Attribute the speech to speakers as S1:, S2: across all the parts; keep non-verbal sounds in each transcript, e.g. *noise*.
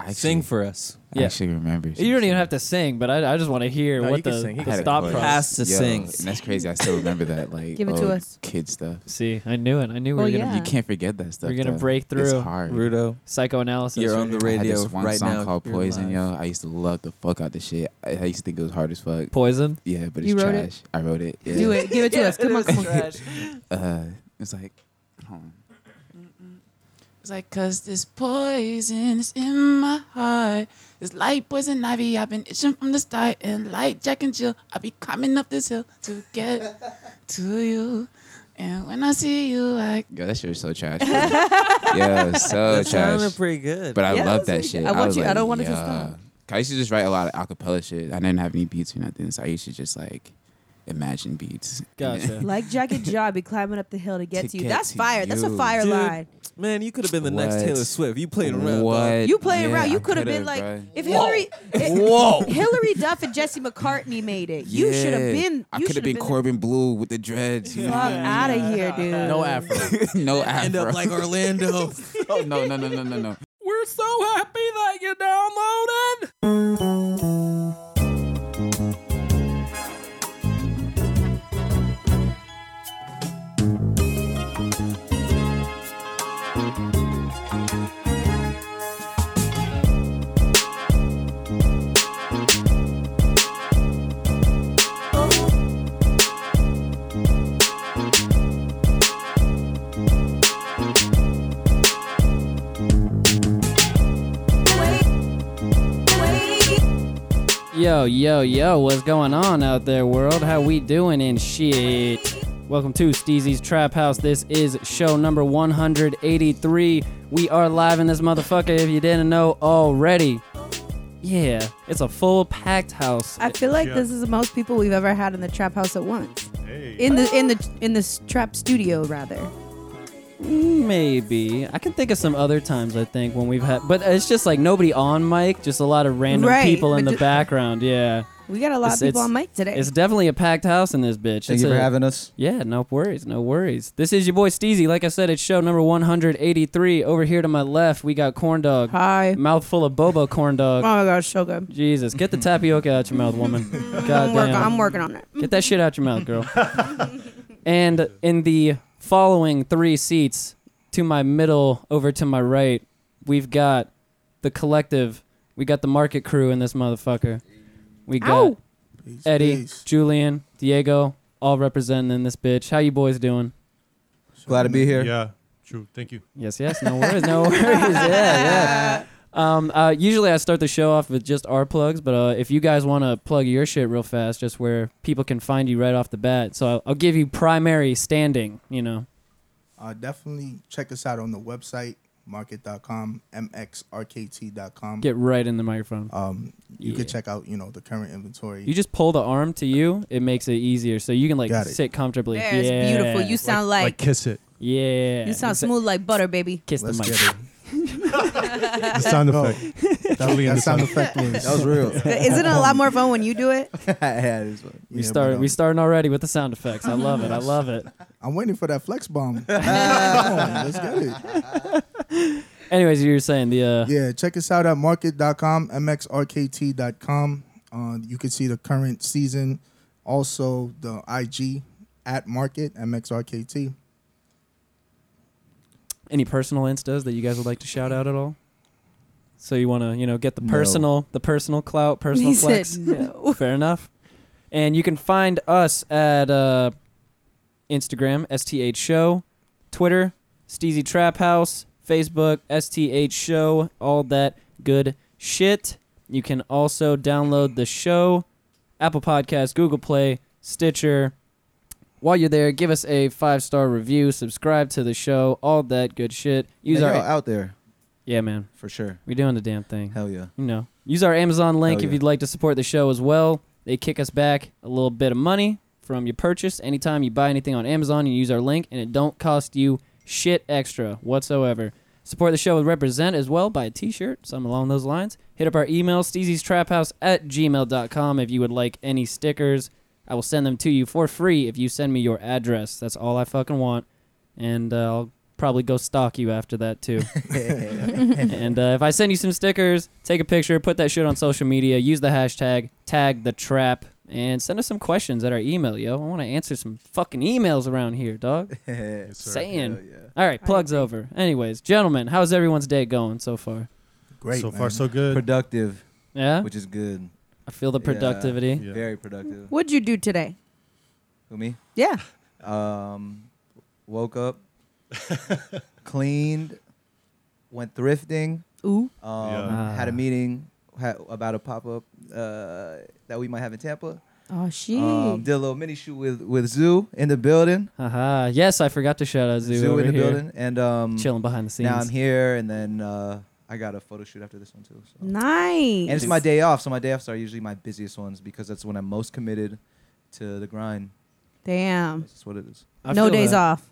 S1: I
S2: Sing
S1: actually-
S2: for us.
S1: I
S3: Yeah.
S1: actually remember.
S3: You don't even have to sing, but I, I just want to hear
S2: No, you
S3: what
S2: can
S3: the,
S2: sing. He
S3: the
S2: can sing.
S3: thought
S2: Like- Pass
S3: process.
S1: Yo,
S2: the sings.
S1: and That's crazy. I still remember that. *laughs* Like,
S4: Give it to
S1: old
S4: us.
S1: Kid stuff.
S3: See, I knew it. I knew
S4: Well,
S3: we were
S4: yeah.
S3: gonna
S1: You can't forget that stuff.
S3: We're gonna
S1: though.
S3: break through.
S1: It's hard.
S2: Rudo,
S3: psychoanalysis.
S2: you're
S3: right
S2: on the
S1: I had
S2: radio
S1: this one
S2: right
S1: song
S2: now.
S1: called
S2: You're
S1: Poison,
S2: live.
S1: yo. I used to love the fuck out the shit. I, I used to think it was hard as fuck.
S3: poison.
S1: Yeah, but it's
S4: You wrote
S1: trash.
S4: it?
S1: I wrote it. Yeah.
S4: Do it. Give it to us. Come on,
S1: *laughs*
S4: come on.
S1: Uh, it's like, hold on.
S5: It's like, cause this poison is in my heart. This light poison ivy, I've been itching from the start. And like Jack and Jill, I'll be climbing up this hill to get to you. And when I see you, I
S1: Yo, that shit was
S5: *laughs*
S1: so trash. bro. yeah, so
S2: That sounded
S1: trash.
S2: pretty good.
S1: Uh, But I
S4: Yeah,
S1: love
S4: that's
S1: that
S4: really
S1: shit.
S4: good. I want
S1: was
S4: you- I
S1: like,
S4: don't want it to
S1: yeah.
S4: stop.
S1: 'Cause I used to just write a lot of acapella shit. I didn't have any beats or nothing, so I used to just like imagine beats. *laughs*
S2: Gotcha.
S4: *laughs* Like Jack and Job be climbing up the hill to get
S1: To
S4: to, you.
S1: get
S4: That's
S1: to
S4: fire. That's a
S1: you.
S4: fire
S2: Dude.
S4: line.
S2: Man, you could have been the next
S1: What?
S2: Taylor Swift. You played around.
S1: *laughs*
S2: dog.
S4: You played
S1: Yeah,
S4: around. You
S1: I
S4: could have been
S1: could've,
S4: like,
S1: bruh.
S4: if Hillary,
S2: Whoa.
S4: Hillary Duff and Jesse McCartney made it, you should have
S1: Yeah.
S4: been.
S1: I
S4: you
S1: could have
S4: should've
S1: been Corbin Blue with the dreads. You
S4: Fuck
S1: know what I
S4: out of here, dude.
S2: No afro.
S1: mean? *laughs* no afro.
S2: End up like Orlando.
S1: oh *laughs* no no no no no no.
S2: We're so happy that you downloaded.
S3: *laughs* Yo, yo, yo, what's going on out there, world? How we doing and shit? Welcome to Steezy's Trap House. This is show number 183. We are live in this motherfucker if you didn't know already. Yeah, it's a full packed house.
S4: I feel like this is the most people we've ever had in the trap house at once. In the in the in the s- trap studio rather.
S3: Maybe. I can think of some other times I think when we've had but it's just like nobody on mic, just a lot of random
S4: Right,
S3: people in
S4: but
S3: the
S4: ju-
S3: background. Yeah.
S4: We got a lot
S3: It's-
S4: of people
S3: it's-
S4: on mic today.
S3: It's definitely a packed house in this bitch.
S6: Thank
S3: It's
S6: you for
S3: a-
S6: having us.
S3: Yeah, no worries, no worries. This is your boy Steezy. Like I said, it's show number 183. Over here to my left, we got corn dog.
S4: Hi.
S3: Mouthful of boba corn
S4: Oh
S3: dog.
S4: my gosh, so good.
S3: Jesus, get the tapioca out your mouth,
S4: *laughs*
S3: woman. God
S4: I'm working,
S3: damn.
S4: I'm working on it.
S3: Get that shit out your mouth, girl. and in the following three seats, to my middle, over to my right, we've got the collective. We got the market crew in this motherfucker. We got
S4: Ow.
S3: Eddie, Julian, Diego, all representing in this bitch. How you boys doing?
S6: Glad to be here.
S7: Yeah, true. Thank you.
S3: Yes, yes, no worries, no worries. Yeah, yeah. Um, uh, usually I start the show off with just our plugs, but uh, if you guys want to plug your shit real fast, just where people can find you right off the bat, so I'll, I'll give you primary standing. You know,
S8: Uh, definitely check us out on the website market.com mxrkt.com
S3: get right in the microphone.
S8: um you
S3: Yeah.
S8: could check out you know the current inventory
S3: You just pull the arm to you; it makes it easier, so you can like
S8: Got it.
S3: sit comfortably.
S4: There, it's
S3: yeah.
S4: beautiful. You sound
S7: Like,
S4: like,
S7: kiss it.
S3: yeah,
S4: you sound
S3: Exa-
S4: smooth like butter, baby.
S3: Kiss the
S8: let's
S3: mic.
S8: get it
S7: The sound
S8: No.
S7: effect.
S8: that,
S7: Totally
S8: that sound
S7: understand.
S8: effect was
S6: That was
S8: *laughs*
S6: real.
S4: Isn't it a lot more fun when you
S6: *laughs*
S4: do it?
S6: yeah, this one.
S3: We start. We starting already with the sound effects. I love it. I love it.
S8: uh, i'm waiting for that flex bomb Come on, let's get it
S3: Anyways, you were saying the uh,
S8: yeah check us out at market.com mxrkt.com uh you can see the current season also the ig at market mxrkt
S3: any personal instas that you guys would like to shout out at all? So you want to, you know, get the
S6: No.
S3: personal, the personal clout, personal
S4: he
S3: flex.
S4: said no.
S3: *laughs* Fair enough. And you can find us at uh, Instagram STH Show, Twitter Steezy Trap House, Facebook STH Show, all that good shit. You can also download the show, Apple Podcast, Google Play, Stitcher. While you're there, give us a five star review, subscribe to the show, all that good shit. Use
S6: Hey,
S3: our
S6: yo, out there
S3: yeah, man.
S6: for sure.
S3: We're doing the damn thing.
S6: Hell yeah.
S3: You know, use our Amazon link
S6: Hell
S3: if
S6: yeah.
S3: you'd like to support the show as well. They kick us back a little bit of money from your purchase. Anytime you buy anything on Amazon, you use our link, and it don't cost you shit extra whatsoever. Support the show with Represent as well. Buy a t-shirt, something along those lines. Hit up our email, steezystraphouse at gmail.com if you would like any stickers. I will send them to you for free if you send me your address. That's all I fucking want. And uh, I'll probably go stalk you after
S6: *laughs*
S3: that too. *laughs* and uh, if I send you some stickers, take a picture, put that shit on social media, use the hashtag, tag the trap, and send us some questions at our email, yo. I want to answer some fucking emails around here, dog.
S7: Yes, sir.
S3: Saying.
S7: Yeah, yeah.
S3: All right, plugs over. Anyways, gentlemen, how's everyone's day going so far?
S8: Great.
S7: so
S8: man.
S7: far, so good.
S6: productive,
S3: Yeah,
S6: which is good.
S3: I feel the
S6: Yeah.
S3: productivity.
S7: Yeah.
S6: Very productive.
S4: What'd you do today?
S6: Who me?
S4: Yeah.
S6: Um, woke
S7: *laughs*
S6: up, cleaned, went thrifting.
S4: Ooh.
S6: Um,
S2: Ah.
S7: Yeah.
S6: Had a meeting ha about a pop up uh, that we might have in Tampa.
S4: Oh shit.
S6: Um, did a little mini shoot with with Zoo in the building.
S3: Haha. Yes, I forgot to shout out Zoo, over
S6: in the
S3: here.
S6: building, and um,
S3: Chilling behind the scenes.
S6: now I'm here, and then uh, I got a photo shoot after this one too. So.
S4: nice.
S6: And it's my day off, so my day offs are usually my busiest ones because that's when I'm most committed to the grind.
S4: Damn.
S6: That's just what it is.
S3: I
S4: no
S3: feel
S4: days
S3: that.
S4: off.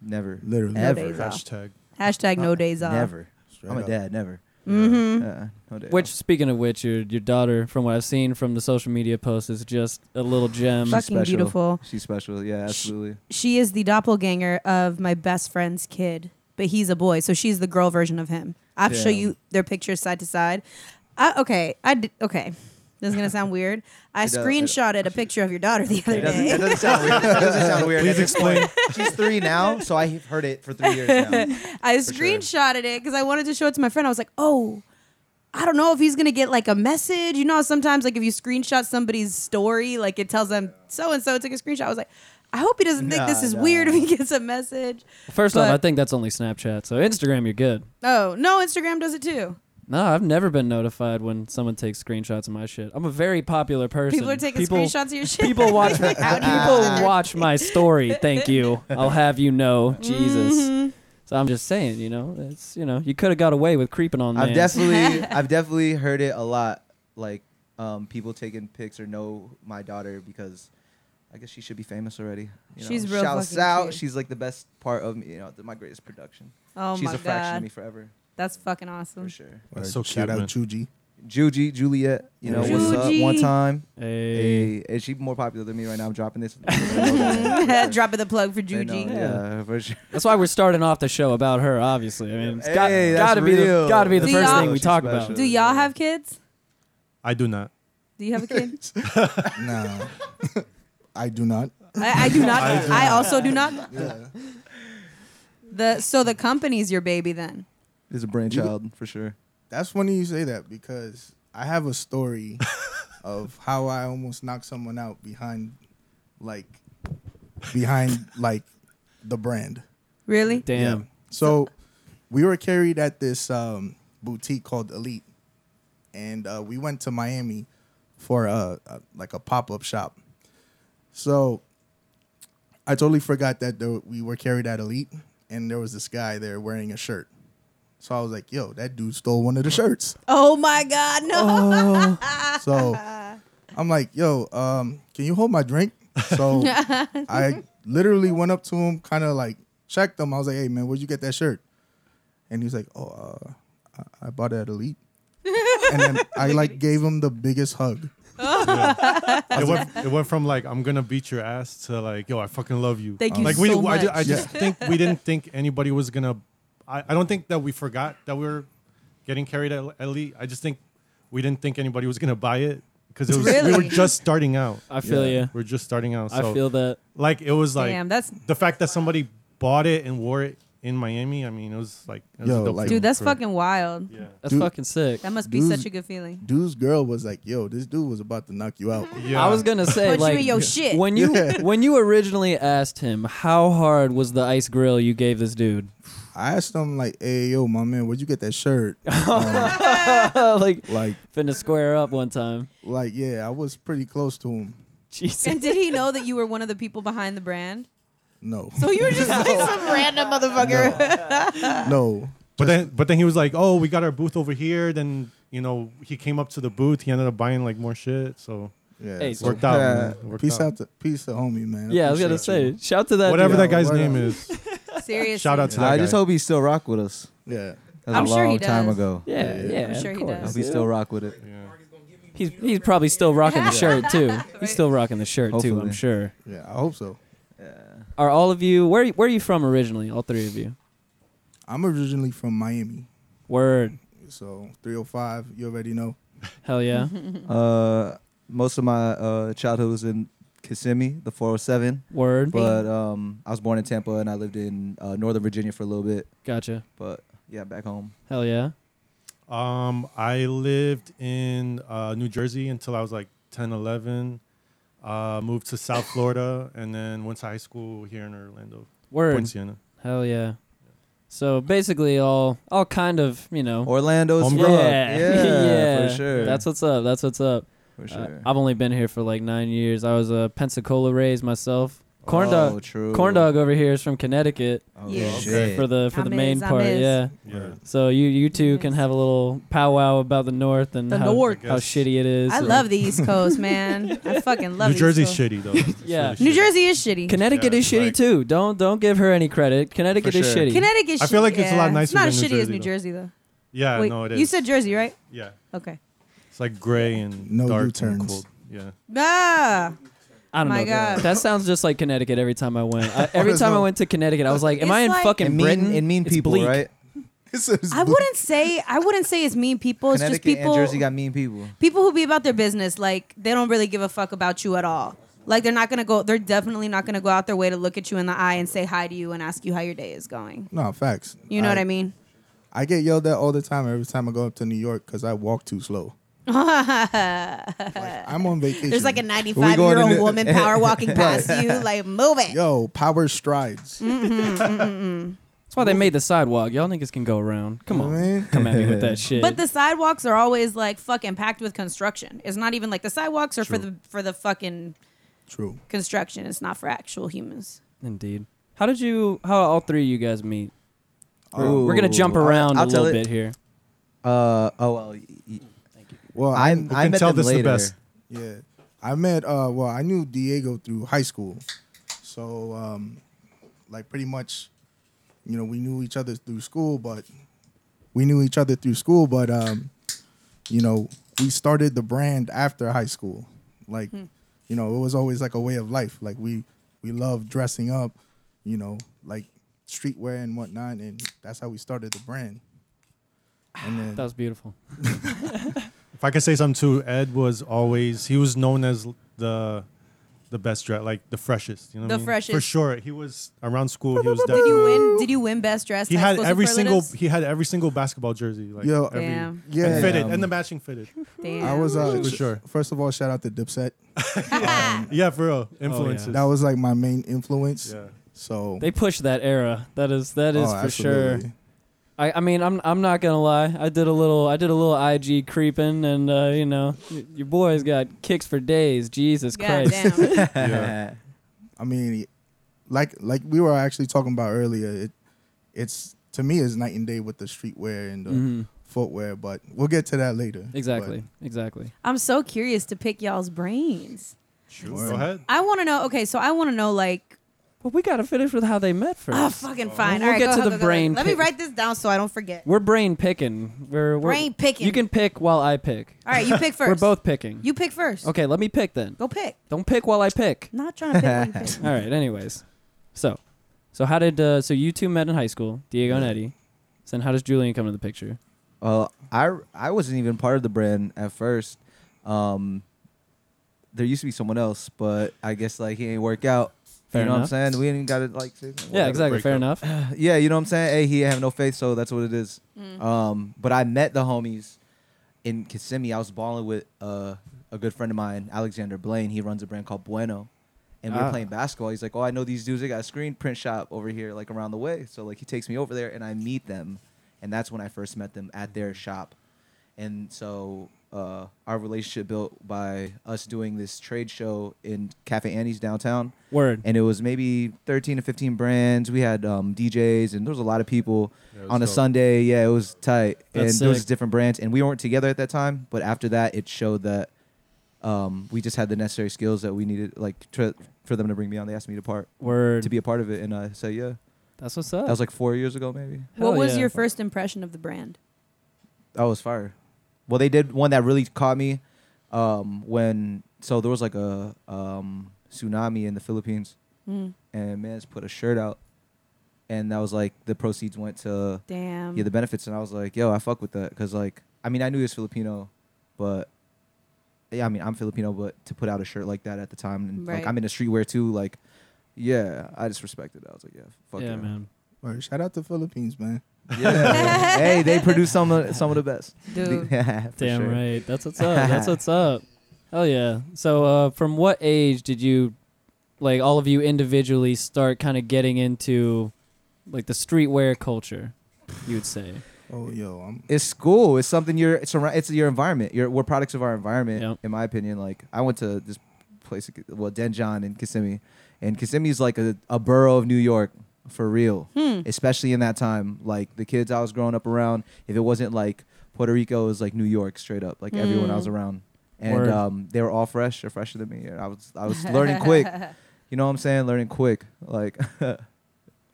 S6: Never.
S8: Literally.
S4: No
S6: Ever.
S4: days off.
S7: Hashtag.
S4: Hashtag no days off.
S6: Uh, Never.
S8: Straight
S6: I'm a
S8: up.
S6: dad. Never.
S4: Mm-hmm.
S6: Uh, no day
S3: Which,
S6: off.
S3: speaking of which, your your daughter, from what I've seen from the social media posts, is just a little gem.
S4: Fucking
S6: special.
S4: beautiful.
S6: she's special. Yeah, absolutely.
S4: She is the doppelganger of my best friend's kid, but he's a boy, so she's the girl version of him. I'll show
S6: Damn.
S4: you their pictures side to side. I, okay, I did, okay. This is gonna sound *laughs* weird. I
S6: It does- it-
S4: screenshotted a picture of your daughter the other
S6: It doesn't, that
S4: day.
S6: doesn't sound weird. That doesn't sound weird.
S7: Please
S6: At this point,
S7: explain.
S6: She's three now, so I've heard it for three years now.
S4: I
S6: sure.
S4: screenshotted it because I wanted to show it to my friend. I was like, oh, I don't know if he's gonna get like a message. You know, how sometimes like if you screenshot somebody's story, like it tells them so and so took a screenshot. I was like, I hope he doesn't think this
S6: Nah,
S4: is
S6: nah.
S4: weird if he gets a message.
S3: First off,
S4: but-
S3: I think that's only Snapchat. So Instagram, you're good.
S4: Oh no, Instagram does it too.
S3: No, I've never been notified when someone takes screenshots of my shit. I'm a very popular person.
S4: People are taking screenshots of your shit.
S3: People
S4: *laughs*
S3: watch.
S4: Out here.
S3: people watch my story. Thank
S4: *laughs*
S3: you. I'll have you know, Jesus.
S4: Mm-hmm.
S3: So I'm just saying, you know, it's you know, you could have got away with creeping on.
S6: I've
S3: mans.
S4: *laughs*
S6: definitely, I've definitely heard it a lot. Like, um, people taking pics or know my daughter because I guess she should be famous already. You know?
S4: She's real
S6: Shouts
S4: fucking
S6: out.
S4: cute.
S6: She's like the best part of me. You know, my greatest production.
S4: Oh
S6: She's
S4: my
S6: a fraction of me
S4: god,
S6: forever,
S4: that's fucking
S6: for
S4: awesome. *laughs*
S6: sure.
S7: That's
S8: Word.
S7: so
S8: Shout
S7: cute, man.
S8: out Juji.
S6: Juji, Juliet, you know what's up?
S4: Juji.
S6: One time, hey,
S3: Hey.
S6: is she more popular than me right now? I'm dropping this. *laughs*
S4: *laughs* Dropping the plug for
S6: They know,
S4: Juji.
S6: Yeah, for sure.
S3: That's why we're starting off the show about her. Obviously, I mean, it's got,
S6: Hey, that's
S3: gotta be the
S6: real.
S3: gotta be the
S4: Do
S3: first
S4: y'all-
S3: thing we
S6: She's
S3: talk
S6: special.
S3: about.
S4: Do y'all have kids?
S7: I
S4: *laughs*
S7: do not.
S4: Do you have
S6: *laughs*
S4: a kid?
S8: Nah.
S7: *laughs*
S8: I do not.
S4: I, I do not. I also do not. The so the company's your baby then.
S6: It's a brainchild for sure.
S8: That's funny you say that because I have a story of how I almost knocked someone out behind, like, behind like the brand.
S4: Really?
S3: Damn.
S8: So we were carried at this um, boutique called Elite, and uh, we went to Miami for a, a like a pop up shop. So I totally forgot that there, we were carried at Elite, and there was this guy there wearing a shirt. So I was like, "Yo, that dude stole one of the shirts."
S4: Oh my god, no.
S7: Oh.
S8: So I'm like, yo, um, can you hold my drink? So I literally went up to him, kind of like checked him. I was like, hey, man, where'd you get that shirt? And he's like, oh, uh, I-, I bought it at Elite. and then I like gave him the biggest hug.
S7: it, went, it went from like I'm gonna beat your ass to like yo I fucking love you.
S4: Thank you
S7: like we,
S4: so
S7: I, ju-
S4: much.
S7: I just think
S4: *laughs*
S7: we didn't think anybody was gonna. I, I don't think that we forgot that we were getting carried at Elite. I just think we didn't think anybody was gonna buy it because it was we
S4: Really?
S7: were just starting out.
S3: I feel ya.
S7: We're just starting out.
S3: I
S7: So
S3: feel that.
S7: like it was like
S4: Damn, that's
S7: the fact that somebody bought it and wore it in Miami. I mean, it was like it was
S8: Yo,
S7: a dope
S8: like-
S7: feeling
S4: dude. That's
S7: for-
S4: fucking wild.
S7: Yeah.
S3: That's
S8: Dude.
S3: fucking sick.
S4: That must be
S8: Dude.
S4: such a good feeling.
S8: Dude's girl was like, yo, this dude was about to knock you out.
S7: Yeah.
S3: I was gonna say
S4: Put
S3: like
S4: you in your shit.
S3: when you *laughs* when you originally asked him how hard was the ice grill you gave this dude, *laughs*
S8: I asked him, like, hey, yo, my man, where'd you get that shirt?
S3: *laughs*
S8: Um,
S3: like
S8: like,
S3: finna square up one time.
S8: like, yeah, I was pretty close to him.
S3: Jesus,
S4: *laughs* and did he know that you were one of the people behind the brand?
S8: No,
S4: So you were just like some random motherfucker.
S8: *laughs* no.
S7: But then, but then he was like, "Oh, we got our booth over here." Then you know he came up to the booth. He ended up buying like more shit. So
S8: Yeah.
S3: Hey,
S7: it worked out. man. It
S8: Yeah.
S7: worked
S8: peace out. to peace to homie, man.
S3: yeah, I was gonna
S8: Appreciate
S3: say
S8: you.
S3: shout to that.
S7: Whatever
S3: dude.
S7: that guy's
S8: Word
S7: name
S8: up.
S7: is.
S4: *laughs* Seriously.
S7: Shout out to that
S6: I
S7: guy.
S6: just hope he still rock with us.
S8: Yeah.
S6: That was
S4: I'm
S6: a
S4: sure he
S6: long time
S4: does.
S6: ago.
S3: Yeah, yeah,
S4: I'm sure
S3: of
S4: he
S6: I hope
S3: course.
S6: he still rock with it.
S7: Yeah.
S3: He's he's probably still rocking
S4: *laughs*
S3: the shirt too. He's still rocking the shirt too. I'm
S6: Hopefully.
S3: sure.
S8: Yeah, I hope so.
S3: Are all of you where are you- where are you from originally? All three of you.
S8: I'm originally from Miami,
S3: Word.
S8: so 305. You already know.
S3: Hell
S4: *laughs*
S3: yeah.
S6: Uh, most of my uh, childhood was in Kissimmee, the 407.
S3: Word.
S6: But um, I was born in Tampa and I lived in uh, Northern Virginia for a little bit.
S3: Gotcha.
S6: But yeah, back home.
S3: Hell yeah.
S7: Um, I lived in uh, New Jersey until I was like 10, 11. Uh, moved to South Florida and then went to high school here in Orlando,
S3: Word.
S7: Point Siena.
S3: Hell yeah. So basically, all all kind of you know.
S6: Orlando's
S7: Homegrown.
S6: fuck.
S3: yeah. *laughs*
S6: yeah,
S3: Yeah.
S6: for sure.
S3: That's what's up. That's what's up.
S6: for
S3: Uh,
S6: sure.
S3: I've only been here for like nine years. I was a Pensacola raised myself. Corn
S6: Oh,
S3: dog,
S6: true.
S3: corn dog over here is from Connecticut
S6: Oh,
S4: Yeah.
S6: shit.
S3: for the for
S4: I'm
S3: the main
S4: is, I'm
S3: part.
S4: is.
S3: Yeah.
S7: Yeah.
S3: So you you two
S4: Yes.
S3: can have a little powwow about the north and
S4: The
S3: how,
S4: North.
S7: I
S3: how
S7: guess.
S3: shitty it is.
S4: I love the East Coast,
S7: *laughs*
S4: man. I fucking love
S7: New
S4: the
S7: Jersey's
S4: East Coast. *laughs*
S7: shitty though. It's
S3: Yeah.
S7: really
S4: New
S7: shitty.
S4: Jersey is shitty.
S3: Connecticut
S7: Yeah,
S3: is
S7: it's
S3: shitty
S7: like-
S3: too. Don't don't give her any credit. Connecticut
S6: For
S3: is
S6: sure.
S3: shitty.
S4: Connecticut's
S7: I feel like
S4: shitty,
S7: it's a
S4: yeah.
S7: lot nicer
S4: It's not
S7: than
S4: as
S7: New
S4: shitty as
S7: Jersey,
S4: New
S7: though.
S4: Jersey though.
S7: Yeah,
S4: Wait,
S7: no, it is.
S4: you said Jersey, right?
S7: yeah,
S4: Okay.
S7: it's like gray and
S8: No
S7: dark
S8: U-turns.
S7: and cold. Yeah,
S4: Ah,
S3: I don't
S4: My
S3: know.
S4: God.
S3: That sounds just like Connecticut every time I went. I,
S6: *laughs*
S3: every
S8: is
S3: time I
S8: that?
S3: went to Connecticut, I was like, am
S4: It's
S3: I in
S4: like-
S3: fucking
S6: And mean,
S3: Britain?
S6: and mean
S3: It's
S6: people,
S3: bleak.
S6: right?
S8: It's, it's
S4: I
S8: blue-
S4: wouldn't say I wouldn't say it's mean people. It's just
S6: Connecticut
S4: people.
S6: and Jersey got mean people.
S4: people who be about their business, like they don't really give a fuck about you at all. Like they're not gonna go. They're definitely not gonna go out their way to look at you in the eye and say hi to you and ask you how your day is going.
S8: No facts.
S4: You know what I mean?
S8: I get yelled at all the time every time I go up to New York because I walk
S4: *laughs*
S8: too slow.
S4: There's
S8: I'm on vacation.
S4: like a 95 year old
S6: into-
S4: woman power walking past you, like move it.
S8: yo power strides.
S4: Mm.
S3: That's why they made the sidewalk. Y'all niggas can go around. Come on.
S8: Man.
S3: Come at me with
S6: *laughs*
S3: that shit.
S4: But the sidewalks are always like fucking packed with construction. It's not even like the sidewalks are for the for the fucking
S8: True.
S4: construction. It's not for actual humans.
S3: Indeed. How did you? How all three of you guys meet?
S6: Ooh.
S3: We're gonna jump
S6: I'll-
S3: around
S6: I'll
S3: a
S6: tell
S3: little
S6: it.
S3: bit here.
S6: Uh, oh well, y- y-
S8: Well, I,
S6: I'm, I
S7: can
S6: met
S7: tell
S6: them
S7: this is the
S6: later.
S7: best.
S8: yeah, I met. Uh, well, I knew Diego through high school, so um, like pretty much, you know, we knew each other through school, but we knew each other through school, but um, you know, we started the brand after high school. Like,
S7: Hmm.
S8: you know, it was always like a way of life. Like we we love dressing up, you know, like streetwear and whatnot, and that's how we started the brand.
S7: *sighs*
S8: And then
S3: That was beautiful.
S7: if I could say something too, Ed was always he was known as the the best dress, like the freshest. You know, what
S4: The
S7: I mean? for
S4: freshest.
S7: sure. He was around school. He was
S4: Did you
S7: definitely.
S4: win? Did you win best dress?
S7: He
S4: High
S7: had
S4: School
S7: every single
S4: Superlatives?
S7: he had every single basketball jersey. Like
S8: Yo,
S7: every,
S4: Damn.
S8: yeah,
S7: and fitted
S6: Um,
S7: and the matching fitted.
S4: Damn.
S8: I was uh,
S7: For
S8: sh-
S7: sure.
S8: First of all, shout out to Dipset.
S7: Yeah, for
S6: Oh,
S7: real. Influences.
S8: That was like my main influence.
S7: yeah.
S8: So
S3: They pushed that era. That is that is
S8: Oh,
S3: for sure.
S8: absolutely.
S3: I, I mean I'm I'm not gonna lie. I did a little I did a little IG creeping and uh, you know y- your boy's got kicks for days. Jesus
S4: God
S3: Christ.
S4: damn.
S6: *laughs*
S7: Yeah.
S8: I mean, like like we were actually talking about earlier. It, it's to me is night and day with the streetwear and the
S6: Mm-hmm.
S3: Mhm.
S8: footwear, but we'll get to that later.
S3: Exactly. Exactly.
S4: *laughs* I'm so curious to pick y'all's brains.
S7: Sure. Go ahead.
S4: I want to know. Okay, so I want to know like.
S3: But we gotta finish with how they met first.
S4: Oh, fucking fine.
S3: We'll
S4: All right,
S3: get
S4: go
S3: to
S4: ahead,
S3: the
S4: go, go, go.
S3: brain
S4: Let
S3: pick.
S4: me write this down so I don't forget.
S3: We're brain picking. We're, we're
S4: Brain picking.
S3: You can pick while I pick.
S4: All right, you pick
S3: *laughs*
S4: first.
S3: We're both picking.
S4: You pick first.
S3: okay, let me pick then.
S4: Go pick.
S3: Don't pick while I pick.
S4: Not trying to pick. while you
S3: *laughs*
S4: pick.
S3: All right. Anyways, so so how did uh, so you two met in high school, Diego and Eddie? So then how does Julian come into the picture?
S6: Uh, I I wasn't even part of the brand at first. Um, there used to be someone else, but I guess like he ain't work out.
S3: Fair
S6: you know
S3: enough.
S6: what I'm saying? We ain't got to like. Say,
S3: Yeah,
S6: whatever.
S3: exactly.
S7: break
S3: Fair
S7: up.
S3: enough.
S6: Yeah, you know what I'm saying? Hey, he ain't have no faith, so that's what it is. Um, but I met the homies in Kissimmee. I was balling with uh, a good friend of mine, Alexander Blaine. He runs a brand called Bueno. And we were
S3: Ah.
S6: playing basketball. He's like, Oh, I know these dudes. They got a screen print shop over here, like around the way. So like he takes me over there and I meet them. And that's when I first met them at their shop. And so uh, our relationship built by us doing this trade show in Cafe Annie's downtown
S3: Word.
S6: and it was maybe 13 to 15 brands. We had um, DJs, and there was a lot of people
S7: Yeah, it was
S6: on a
S7: dope.
S6: Sunday. Yeah, it was tight,
S3: That's
S6: and there was
S3: sick.
S6: different brands, and we weren't together at that time. But after that, it showed that um, we just had the necessary skills that we needed, like tr- for them to bring me on. They asked me to part
S3: Word.
S6: to be a part of it, and I said, yeah.
S3: That's what's up.
S6: That was like four years ago, maybe.
S4: What
S3: Hell
S4: was
S3: yeah.
S4: your first impression of the brand?
S6: That Oh, was fire. Well, they did one that really caught me um, when so there was like a um, tsunami in the Philippines,
S4: Mm.
S6: and man's put a shirt out and that was like the proceeds went to
S4: Damn.
S6: yeah the benefits, and I was like, yo, I fuck with that because like I mean I knew he was Filipino, but yeah, I mean I'm Filipino, but to put out a shirt like that at the time, and
S4: Right.
S6: like I'm in the streetwear too, like yeah, I just respected that. I was like, yeah, fuck
S3: yeah,
S6: yeah,
S3: man.
S8: Word. Shout out to Philippines, man.
S6: Yeah. hey, they produce some of some of the best. *laughs*
S3: *laughs*
S4: Dude.
S6: For
S3: Damn
S6: sure.
S3: right. That's what's up. That's what's up. Oh yeah. So uh, from what age did you, like all of you individually, start kind of getting into, like the streetwear culture? You would say.
S8: Oh, yo, I'm
S6: It's school. It's something you're. It's around. It's your environment. Your we're products of our environment.
S3: Yep.
S6: In my opinion, like I went to this place, well, Denjon in Kissimmee, and Kissimmee's like a, a borough of New York for real.
S4: Hmm. *laughs*
S6: Especially in that time, like the kids I was growing up around. If it wasn't like Puerto Rico, it was like New York straight up. Like everyone I was around, and
S3: Mm. Word.
S6: um, they were all fresh. They're fresher than me. And I was I
S3: *laughs*
S6: was learning quick. You know what I'm saying? Learning quick. Like *laughs*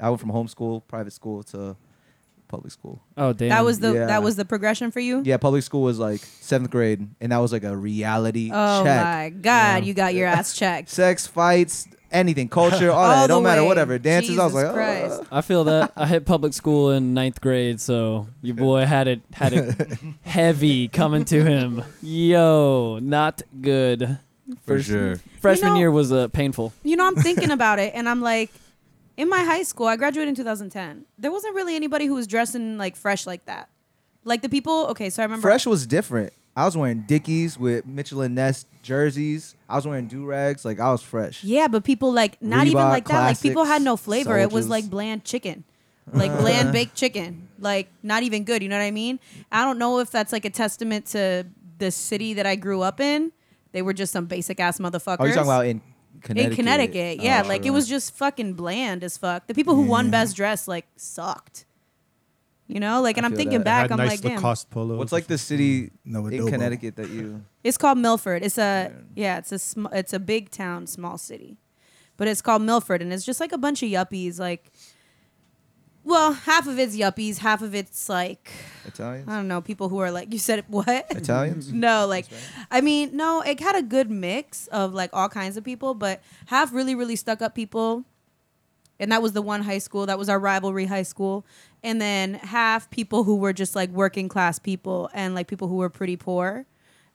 S6: I went from homeschool, private school to public school.
S3: Oh damn.
S4: That was the
S6: Yeah.
S4: that was the progression for you.
S6: Yeah, public school was like seventh grade, and that was like a reality
S4: Oh
S6: check.
S4: my God, you got your ass
S3: *laughs*
S4: checked.
S6: Sex, fights, anything, culture, all,
S4: All
S6: that. It
S4: the
S6: don't matter,
S4: way.
S6: whatever. Dances, I was
S4: Jesus
S6: like, "Oh,
S4: Christ.
S6: "Ugh."
S3: I "Oh." feel that I hit public school in ninth grade, so your boy had it had it heavy coming to him. Yo, not good.
S1: For
S3: First-
S1: sure.
S3: Freshman
S4: know-
S3: year was uh, painful.
S4: You know, I'm thinking about it, and I'm like, in my high school, I graduated in 2010. There wasn't really anybody who was dressing like fresh like that. Like the people. Okay, so I remember.
S6: fresh was different. I was wearing Dickies with Mitchell and Ness jerseys. I was wearing do rags. Like I was fresh.
S4: Yeah, but people like not even
S6: Reebok,
S4: like that. Like people had no
S6: classics,
S4: flavor. It was
S6: soldiers.
S4: like bland chicken. Like bland baked chicken. Like not even good, you know what I mean? I don't know if that's like a testament to the city that I grew up in. They were just some basic ass motherfuckers.
S6: Are you talking about in Connecticut?
S4: in Connecticut.
S6: Oh,
S4: Yeah,
S6: sure.
S4: like it was just fucking bland as fuck. The people who won best dress like sucked. You know, like
S6: I
S4: and I'm
S6: feel that.
S4: thinking
S7: I
S4: back,
S7: had
S4: I'm
S7: nice
S4: like, damn.
S7: Lacoste polos.
S6: What's like the city
S8: no
S6: in
S8: adobo.
S6: Connecticut that you?
S4: *laughs* It's called Milford. It's a yeah. It's a sm- it's a big town, small city, but it's called Milford, and it's just like a bunch of yuppies. Like, well, half of it's yuppies, half of it's like
S6: Italians?
S4: I don't know, people who are like you said what?
S6: *laughs* Italians?
S4: no, like I mean, no, it had a good mix of like all kinds of people, but half really really stuck up people. And that was the one high school, that was our rivalry high school. And then half people who were just like working class people and like people who were pretty poor.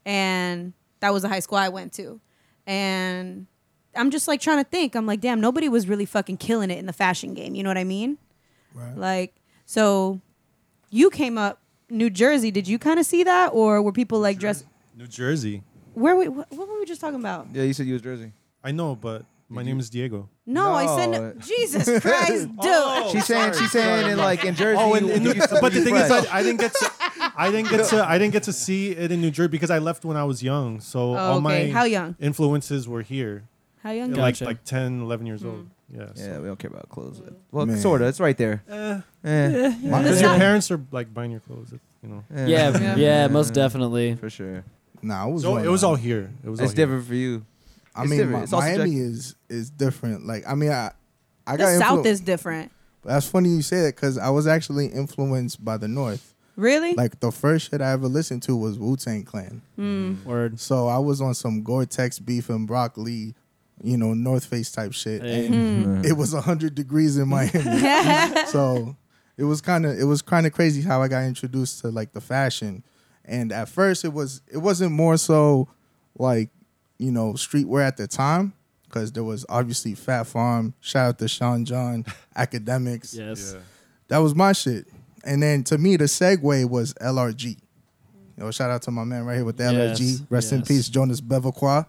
S4: And that was the high school I went to. And I'm just like trying to think. I'm like, damn, nobody was really fucking killing it in the fashion game. You know what I mean?
S8: Right.
S4: Like, so you came up New Jersey. Did you kind of see that, or were people like dressed?
S7: New Jersey?
S4: Where we? What, what were we just talking about?
S6: Yeah, you said you was Jersey.
S7: I know, but my name is Diego.
S4: No, I
S6: No.
S4: said
S8: *laughs*
S4: Jesus Christ, dude.
S8: Oh.
S6: She's saying she's saying in like in Jersey.
S7: Oh, and,
S6: you-
S7: and
S6: you
S7: the-
S6: used to
S7: but the
S6: be
S7: thing is,
S6: fresh.
S7: I, I didn't get to, I didn't get to, I didn't get to see it in New Jersey because I left when I was young. So all my
S4: Oh, okay. How young?
S7: influences were here,
S4: How young?
S3: Yeah,
S7: like
S3: Gotcha.
S7: like 10, 11 years old.
S4: Hmm.
S7: Yeah.
S6: Yeah,
S7: so-
S6: we don't care about clothes. Well,
S8: Man.
S6: sorta. It's right there.
S4: Uh,
S7: Eh,
S6: Eh,
S8: My-
S7: 'cause your
S4: not-
S7: parents are like buying your clothes, it- you know.
S6: eh.
S3: Yeah, yeah,
S4: Yeah.
S3: most definitely.
S6: for sure.
S8: Nah, I was.
S7: So
S8: wrong,
S7: it was
S8: man.
S7: all here. It was
S6: It's
S7: all here.
S6: different for you.
S8: I
S6: it's
S8: mean,
S6: different.
S8: Mi-
S6: It's all
S8: Miami is is different. Like, I mean, I I got
S4: The South
S8: influ-
S4: is different.
S8: That's funny you say that because I was actually influenced by the North.
S4: Really?
S8: Like the first shit I ever listened to was Wu Tang Clan.
S4: Hmm.
S8: *laughs*
S4: Mm.
S3: Word.
S8: So I was on some Gore-Tex beef and broccoli, you know, North Face type shit.
S3: Hey.
S6: Mm-hmm.
S8: And it was hundred degrees
S4: *laughs*
S8: in Miami, so it was kind of it was kind of crazy how I got introduced to like the fashion. And at first, it was it wasn't more so like you know streetwear at the time because there was obviously Fat Farm. Shout out to Sean John, Academics.
S3: Yes.
S8: That was my shit. And then to me, the segue was LRG. Yo, shout out to my man right here with the
S3: Yes,
S8: LRG. Rest in
S3: yes.
S8: peace, Jonas Bevacqua.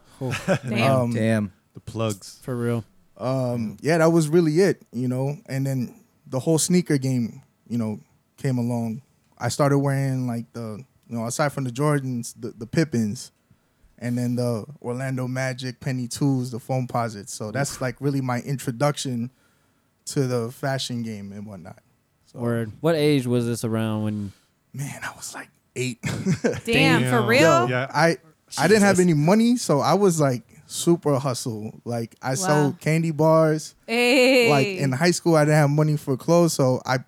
S4: Damn.
S8: Um,
S6: Damn.
S7: The plugs.
S3: For real.
S8: Um, yeah, that was really it, you know. And then the whole sneaker game, you know, came along. I started wearing like the, you know, aside from the Jordans, the, the Pippins, and then the Orlando Magic Penny Twos, the foam posits. So that's like really my introduction to the fashion game and whatnot. So
S3: Word. What age was this around when?
S8: man, I was like eight. *laughs*
S4: damn, for real?
S7: Yeah.
S8: I I didn't have
S3: Jesus.
S8: any money, so I was like super hustle. Like I sold candy bars.
S4: Hey.
S8: Like in high school, I didn't have money for clothes, so I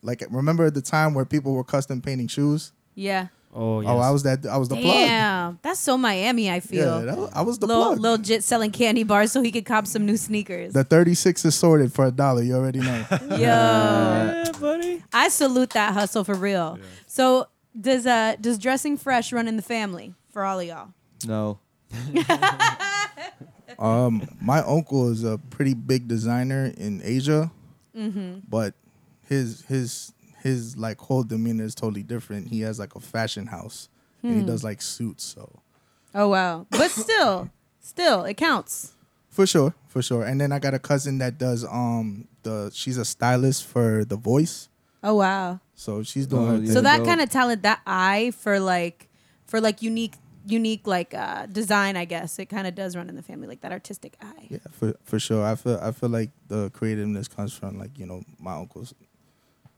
S8: like remember the time where people were custom painting shoes.
S4: yeah.
S3: Oh, yes.
S8: Oh, I was that. I was the plug.
S4: Damn, that's so Miami. I feel.
S8: Yeah, that was- I was the
S4: Lil,
S8: plug.
S4: Lil Jit selling candy bars so he could cop some new sneakers. *laughs*
S8: The 36 is sorted for a dollar. You already know.
S4: Yo,
S3: Yeah, buddy.
S4: I salute that hustle for real.
S7: Yeah.
S4: So does uh does dressing fresh run in the family for all of y'all?
S6: No.
S8: um, my uncle is a pretty big designer in Asia,
S4: Mm-hmm.
S8: but his his his like whole demeanor is totally different. He has like a fashion house
S4: Hmm.
S8: and he does like suits. So
S4: Oh wow, but still, *laughs* still it counts.
S8: for sure, for sure. And then I got a cousin that does um the she's a stylist for The Voice,
S4: Oh wow.
S8: so she's doing.
S6: Oh,
S8: her
S6: yeah.
S8: thing.
S4: So that
S6: go.
S4: kind of talent, that eye for like for like unique unique like uh design, I guess it kind of does run in the family, like that artistic eye.
S8: Yeah, for for sure. I feel I feel like the creativeness comes from like you know my uncles.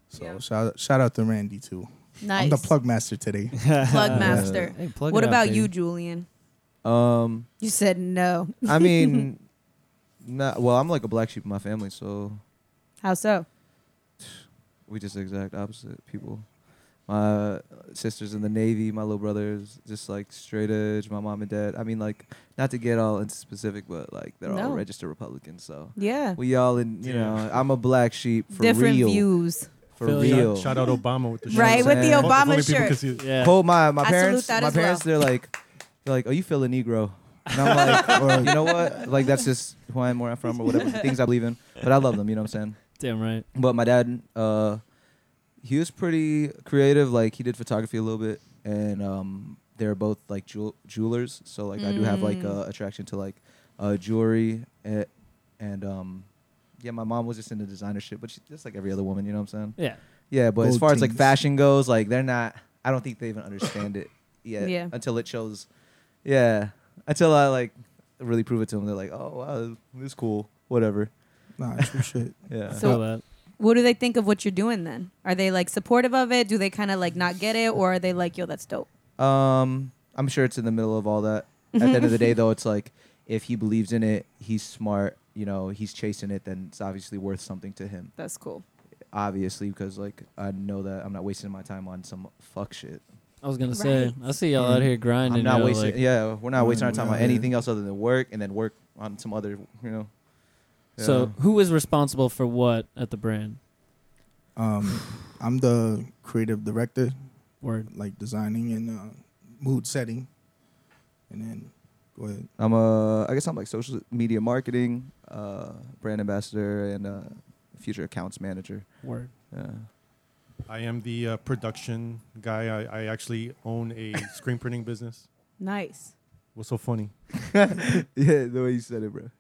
S8: So
S4: Yeah.
S8: shout shout out to Randy too.
S4: Nice.
S8: I'm the plug master today.
S7: *laughs*
S3: *laughs*
S4: Plug master.
S3: Hey, plug
S4: what
S3: it out,
S4: about
S3: baby.
S4: you, Julian?
S6: Um,
S4: You said no.
S6: I
S4: *laughs*
S6: mean, not, well, I'm like a black sheep in my family, so
S4: How so?
S6: we just exact opposite people. My sister's in the Navy. My little brother's just like straight edge. My mom and dad. I mean, like, not to get all into specific, but like they're all
S4: No.
S6: registered Republicans. So
S4: Yeah.
S6: we all in. You
S7: Yeah.
S6: know, I'm a black sheep for
S4: Different
S6: real.
S4: views.
S6: For
S3: Phil,
S7: Shout-
S6: real.
S7: Shout, out Obama with the shirt.
S4: Right, with the
S6: If
S7: If only
S4: Obama
S7: people could
S4: shirt.
S7: see it.
S3: Yeah.
S6: Cold. My my
S4: I salute
S6: parents.
S4: that
S6: My
S4: as well.
S6: parents. They're like, they're like, oh, you feel a Negro. And I'm like,
S4: *laughs*
S6: or, you know what? Like that's just who I am, where I'm from, or whatever the things I believe in. But I love them. You know what I'm saying?
S3: Damn right.
S6: But my dad, uh, he was pretty creative. Like he did photography a little bit, and um, they're both like jewel- jewelers. So like I do have like
S4: Mm.
S6: uh, attraction to like uh, jewelry, and, and um, yeah, my mom was just into designer shit, but she, just like every other woman, you know what I'm saying?
S3: Yeah.
S6: Yeah, but as
S8: Gold
S6: far as like
S8: teeth.
S6: fashion goes, like they're not. I don't think they even understand
S4: *coughs*
S6: it yet.
S4: Yeah.
S6: Until it shows. Yeah. Until I like really prove it to them, they're like, "Oh, wow, this is cool. Whatever."
S8: Nah, true shit.
S6: Yeah.
S4: So-
S3: So that.
S4: What do they think of what you're doing then? Are they like supportive of it? Do they kind of like not get it? Or are they like, yo, that's dope?
S6: Um, I'm sure it's in the middle of all that. At the end of the
S4: *laughs*
S6: day, though, it's like if he believes in it, he's smart. You know, he's chasing it, then it's obviously worth something to him.
S4: That's cool.
S6: Obviously, because like I know that I'm not wasting my time on some fuck shit.
S3: I was gonna say. I see y'all
S7: Mm-hmm.
S3: out here grinding.
S6: I'm not
S3: yo,
S6: wasting.
S3: like- mm,
S6: yeah, we're not wasting our time on
S8: Yeah.
S6: anything else other than work, and then work on some other. You know.
S3: So who is responsible for what at the brand?
S8: Um, I'm the creative director,
S3: Word.
S8: like designing and uh, mood setting, and then go ahead.
S6: I'm a. I guess I'm like social media marketing, uh, brand ambassador, and uh, future accounts manager.
S3: Word.
S6: Yeah. *laughs*
S7: I am the uh, production guy. I, I actually own a screen printing business.
S4: Nice.
S7: What's so
S4: *laughs*
S7: funny?
S6: yeah, the way you said it, bro.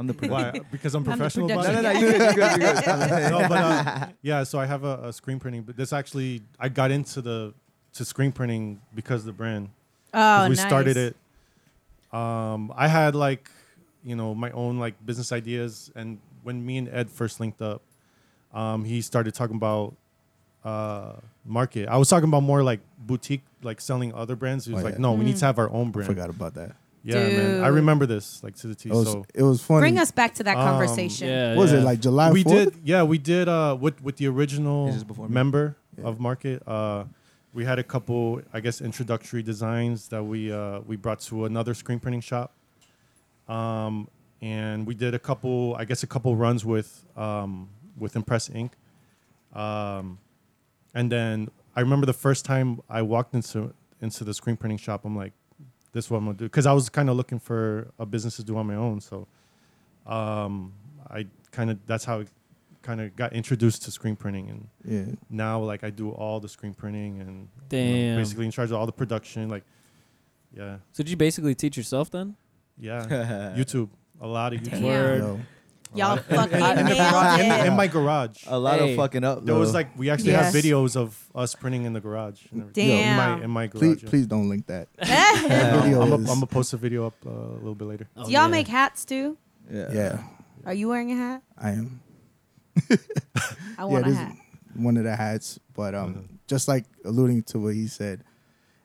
S6: I'm the. pro-
S7: Why? Because I'm
S4: the
S7: professional. about
S4: production
S6: *laughs* no,
S4: guy.
S7: it?
S6: you good, you good, you good.
S7: no,
S4: *laughs*
S7: but uh, yeah, so I have a, a screen printing, but this actually I got into the to screen printing because of the brand. 'Cause
S4: Oh,
S7: we
S4: nice.
S7: started it. Um, I had like you know my own like business ideas, and when me and Ed first linked up, um, he started talking about uh, market. I was talking about more like boutique, like selling other brands. He was
S8: Oh,
S7: like,
S8: yeah.
S7: no, we need to have our own brand.
S8: Forgot Oh, about that.
S7: Yeah, man, I
S4: Hmm. Dude.
S7: remember this like to the T.
S8: It was
S7: so
S8: it was funny.
S4: Bring us back to that
S7: Um,
S4: conversation.
S3: Yeah.
S8: What was
S3: yeah.
S8: it like July?
S7: we
S8: 4th?
S7: did yeah we did uh with with the original
S6: This is before me.
S7: member
S8: Yeah.
S7: of market uh we had a couple i guess introductory designs that we uh we brought to another screen printing shop um and we did a couple i guess a couple runs with um with impress inc um and then i remember the first time i walked into into the screen printing shop i'm like this is what i'm gonna do because i was kind of looking for a business to do on my own so um, I kind of that's how I kind of got introduced to screen printing, and
S8: Yeah,
S7: now like I do all the screen printing and you know,
S3: Damn.
S7: basically in charge of all the production. Like, yeah,
S3: So did you basically teach yourself then?
S7: yeah,
S6: *laughs*
S7: YouTube, a lot of YouTube,
S4: Damn.
S8: *laughs* yo,
S4: Y'all fucking
S7: in, the garage, in,
S4: nailed
S7: the-
S4: it.
S7: in my garage.
S6: a lot
S3: Hey.
S6: of fucking up.
S7: there was
S6: though.
S7: like we actually
S4: Yes.
S7: have videos of us printing in the garage. And everything. in
S4: Damn.
S7: my in my
S8: please
S7: garage. yeah.
S8: please don't
S3: *laughs*
S8: link that.
S6: Yeah.
S8: video
S7: I'm
S8: is-
S7: gonna post a video up uh, a little bit later.
S3: Oh,
S4: Do y'all make hats too?
S6: yeah.
S8: yeah,
S4: Are you wearing a hat?
S8: I am.
S4: I want a
S8: this is
S4: hat.
S8: One of the hats, but um,
S7: Mm-hmm.
S8: just like alluding to what he said,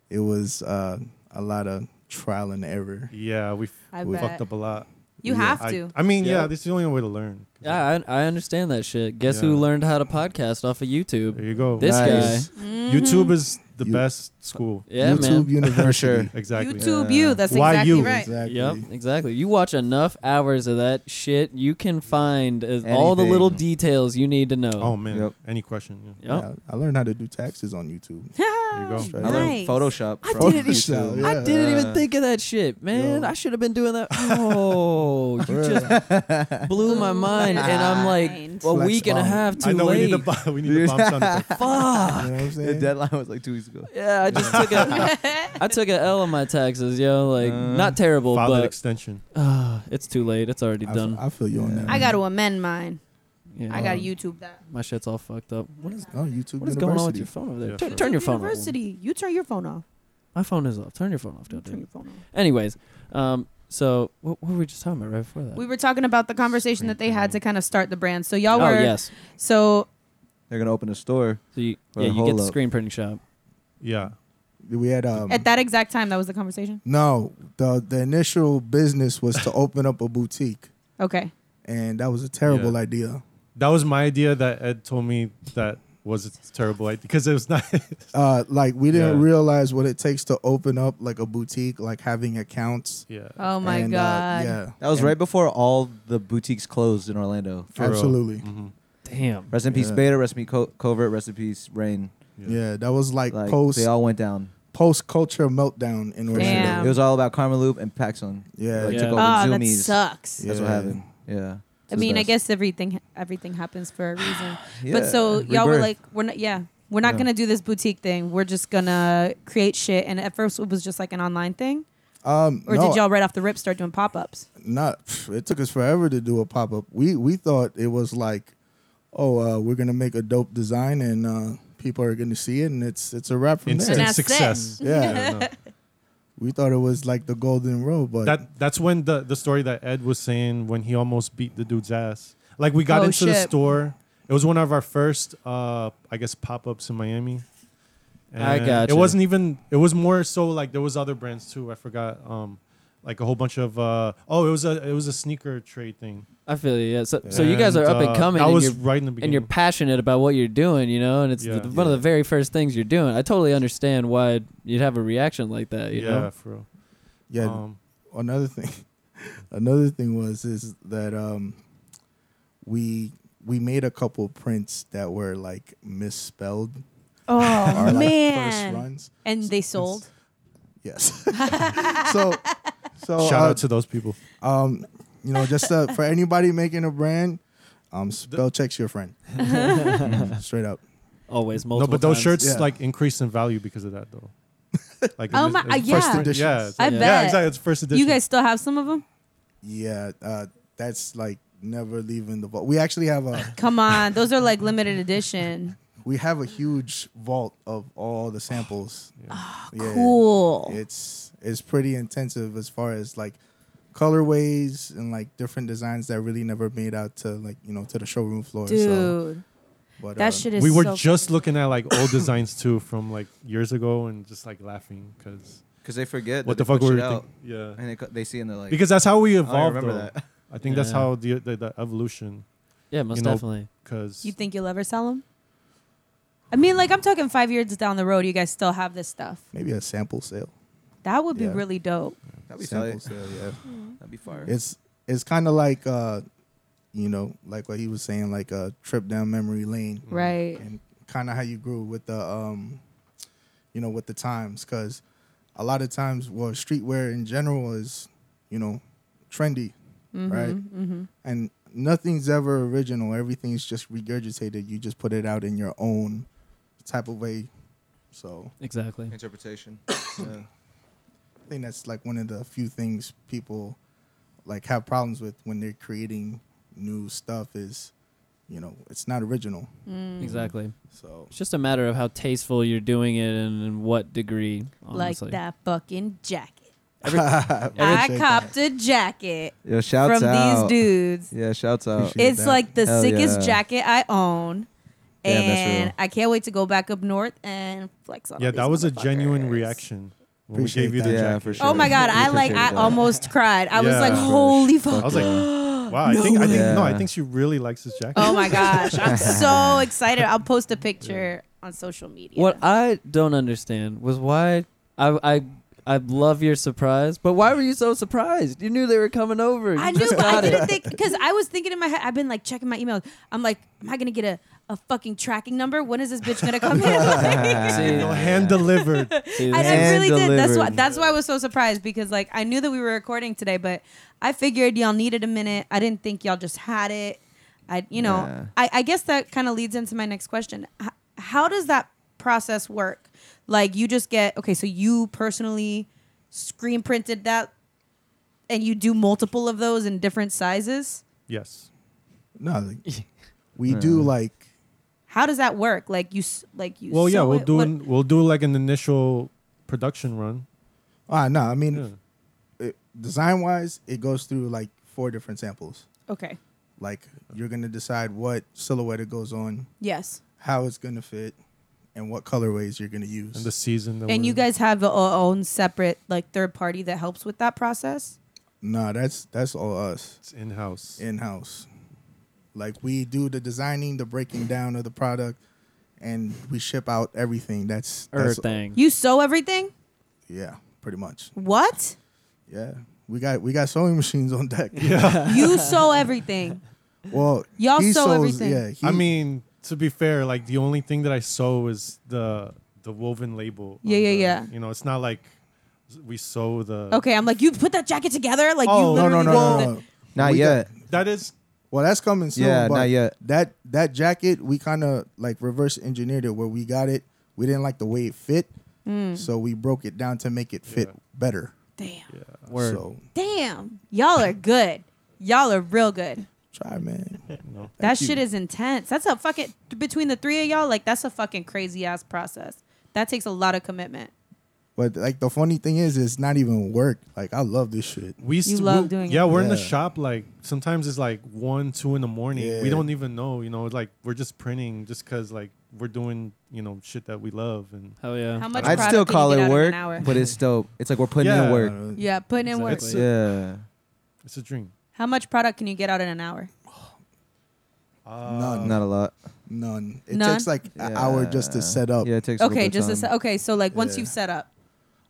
S8: it was uh, a lot of trial and error.
S7: Yeah, we
S4: I
S7: we
S4: bet.
S7: fucked up a lot.
S4: You
S7: Yeah,
S4: have
S7: I-
S4: to.
S7: I, mean, yeah.
S6: Yeah.
S7: this is the only way to learn.
S3: Yeah, I, I understand that shit. Guess who
S7: Yeah.
S3: learned how to podcast off of YouTube?
S7: There you go.
S3: This
S6: Nice.
S3: guy.
S7: YouTube is the
S8: You-
S7: best school.
S3: Yeah,
S8: YouTube
S3: man. *laughs*
S8: University.
S6: Sure.
S7: Exactly.
S4: Mm-hmm. YouTube you. That's
S7: Why
S4: exactly
S7: you?
S4: right.
S8: Exactly.
S3: Yep, exactly. You watch enough hours of that shit, you can find as- all the
S6: Anything.
S3: little details you need to know.
S7: Oh man.
S6: Yep.
S7: Any question? Yeah.
S3: Yep.
S8: Yeah, I learned how to do taxes on
S3: *laughs*
S8: YouTube.
S7: There you go.
S6: I learned
S4: *laughs* Nice.
S6: Photoshop. *laughs*
S3: I
S6: from
S3: did it.
S6: YouTube.
S8: Yeah.
S3: I didn't even
S6: Uh,
S3: think of that shit, man.
S8: yo.
S3: I should have been doing that. Oh, you just blew my mind, and I'm like
S4: Mind.
S3: a
S8: Flex
S3: week and a
S8: bomb.
S3: half too
S7: I know
S3: late.
S7: we need to buy. *laughs* We need to bomb sound effect.
S3: Fuck.
S8: You know what I'm saying?
S6: The deadline was like two weeks ago.
S3: Yeah, I just took a
S4: *laughs*
S3: I took a L on my taxes, yo. Like not terrible,
S7: File that
S3: but
S7: extension.
S3: uh, *sighs* it's too late. It's already
S8: I f-
S3: done.
S8: I feel you on that.
S4: I got to amend mine.
S3: Yeah.
S4: I got to YouTube that.
S3: my shit's all fucked up. What is
S8: Oh, YouTube
S3: what is
S8: University.
S3: going on with your phone over there?
S7: Yeah,
S3: Turn,
S7: sure.
S3: turn your phone off.
S4: University. You turn your phone off.
S3: My phone is off. Turn your phone off.
S4: You
S3: Don't do
S4: turn
S3: it.
S4: your phone off.
S3: Anyways, um, so what, what were we just talking about right before that?
S4: We were talking about the conversation that they had to kind of start the brand. So y'all
S3: oh
S4: were
S3: yes.
S4: so
S6: They're gonna open a store.
S3: So you,
S6: Well,
S3: yeah, you get
S6: hold
S3: the
S6: up.
S3: screen printing shop.
S7: Yeah.
S8: We had um,
S4: at that exact time that was the conversation.
S8: no. the The initial business was to open up a boutique,
S4: Okay.
S8: and that was a terrible
S3: *laughs*
S7: Yeah.
S8: idea.
S7: That was my idea that Ed told me that was a terrible idea because it was not. *laughs*
S8: Uh, like we didn't
S7: Yeah.
S8: realize what it takes to open up like a boutique, like having accounts.
S7: yeah.
S4: Oh my
S8: and, uh,
S4: god.
S8: yeah,
S6: That was
S8: And-
S6: right before all the boutiques closed in Orlando.
S7: For real.
S8: Absolutely.
S7: Mhm.
S3: Damn.
S6: Rest in peace,
S8: Yeah.
S6: Beta. Rest in peace, Co- Covert. Rest in peace, Rain.
S8: Yeah, that was like,
S6: Like
S8: post
S6: they all went down.
S8: post culture meltdown in Orlando.
S4: Damn.
S6: It was all about Karma Loop and Paxson.
S8: Yeah,
S6: Like,
S3: Yeah.
S6: took over
S4: Oh, that
S6: Zoomies.
S4: sucks.
S6: That's what
S8: Yeah.
S6: happened. Yeah.
S4: I mean, I guess everything everything happens for a
S8: *sighs*
S4: reason.
S6: Yeah.
S4: But so y'all were
S6: Rebirth.
S4: like, we're not, yeah, we're not
S6: Yeah.
S4: gonna do this boutique thing. We're just gonna create shit. And at first, it was just like an online thing.
S8: Um,
S4: Or
S8: no,
S4: did y'all right off the rip start doing pop ups?
S8: Not. pff, It took us forever to do a pop up. We we thought it was like, oh, uh, we're gonna make a dope design and uh, people are gonna see it and it's it's a wrap from
S4: And
S7: Instant
S8: there.
S4: that's
S3: *laughs*
S4: it.
S7: success.
S8: Yeah,
S7: no.
S8: we thought it was like the golden road, but
S7: That that's when the the story that Ed was saying when he almost beat the dude's ass. Like we got
S4: Oh,
S7: into the
S4: shit.
S7: store. It was one of our first, uh, I guess, pop ups in Miami.
S3: I gotcha.
S7: It wasn't even. It was more so like there was other brands too. I forgot. Um, like a whole bunch of. Uh, oh, it was a it was a sneaker trade thing.
S3: I feel you. Yeah. So, so you guys are
S7: And,
S3: up and
S7: uh,
S3: coming.
S7: I
S3: and
S7: was
S3: you're-
S7: right in the beginning.
S3: and you're passionate about what you're doing, you know, and it's
S7: Yeah.
S3: the, one of the very first things you're doing. I totally understand why you'd have a reaction like that, you
S7: yeah,
S3: know.
S7: for real.
S8: yeah.
S7: Um,
S8: another thing, *laughs* another thing was is that um, we we made a couple prints that were like misspelled. *laughs*
S4: Oh
S8: Our like first
S4: man!
S8: runs.
S4: And they sold.
S8: Yes. *laughs* so, so
S7: shout
S8: uh,
S7: out to those people.
S8: Um, you know, just uh, for anybody making a brand, um, spell checks
S4: *laughs*
S8: your friend. Straight up.
S3: Always
S7: No,
S3: multiple.
S7: but those
S3: times.
S7: shirts
S8: Yeah.
S7: like increased in value because of that though. Like it
S4: Oh
S7: was-
S4: my-
S7: it was
S4: uh, yeah.
S7: first edition. Yeah, it's
S4: I
S7: like- yeah,
S4: bet.
S7: exactly. It's first edition.
S4: You guys still have some of them?
S8: Yeah, uh, that's like never leaving the vault. We actually have a
S4: Come on, those are like limited edition.
S8: we have a huge vault of all the samples. *gasps*
S4: Ah,
S8: Yeah.
S4: Oh, Cool.
S8: It's it's pretty intensive as far as like colorways and like different designs that really never made out to like you know to the showroom floor.
S4: Dude,
S8: So, but,
S4: that
S8: uh,
S4: shit is
S7: we were
S4: so
S7: just looking at like old designs too from like years ago and just like laughing because
S6: because they forget
S7: what
S6: that
S7: the
S6: they
S7: fuck
S6: put shit
S7: were we
S6: out,
S7: thinking? Yeah,
S6: and they, co- they see and they're like "Oh,
S7: because that's how we
S6: I don't
S7: evolved.
S6: remember
S7: though.
S6: that.
S7: I think that's
S3: Yeah.
S7: how the the, the evolution
S3: Yeah, most
S7: you know,
S3: definitely.
S7: because
S4: You think you'll ever sell them? I mean, like I'm talking five years down the road, you guys still have this stuff.
S8: maybe a sample sale.
S4: That would be
S8: Yeah.
S4: really dope.
S6: *laughs* that'd be
S8: sample
S6: tight.
S8: sale, yeah.
S4: Mm-hmm.
S6: That'd be fire.
S8: it's it's kind of like uh you know like what he was saying like a trip down memory lane
S4: Right.
S8: and kind of how you grew with the um you know with the times because a lot of times well streetwear in general is you know trendy right
S4: Mm-hmm.
S8: and nothing's ever original everything's just regurgitated you just put it out in your own type of way so
S3: Exactly.
S6: interpretation.
S4: Hmm.
S8: I think that's like one of the few things people like have problems with when they're creating new stuff is, you know, it's not original.
S4: Mm.
S3: Exactly.
S8: So
S3: It's just a matter of how tasteful you're doing it and in what degree.
S4: Like
S3: Honestly.
S4: that fucking jacket.
S6: *laughs*
S4: I
S7: *laughs*
S8: Appreciate
S4: copped a jacket
S6: Yeah, shouts
S4: from
S6: out.
S4: these dudes.
S6: Yeah, shouts out.
S8: Appreciate
S4: It's
S8: that.
S4: like the
S6: Hell
S4: sickest
S6: yeah.
S4: jacket I own.
S6: Damn, that's
S4: and
S6: real.
S4: I can't wait to go back up north and flex on all
S7: yeah, that
S4: these
S7: was a genuine
S4: motherfuckers.
S7: reaction when
S8: Appreciate
S7: we gave you the
S8: that.
S6: Yeah,
S7: jacket.
S6: for sure.
S4: Oh my god, I like
S6: Appreciate
S4: I
S6: that.
S4: almost cried. I was
S7: Yeah.
S4: like,
S7: Bro,
S4: holy fuck.
S7: I was like,
S4: *gasps*
S7: wow, I think I think no, I
S6: way. *laughs*
S7: think she really likes this jacket.
S4: Oh my gosh, I'm so excited. I'll post a picture
S9: on social media.
S3: What I don't understand was why I I I love your surprise, but why were you so surprised? You knew they were coming over. You
S4: I knew,
S3: just
S4: but I
S3: got
S4: didn't
S3: it.
S4: think because I was thinking in my head. I've been like checking my emails. I'm like, am I gonna get a, a fucking tracking number? When is this bitch gonna come
S6: *laughs*
S4: in? *laughs* Like,
S7: No, hand delivered.
S3: See,
S4: I, I really did. That's why.
S6: delivered.
S4: That's why I was so surprised because like I knew that we were recording today, but I figured y'all needed a minute. I didn't think y'all just had it. I, you know,
S6: Yeah.
S4: I, I guess that kind of leads into my next question. H- how does that process work? Like you just get okay, so you personally screen printed that, and you do multiple of those in different sizes.
S7: yes.
S8: No, like, we do like
S4: How does that work? Like you, s- like you.
S7: Well, yeah,
S4: sew
S7: we'll
S4: it-
S7: do
S4: what-
S7: an, we'll do like an initial production run.
S8: ah no. I mean,
S7: Yeah.
S8: it, design wise, it goes through like four different samples.
S4: Okay.
S8: Like you're gonna decide what silhouette it goes on,
S4: Yes.
S8: how it's gonna fit, and what colorways you're gonna use.
S7: And the season. That
S4: And
S7: we're
S4: you
S7: in.
S4: guys have a, a own separate like third party that helps with that process.
S8: no, that's that's all us
S7: It's in house.
S8: in house. Like we do the designing, the breaking down of the product, and we ship out everything. That's that's
S3: Everything.
S4: You sew everything.
S8: Yeah, pretty much.
S4: What?
S8: Yeah, we got we got sewing machines on
S7: *laughs*
S8: deck.
S4: You sew everything.
S8: Well,
S4: Y'all
S8: he
S4: sew
S8: sews-
S4: everything.
S8: Yeah, he,
S7: I mean, to be fair, like the only thing that I sew is the the woven label. on
S4: Yeah, yeah,
S7: the-
S4: yeah.
S7: You know, it's not like we sew the.
S4: Okay, I'm like you put that jacket together. Like you
S7: Oh,
S8: no, no,
S4: literally.
S8: no,
S4: rolled
S8: no,
S4: it.
S8: no.
S6: Not
S8: We
S6: yet.
S7: That is
S8: Well, that's coming soon.
S6: Yeah,
S8: but
S6: not yet.
S8: That that jacket, we kind of like reverse engineered it where we got it. We didn't like the way it fit,
S4: Hmm.
S8: so we broke it down to make it fit
S7: Yeah.
S8: better.
S4: Damn.
S3: Word.
S8: So
S4: Damn. Y'all are good. Y'all are real good.
S8: try, man.
S4: That shit is intense. That's a fucking between the three of y'all. Like that's a fucking crazy ass process. That takes a lot of commitment.
S8: But like the funny thing is, it's not even work. Like I love this shit.
S7: we. St-
S4: love
S7: we-
S4: doing
S7: Yeah,
S4: it.
S7: we're in the
S8: Yeah.
S7: shop. Like sometimes it's like one, two in the morning. We
S8: Yeah.
S7: don't even know. You know, like we're just printing just because like we're doing you know shit that we love and
S3: Hell yeah.
S4: How much?
S6: I'd
S4: product
S6: still
S4: can you
S6: call
S4: get out
S6: it
S4: of
S6: work,
S4: An hour?
S6: but it's dope. It's like we're putting
S7: Yeah.
S6: in work.
S8: Uh,
S4: yeah, putting in work.
S7: It's-
S6: Yeah.
S7: it's a dream.
S4: How much product can you get out in an hour?
S7: Uh,
S6: Not a lot.
S8: None. It
S4: None?
S8: takes like an hour just to
S6: Yeah.
S8: set up.
S6: Yeah, it takes.
S4: okay, just a
S6: to
S4: se- okay. So like once
S8: Yeah.
S4: you've set up,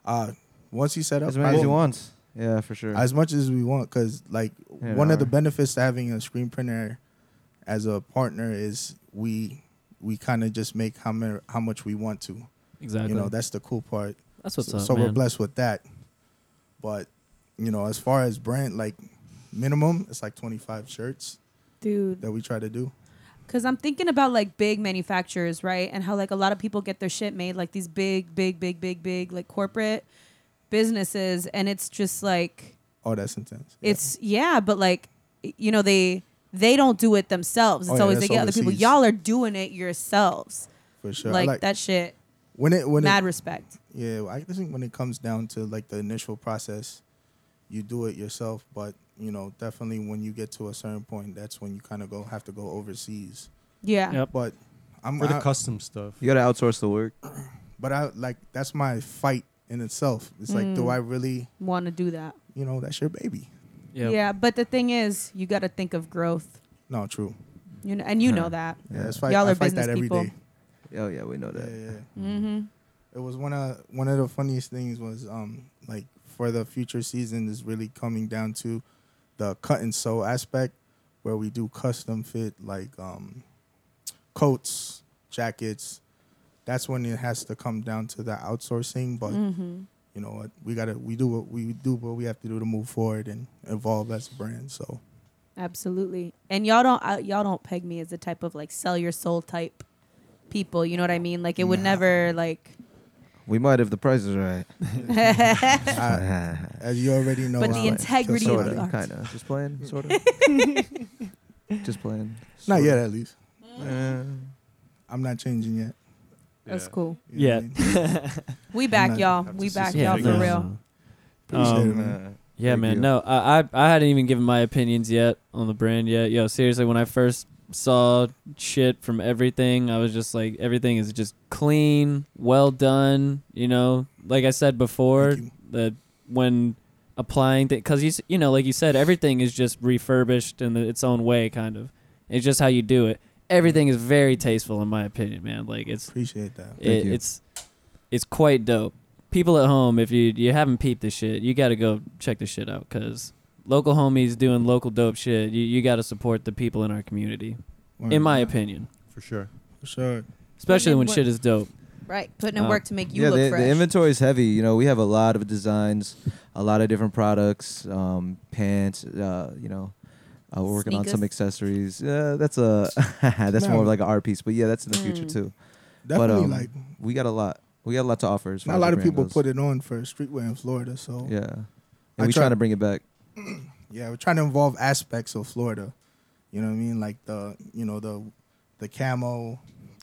S8: Uh, once you set up,
S6: As many
S8: I-
S6: as you want. Yeah, for sure.
S8: as much as we want because like
S6: Yeah,
S8: one
S6: an
S8: of the
S6: hour.
S8: benefits to having a screen printer as a partner is we we kind of just make how many, how much we want to
S3: Exactly.
S8: you know that's the cool part
S3: That's what's
S8: so,
S3: up,
S8: so we're
S3: man.
S8: blessed with that but you know as far as brand like minimum it's like 25 shirts
S4: dude.
S8: that we try to do
S4: Because I'm thinking about like big manufacturers, right? And how like a lot of people get their shit made like these big, big, big, big, big like corporate businesses, and it's just like
S8: oh that's intense Yeah.
S4: it's yeah, but like y- you know they they don't do it themselves.
S8: Oh,
S4: It's
S8: yeah,
S4: always they
S8: that's
S4: get other people.
S8: overseas.
S4: Y'all are doing it yourselves.
S8: for sure I
S4: like,
S8: like
S4: that shit.
S8: when it when it,
S4: Mad respect.
S8: Yeah, I think when it comes down to like the initial process, you do it yourself. But you know, definitely when you get to a certain point, that's when you kind of go have to go overseas.
S4: Yeah.
S3: Yep.
S8: But I'm
S7: for the
S8: I-
S7: custom stuff.
S6: you gotta outsource the work.
S8: but I like that's my fight in itself. It's like,
S4: Mm.
S8: do I really?
S4: Want to do that?
S8: You know, that's your baby.
S3: Yep.
S4: Yeah. But the thing is, you got to think of growth.
S8: No, true.
S4: You know, and you know that.
S8: Yeah, that's fight.
S4: Y'all
S8: I
S4: are
S8: fight that
S4: business
S8: every
S4: people.
S8: day.
S6: Oh yeah, we know
S7: uh,
S6: that.
S8: Yeah, yeah.
S4: Mm-hmm.
S8: It was one of one of the funniest things was um like for the future season is really coming down to the cut and sew aspect where we do custom fit like um coats, jackets. That's when it has to come down to the outsourcing, but
S4: Mm. Mm-hmm.
S8: you know what? We got to we do what we do what we have to do to move forward and evolve as a brand. So,
S4: Absolutely. And y'all don't uh, y'all don't peg me as the type of like sell your soul type people. You know what I mean? Like it would never like.
S6: We might if the price is
S8: *laughs*
S6: right. *laughs*
S4: but
S8: I, as you already know,
S4: the
S8: I like to kill
S4: integrity of
S8: somebody.
S4: the art.
S6: kind of just playing,
S4: *laughs*
S6: sort of. just playing.
S8: Not
S6: sorta.
S8: yet at least.
S6: Eh.
S8: I'm not changing yet.
S4: That's
S7: Yeah.
S4: cool.
S8: You know what I
S3: *laughs* Yeah.
S8: mean?
S4: We back
S8: not-
S4: y'all.
S7: have to
S4: We
S7: see
S4: back
S7: some
S4: y'all for
S7: figures.
S4: real.
S8: Appreciate
S3: Um,
S8: it, man.
S3: Yeah,
S6: Big
S3: man.
S6: deal.
S3: No, I, I I hadn't even given my opinions yet on the brand yet. Yo, seriously, when I first saw shit from everything, I was just like, everything is just clean, well done. You know, like I said before,
S8: Thank you.
S3: that when applying that, because you s- you know, like you said, everything is just refurbished in its own way, kind of. It's just how you do it. everything is very tasteful in my opinion, man. Like it's
S8: Appreciate that.
S3: it,
S6: you.
S3: it's it's quite dope. People at home, if you you haven't peeped this shit, you got to go check this shit out because local homies doing local dope shit. You you got to support the people in our community, in my opinion,
S7: for sure.
S8: For sure.
S3: especially
S4: in
S3: when
S4: work.
S3: shit is dope.
S4: Right, putting in
S3: Uh,
S4: work to make you
S6: yeah,
S4: look
S6: the,
S4: fresh.
S6: the inventory is heavy. You know, we have a lot of designs, a lot of different products, um, pants. Uh, you know, uh, we're working on some
S4: Sneakers.
S6: accessories. Yeah, that's a *laughs* that's more of like an art piece, but yeah, that's in the future
S4: Mm.
S6: too.
S8: Definitely
S6: um,
S8: like
S6: We got a lot. We got a lot to offer. As far
S8: not a lot
S6: as
S8: of
S6: the brand
S8: people
S6: goes.
S8: put it on for streetwear in Florida, so
S6: Yeah, and
S8: I
S6: we're
S8: try-
S6: trying to bring it back.
S8: Yeah, we're trying to involve aspects of Florida. You know what I mean? Like the you know the the camo,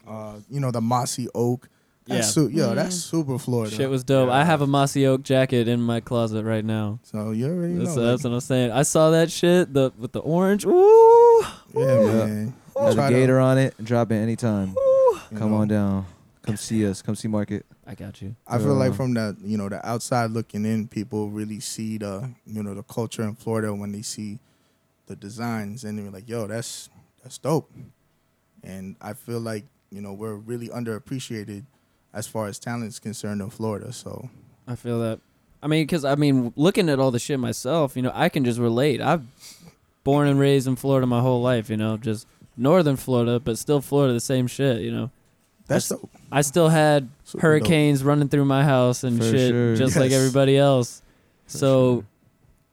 S8: uh, you know the mossy oak. That's
S3: Yeah.
S8: su- yo,
S4: Mm.
S8: that's super Florida.
S3: Shit was dope. I have a mossy oak jacket in my closet right now.
S8: so you already know.
S3: That's,
S8: like,
S3: that's what I'm saying. I saw that shit the with the orange. Ooh,
S8: yeah,
S6: Yeah.
S8: man.
S6: Got
S8: Try
S6: a
S8: to,
S6: gator on it. Drop it anytime.
S8: you
S6: Come
S8: know,
S6: on down. Come see us. Come see Market.
S3: I got you.
S8: I feel like
S6: Uh,
S8: from the you know the outside looking in, people really see the you know the culture in Florida when they see the designs, and they're like, "Yo, that's that's dope." And I feel like you know we're really underappreciated as far as talent is concerned in Florida. So
S3: I feel that. I mean, because I mean, looking at all the shit myself, you know, I can just relate. I've born and raised in Florida my whole life, you know, just northern Florida, but still Florida, the same shit, you know.
S8: that's
S3: That's-
S8: dope.
S3: I still had
S8: Super
S3: hurricanes running through my house and
S6: For
S3: shit,
S6: sure.
S3: just like
S8: Yes.
S3: everybody else.
S6: For
S3: so
S6: sure.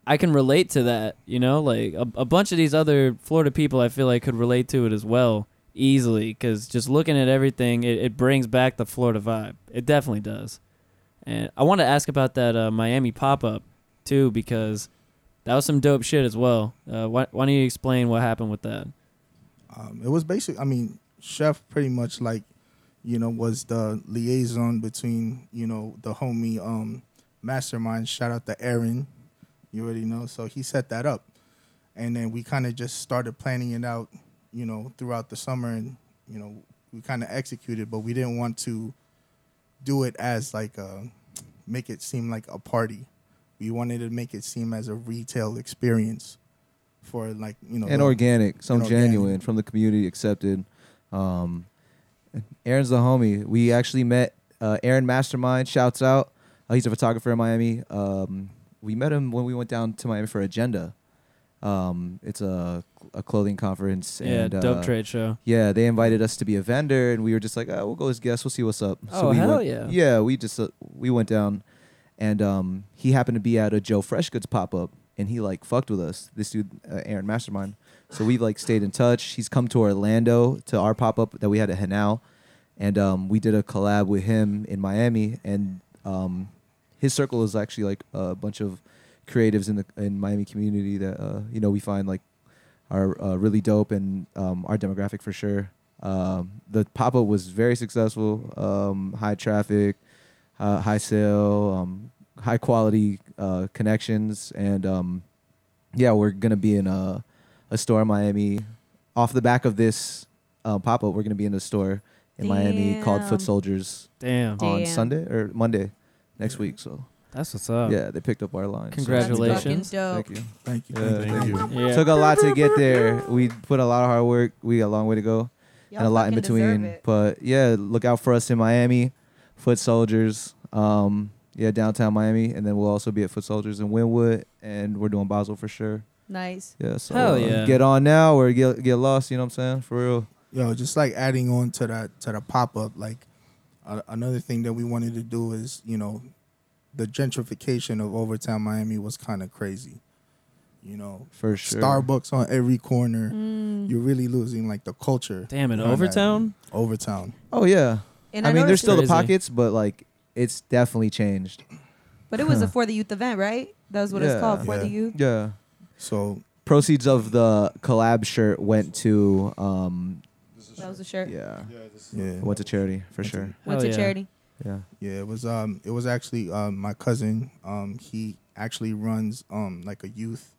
S3: I can relate to that, you know, like a, a bunch of these other Florida people I feel like could relate to it as well easily because just looking at everything, it, it brings back the Florida vibe. It definitely does. And I want to ask about that uh, Miami pop up too because that was some dope shit as well. Uh, why, why don't you explain what happened with that?
S8: Um, it was basic. I mean, Chef pretty much like, you know, was the liaison between you know the homie um, Mastermind. Shout out to Aaron, you already know. So he set that up, and then we kind of just started planning it out, you know, throughout the summer, and you know we kind of executed, but we didn't want to do it as like a make it seem like a party. We wanted to make it seem as a retail experience for like you know
S6: and
S8: the-
S6: organic, some
S8: and organic.
S6: genuine from the community accepted. Um, Aaron's the homie. We actually met uh, Aaron Mastermind. Shouts out. Uh, he's a photographer in Miami. Um, we met him when we went down to Miami for Agenda. Um, it's a, a clothing conference.
S3: Yeah,
S6: and,
S3: dope
S6: uh,
S3: trade show.
S6: Yeah, they invited us to be a vendor, and we were just like, oh, we'll go as guests. We'll see what's up.
S3: Oh,
S6: we
S3: hell
S6: went-
S3: yeah.
S6: Yeah, we just uh, we went down, and um, he happened to be at a Joe Fresh Goods pop up, and he like fucked with us. This dude, uh, Aaron Mastermind. So we like stayed in touch. He's come to Orlando to our pop up that we had at Hanau, and um, we did a collab with him in Miami, and um, his circle is actually like a bunch of creatives in the in Miami community that uh, you know we find like are uh, really dope and um, our demographic for sure. Um, the pop up was very successful, um, high traffic, uh, high sale, um, high quality uh, connections, and um, yeah, we're gonna be in a, a store in Miami. Off the back of this uh, pop up, we're gonna be in a store in Miami called
S4: Damn.
S6: Foot Soldiers
S3: Damn.
S4: Damn.
S6: on Sunday or Monday next week. So
S3: That's what's up.
S6: yeah, they picked up our line. so-
S4: That's fucking
S3: Oh. Congratulations.
S4: dope.
S6: Thank you.
S8: Thank you.
S6: Yeah,
S8: thank you,
S7: Thank
S8: thank
S7: you.
S8: you.
S3: Yeah.
S6: Took a lot to get there. We put a lot of hard work. We got a long way to go
S4: Y'all
S6: and a lot in
S4: fucking deserve
S6: between.
S4: it.
S6: But yeah, look out for us in Miami, Foot Soldiers. Um, yeah, downtown Miami, and then we'll also be at Foot Soldiers in Wynwood, and we're doing Basel for sure.
S8: *laughs*
S4: Nice.
S6: Yeah, so
S3: Hell
S6: uh,
S3: yeah.
S6: get on now or get get lost. You know what I'm saying? For real.
S8: Yo, just like adding on to that to the pop up, like a another thing that we wanted to do is, you know, the gentrification of Overtown Miami was kind of crazy. You know,
S6: For sure.
S8: Starbucks on every corner.
S4: Mm.
S8: You're really losing like the culture.
S3: Damn, in
S8: behind that.
S3: Overtown?
S8: Overtown.
S6: Oh yeah.
S4: And
S6: I, mean, there's
S4: noticed
S6: still the
S4: it-
S3: Crazy.
S6: pockets, but like it's definitely changed.
S4: but it was a
S6: Huh.
S4: for the youth event, right? That was what it's
S6: Yeah.
S4: called for
S8: Yeah.
S4: the youth.
S6: Yeah.
S8: So
S6: Proceeds of the collab shirt went to um
S4: That was the shirt.
S6: yeah
S8: yeah,
S6: went to charity for sure.
S4: Went
S3: Hell
S4: to
S3: yeah.
S4: charity.
S6: Yeah.
S8: yeah, it was um it was actually um my cousin. Um he actually runs um like a youth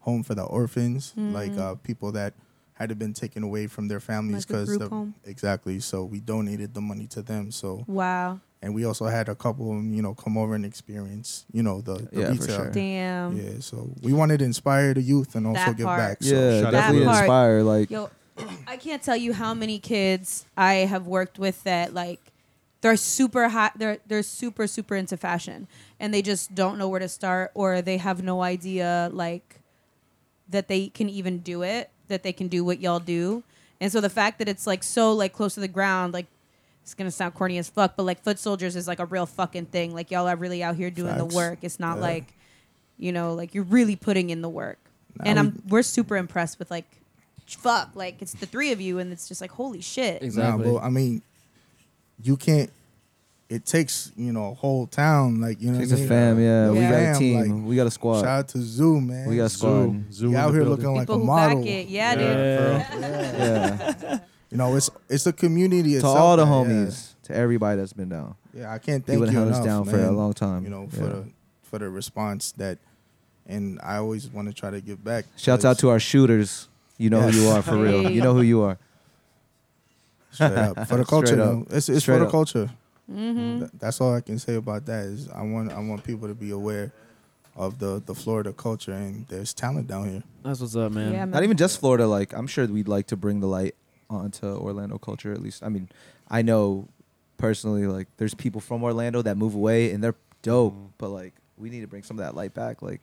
S8: home for the orphans, like uh people that had been taken away from their families
S4: Mm. Like a group
S8: the-
S4: home.
S8: Exactly. So we donated the money to them. So
S4: Wow.
S8: and we also had a couple of 'em, you know come over and experience you know the, the
S6: Yeah, for
S8: retail.
S6: sure.
S4: Damn.
S8: Yeah. So we wanted to inspire the youth and also
S4: That
S8: give
S4: part.
S8: back. So
S6: yeah,
S7: shout out
S6: definitely
S7: to-
S4: That part-
S6: inspire. Like,
S4: Yo, I can't tell you how many kids I have worked with that like they're super hot they're they're super super into fashion and they just don't know where to start or they have no idea like that they can even do it, that they can do what y'all do. And so the fact that it's like so like close to the ground, like it's gonna sound corny as fuck, but like foot soldiers is like a real fucking thing. Like y'all are really out here doing
S8: Facts.
S4: the work. It's not
S8: Yeah.
S4: like you know, like you're really putting in the work.
S8: Nah,
S4: and
S8: we-
S4: I'm we're super impressed with like fuck, like it's the three of you and it's just like holy shit.
S3: Exactly.
S8: Nah, but I mean, you can't. It takes you know a whole town, like you know.
S6: It's
S8: what
S6: a
S8: I mean?
S6: fam, yeah. We got
S8: Fam,
S6: a team.
S8: like,
S6: we got a squad.
S8: Shout out to Zoo, man.
S6: We got a squad.
S7: Zoo, Zoo
S8: You
S7: in
S8: out
S7: the
S8: here
S7: building.
S8: looking like
S4: People
S8: a
S4: who
S8: model.
S4: back it. Yeah, dude.
S7: Yeah, for
S6: *laughs*
S7: real.
S6: Yeah.
S8: You know, it's it's a community.
S6: to
S8: itself,
S6: all the
S8: man,
S6: homies, to everybody that's been down.
S8: Yeah, yeah I can't
S6: They
S8: thank
S6: would
S8: you
S6: held
S8: enough,
S6: us down
S8: man.
S6: for a long time.
S8: You know, for
S6: Yeah.
S8: the for the response that, and I always want to try to give back.
S6: Shouts out to our shooters. You know
S8: Yes.
S6: who you are for real. You know who you are.
S8: straight up for
S6: *laughs*
S8: the
S6: Straight
S8: culture.
S6: up.
S8: though. It's it's
S6: Straight
S8: for the
S6: up.
S8: culture.
S4: Mm-hmm.
S8: Th- that's all I can say about that. Is I want I want people to be aware of the the Florida culture and there's talent down here.
S3: That's what's up, man.
S4: Yeah, man.
S6: Not even just Florida. Like I'm sure we'd like to bring the light onto Orlando culture. At least I mean, I know personally. Like there's people from Orlando that move away and they're dope. But like we need to bring some of that light back. Like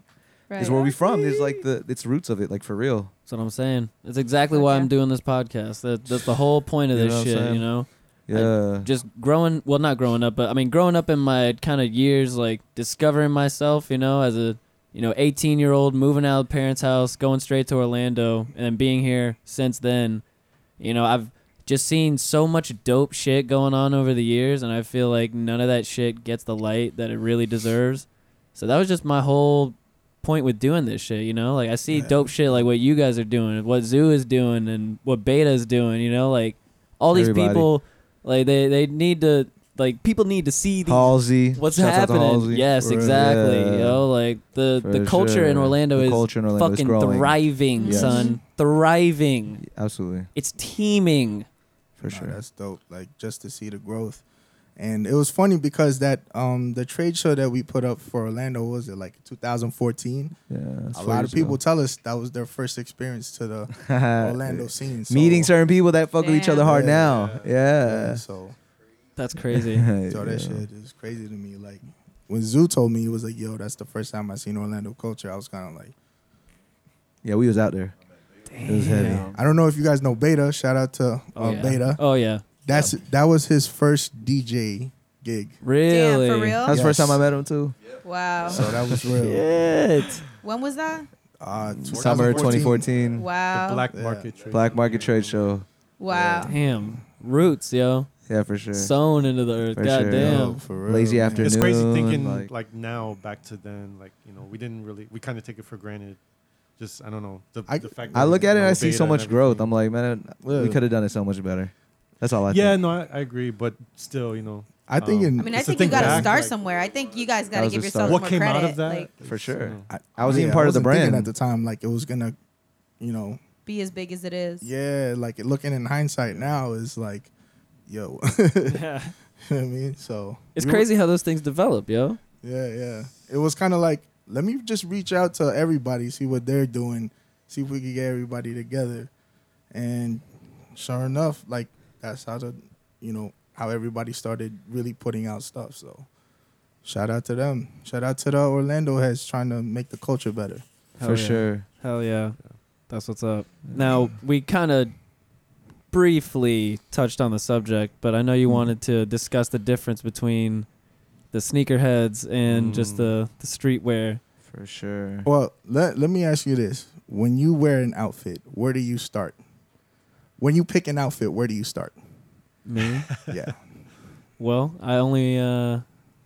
S4: Right.
S6: this is where we from. There's like the it's roots of it. Like for real.
S3: That's what I'm saying. That's exactly
S4: Fuck
S3: why
S4: yeah.
S3: I'm doing this podcast. That that's the whole point of
S6: You
S3: this
S6: know what I'm
S3: shit.
S6: saying?
S3: You know,
S6: Yeah.
S3: just growing. Well, not growing up, but I mean, growing up in my kind of years, like discovering myself. You know, as a you know 18 year old moving out of parents' house, going straight to Orlando, and then being here since then. You know, I've just seen so much dope shit going on over the years, and I feel like none of that shit gets the light that it really deserves. So that was just my whole point with doing this shit, you know? Like I see
S8: Yeah.
S3: dope shit like what you guys are doing, what Zoo is doing and what Beta is doing, you know? Like all these
S6: Everybody.
S3: people like they they need to like people need to see these
S6: Halsey.
S3: what's
S6: Shouts out to
S3: happening.
S6: Halsey.
S3: Yes,
S8: For-
S3: exactly.
S6: Yeah.
S3: You know, like the
S6: For
S3: the culture in
S6: sure.
S3: Orlando
S6: The
S3: is
S6: culture in Orlando is
S3: fucking
S6: growing.
S3: thriving,
S6: Yes.
S3: son. Thriving.
S6: Absolutely.
S3: It's teeming.
S6: For
S8: Nah,
S6: sure.
S8: that's dope. Like just to see the growth, and it was funny because that um the trade show that we put up for Orlando what was it like 2014.
S6: Yeah. that's
S8: A
S6: four
S8: lot
S6: years
S8: of
S6: ago.
S8: people
S6: Uh,
S8: tell us that was their first experience to the
S6: *laughs*
S8: Orlando scene. So,
S6: meeting certain people that fuck with each
S4: Damn.
S6: other hard
S8: Yeah.
S6: now.
S8: Yeah,
S6: Yeah.
S8: so
S6: *laughs*
S3: That's crazy.
S8: So that shit is crazy to me. Like when Zoo told me, he was like, "Yo, that's the first time I seen Orlando culture." I was kind of like,
S6: Yeah, we was out there. It was heavy.
S8: I don't know if you guys know Beta. Shout out to uh,
S3: Oh, yeah.
S8: Beta.
S3: Oh yeah.
S8: That's that was his first DJ gig.
S3: Really?
S4: Damn, for real?
S6: That's the first
S8: Yes.
S6: time I met him too.
S4: Wow.
S8: So that
S6: *laughs*
S8: was real.
S3: Shit.
S4: When was that?
S8: Uh,
S6: Summer 2014.
S4: Wow.
S7: Black
S8: Yeah.
S7: market trade.
S6: Black market trade show.
S4: wow.
S3: Damn. Roots, yo.
S6: Yeah, for sure.
S3: Sewn into the earth.
S6: For
S3: God
S6: sure.
S3: damn.
S8: Yo, for real,
S6: Lazy
S8: man.
S6: afternoon.
S7: It's crazy thinking
S6: like-
S7: like, now back to then. Like you know, we didn't really we kind of take it for granted. Just I don't know the,
S8: I-
S7: the fact.
S6: I
S7: that,
S6: look at it
S7: you
S6: and
S7: know,
S6: I see
S7: beta
S6: so
S7: and
S6: much growth. I'm
S7: everything.
S6: like, man,
S8: Yeah.
S6: we could have done it so much better. That's all I
S7: yeah,
S6: think.
S7: no, I, I agree, but still, you know,
S8: I think
S7: um,
S8: in
S4: I mean, I
S7: It's the
S4: think you got
S7: thing
S4: to
S7: back,
S4: start
S7: like-
S4: somewhere. I think you guys got to
S6: was
S4: give
S6: the
S4: yourselves
S6: start.
S4: more
S7: what came
S4: credit.
S7: out of that
S4: Like,
S6: for sure.
S7: you know,
S6: I was even
S8: yeah,
S6: part of the
S8: wasn't thinking
S6: brand.
S8: at the time. Like it was gonna, you know,
S4: be as big as it is.
S8: yeah. Like looking in hindsight now is like, yo, *laughs*
S3: Yeah.
S8: you know what I mean, so
S3: It's
S8: we were-
S3: crazy how those things develop, yo.
S8: Yeah, yeah. It was kind of like, let me just reach out to everybody, see what they're doing, see if we can get everybody together. And sure enough, like that's how the, you know, how everybody started really putting out stuff. So shout out to them. Shout out to the Orlando heads trying to make the culture better.
S6: For sure.
S3: Hell yeah. That's what's up. Now, we kind of briefly touched on the subject, but I know you wanted to discuss the difference between the sneakerheads and just
S7: Mm.
S3: the, the streetwear.
S6: For sure.
S8: Well, let, let me ask you this. When you wear an outfit, where do you start? When you pick an outfit, where do you start?
S3: Me?
S8: Yeah.
S3: *laughs* well, I only, uh,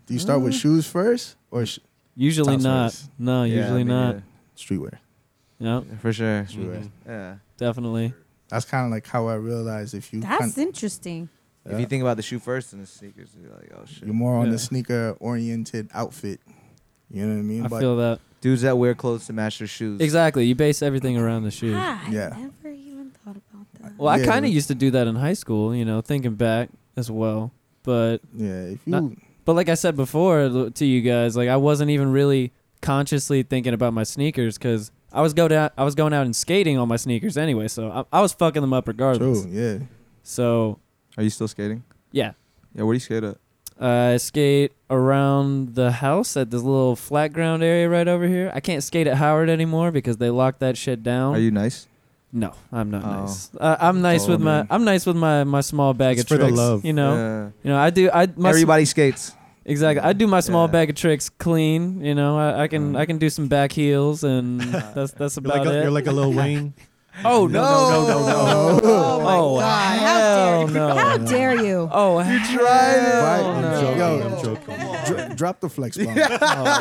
S8: do you start with shoes first or sh-
S3: usually
S8: Sounds
S3: not.
S8: nice.
S3: No,
S6: Yeah, I
S3: usually
S6: mean,
S3: not.
S8: streetwear?
S3: No,
S6: yeah. For sure.
S8: Streetwear.
S7: Mhm.
S6: Yeah.
S3: definitely.
S8: That's kind of like how I realized if you
S4: That's
S8: kinda-
S4: interesting.
S8: Yeah.
S6: If you think about the shoe first and the sneakers, you're like, oh shit.
S8: You're more on
S3: Yeah.
S8: the sneaker oriented outfit. You know what I mean?
S3: I feel that.
S6: Dudes that wear clothes to match their shoes.
S3: Exactly. You base everything around the shoes.
S4: Ah,
S8: Yeah.
S4: I never even thought about that.
S3: Well, I
S8: Yeah,
S3: kind of
S8: but-
S3: used to do that in high school, you know, thinking back as well. But
S8: yeah, if you
S3: Not- But like I said before l- to you guys, like I wasn't even really consciously thinking about my sneakers because I was go down. I was going out and skating on my sneakers anyway, so I, I was fucking them up regardless.
S8: True. Yeah.
S3: So
S6: Are you still skating?
S3: yeah,
S6: Yeah, where do you skate at?
S3: uh, I skate around the house at this little flat ground area right over here. I can't skate at Howard anymore because they locked that shit down.
S6: Are you nice?
S3: no, I'm not
S6: Oh.
S3: nice. Uh, I'm nice
S6: Oh,
S3: with
S6: man.
S3: my. I'm nice with my my small bag
S7: It's
S3: of
S7: for the
S3: tricks.
S7: love.
S3: You know.
S6: Yeah.
S3: You know, I do. I my s-
S6: Everybody skates.
S3: Exactly. I do my small
S6: Yeah.
S3: bag of tricks clean. You know, I, I can
S6: Mm.
S3: I can do some back heels, and that's that's
S7: You're like,
S3: about
S7: a,
S3: it.
S7: you're like a
S6: *laughs*
S7: little Wayne.
S3: oh no no no no! no.
S4: *laughs* Oh, my
S3: Oh,
S4: God.
S3: hell
S4: How dare
S3: no.
S4: *laughs* you? How dare you?
S3: Oh, you
S8: Right.
S3: tried
S8: I'm
S3: No.
S8: joking.
S7: Yo,
S8: Yo,
S7: I'm joking.
S8: dr- drop the flex bomb.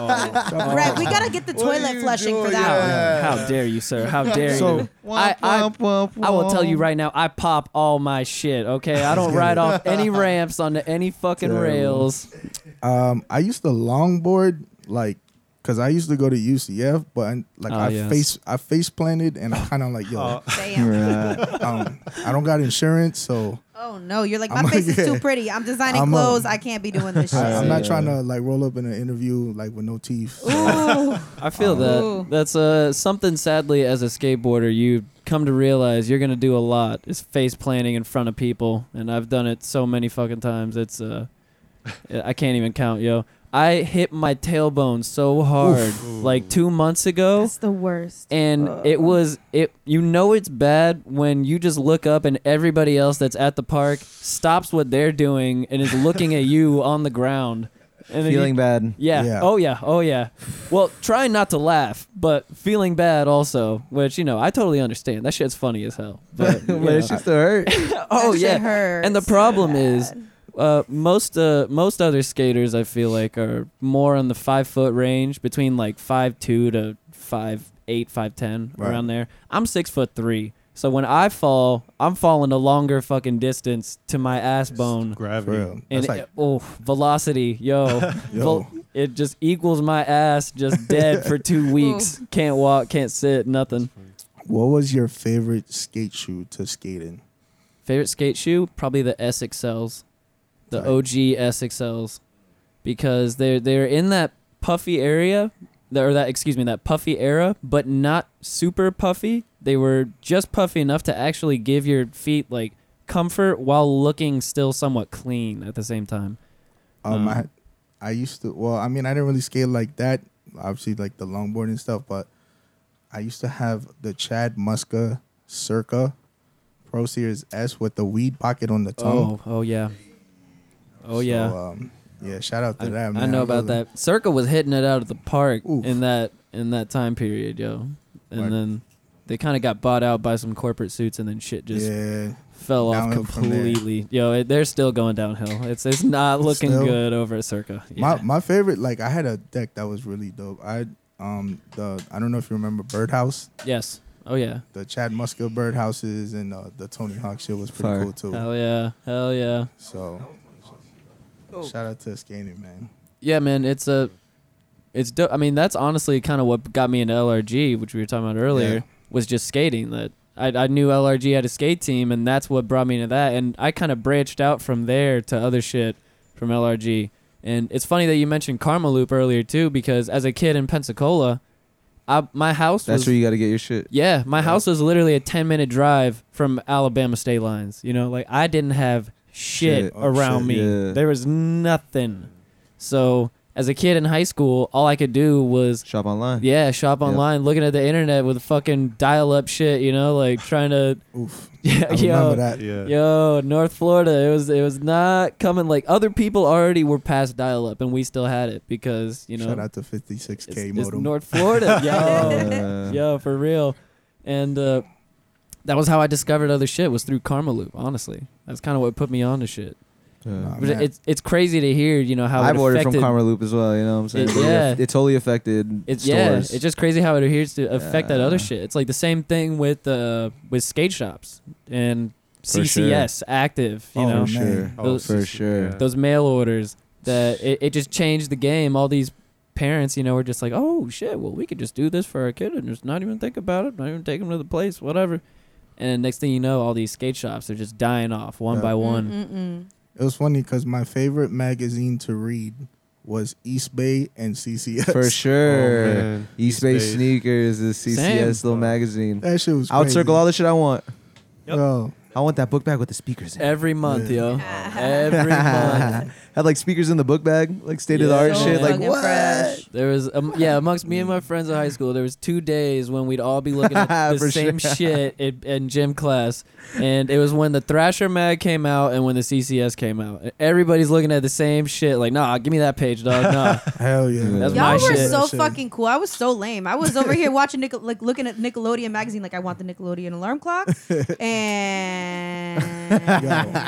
S4: Right, we gotta get the
S6: What are
S4: toilet
S6: you
S4: flushing for
S6: doing?
S4: that one.
S6: Yeah.
S3: How dare you, sir?
S4: *laughs*
S3: How dare you?
S8: So-
S3: I- I- I will tell you right now, I pop all my shit. Okay, I don't ride off any ramps onto any fucking
S8: Terrible.
S3: rails.
S8: *laughs* Um, I used to longboard like because I used to go to UCF, but I- like
S3: Oh,
S8: I
S3: yes.
S8: face I face planted and I'm kind of like yo,
S4: *laughs* Damn.
S8: um, I don't got insurance, so
S4: Oh no, you're like my
S8: I'm-
S4: face is
S8: yeah.
S4: too pretty. I'm designing
S8: I'm, uh,
S4: clothes. I can't be doing
S8: *laughs*
S4: this shit.
S8: I,
S4: *laughs*
S8: I'm not
S6: Yeah.
S8: trying to like roll up in an interview like with no teeth.
S4: Ooh,
S3: I feel that
S4: Ooh.
S3: that's uh something. Sadly, as a skateboarder, you come to realize you're gonna do a lot is face planting in front of people, and I've done it so many fucking times. It's uh, I can't even count, yo. I hit my tailbone so hard like two months ago.
S4: that's Oh. the worst.
S3: and it was it you know it's bad when you just look up and everybody else that's at the park stops what they're doing and is looking at you on the ground and then you-
S6: Feeling bad.
S3: yeah.
S8: Yeah.
S3: oh yeah oh yeah well trying not to laugh but feeling bad also which you know i totally understand that shit's funny as hell *laughs* but,
S6: *laughs*
S3: you
S6: But
S3: know.
S6: it's just the hurt.
S3: oh
S4: That shit
S3: yeah
S4: hurts.
S3: and the problem is, uh, most uh, most other skaters I feel like are more on the five foot range between like five two to five eight, five ten
S8: Right.
S3: around there. I'm six foot three, so when I fall, I'm falling a longer fucking distance to my ass bone.
S8: For
S7: Gravity.
S8: real.
S3: And
S8: That's like
S3: it- oh, velocity, yo, Vel- it just equals my ass, just dead for two weeks. Can't walk, can't sit, nothing.
S8: what was your favorite skate shoe to skate in?
S3: Favorite skate shoe? Probably the SXLs. The
S8: Right.
S3: OG SXLs. Because they're they're in that puffy area that- or that excuse me, that puffy era, but not super puffy. They were just puffy enough to actually give your feet like comfort while looking still somewhat clean at the same time. Um,
S8: Um, I I used to well, I mean, I didn't really skate like that. Obviously, like the longboard and stuff, but I used to have the Chad Muska Circa Pro Series S with the weed pocket on the tongue.
S3: Oh, oh yeah. Oh yeah.
S8: So, um, yeah, shout out to
S3: I,
S8: that.
S3: I
S8: Man.
S3: know
S8: really-
S3: about that. Circa was hitting it out of the park
S8: Oof.
S3: in that in that time period, yo. And
S8: Right.
S3: then they kind of got bought out by some corporate suits, and then shit just
S8: yeah,
S3: fell off
S8: downhill from there.
S3: completely. Yo, it, they're still going downhill. It's it's not looking
S8: Still.
S3: good over at Circa. Yeah.
S8: my my favorite. Like I had a deck that was really dope. I um the I don't know if you remember Birdhouse,
S3: yes. Oh yeah.
S8: the Chad Muska Birdhouses, and uh, the Tony Hawk shit was pretty
S6: Fire.
S8: cool too.
S3: Hell yeah. Hell yeah.
S8: So
S4: Oh.
S8: shout out to skating man.
S3: Yeah, man. It's a. It's dope. I mean, that's honestly kind of what got me into LRG, which we were talking about earlier,
S8: Yeah.
S3: was just skating. That I, I knew LRG had a skate team, and that's what brought me into that. And I kind of branched out from there to other shit from LRG. And it's funny that you mentioned Karma Loop earlier too, because as a kid in Pensacola, I, my house
S6: That's
S3: was
S6: where you got to get your shit.
S3: Yeah, my house was literally a 10 minute drive from Alabama state lines. You know, like I didn't have shit,
S6: Shit.
S8: Oh,
S3: around
S8: shit,
S3: me.
S6: yeah.
S3: There was nothing. So, as a kid in high school, all I could do
S8: *laughs*
S3: was
S6: Shop online.
S3: yeah, shop
S6: Yep.
S3: online, looking at the internet with fucking dial up shit, you know, like trying to
S8: Oof, I
S3: *laughs* yeah,
S8: remember
S3: yo,
S8: that.
S7: Yeah.
S3: yo, North Florida, it was it was not coming like other people already were past dial up and we still had it because, you know,
S8: Shout out to 56K
S3: it's, it's
S8: modem.
S3: North Florida.
S8: *laughs*
S3: yo. *laughs*
S6: Uh,
S3: Yo, for real. And uh, that was how I discovered other shit was through Karma Loop, honestly. That's kind of what put me on to shit.
S6: yeah.
S3: But
S8: man.
S3: it's it's crazy to hear, you know, how
S6: Oh, I've
S3: it
S6: ordered from
S3: affected-
S6: Karma Loop as well. You know what I'm saying?
S3: It- yeah.
S6: It, it totally affected
S3: It's yeah,
S6: stores.
S3: it's just crazy how it adheres to affect that other
S6: Yeah.
S3: shit. It's like the same thing with uh with skate shops and
S6: For sure.
S3: CCS active, you
S8: Oh,
S3: know.
S6: for sure.
S8: man.
S7: Oh,
S3: Those-
S7: so-
S6: For sure.
S7: yeah.
S3: Those mail orders that it, it just changed the game. All these parents, you know, were just like, "Oh shit, well we could just do this for our kid and just not even think about it, not even take them to the place, whatever." And next thing you know, all these skate shops are just dying off one
S8: Yeah.
S4: Mm-hmm.
S3: by one.
S4: Mm-mm-mm.
S8: It was funny because my favorite magazine to read was East Bay and CCS.
S3: Oh,
S6: For sure.
S7: Oh, man.
S6: East Bay
S7: East Bay.
S6: Sneakers, the CCS
S3: Same.
S6: little magazine.
S8: *laughs* That shit was
S6: I'll
S8: crazy.
S6: circle all the shit I want.
S3: Yep.
S8: Bro,
S6: I want that book bag with the speakers in it.
S3: Every month, yo. Oh,
S6: *laughs*
S3: Every
S8: *laughs*
S3: month.
S6: Had like speakers in the book bag, like state of the art
S3: Yeah.
S6: shit. Like
S4: fucking
S6: what?
S4: fresh.
S3: There was, um, yeah, amongst me and my friends at high school, there was two days when we'd all be
S6: *laughs*
S3: looking at
S6: For
S3: the same
S6: sure.
S3: shit in, in gym class, and it was when the Thrasher mag came out and when the CCS came out. Everybody's looking at the same shit. Like, nah, give me that page, dog.
S6: *laughs*
S3: Nah,
S8: hell yeah.
S3: That's
S4: Y'all
S3: my
S4: were
S3: shit.
S4: so
S8: That shit.
S4: fucking cool. I was so lame. I was over here watching Nickel, like looking at Nickelodeon magazine, like I want the Nickelodeon alarm
S8: *laughs*
S4: clock. *laughs* and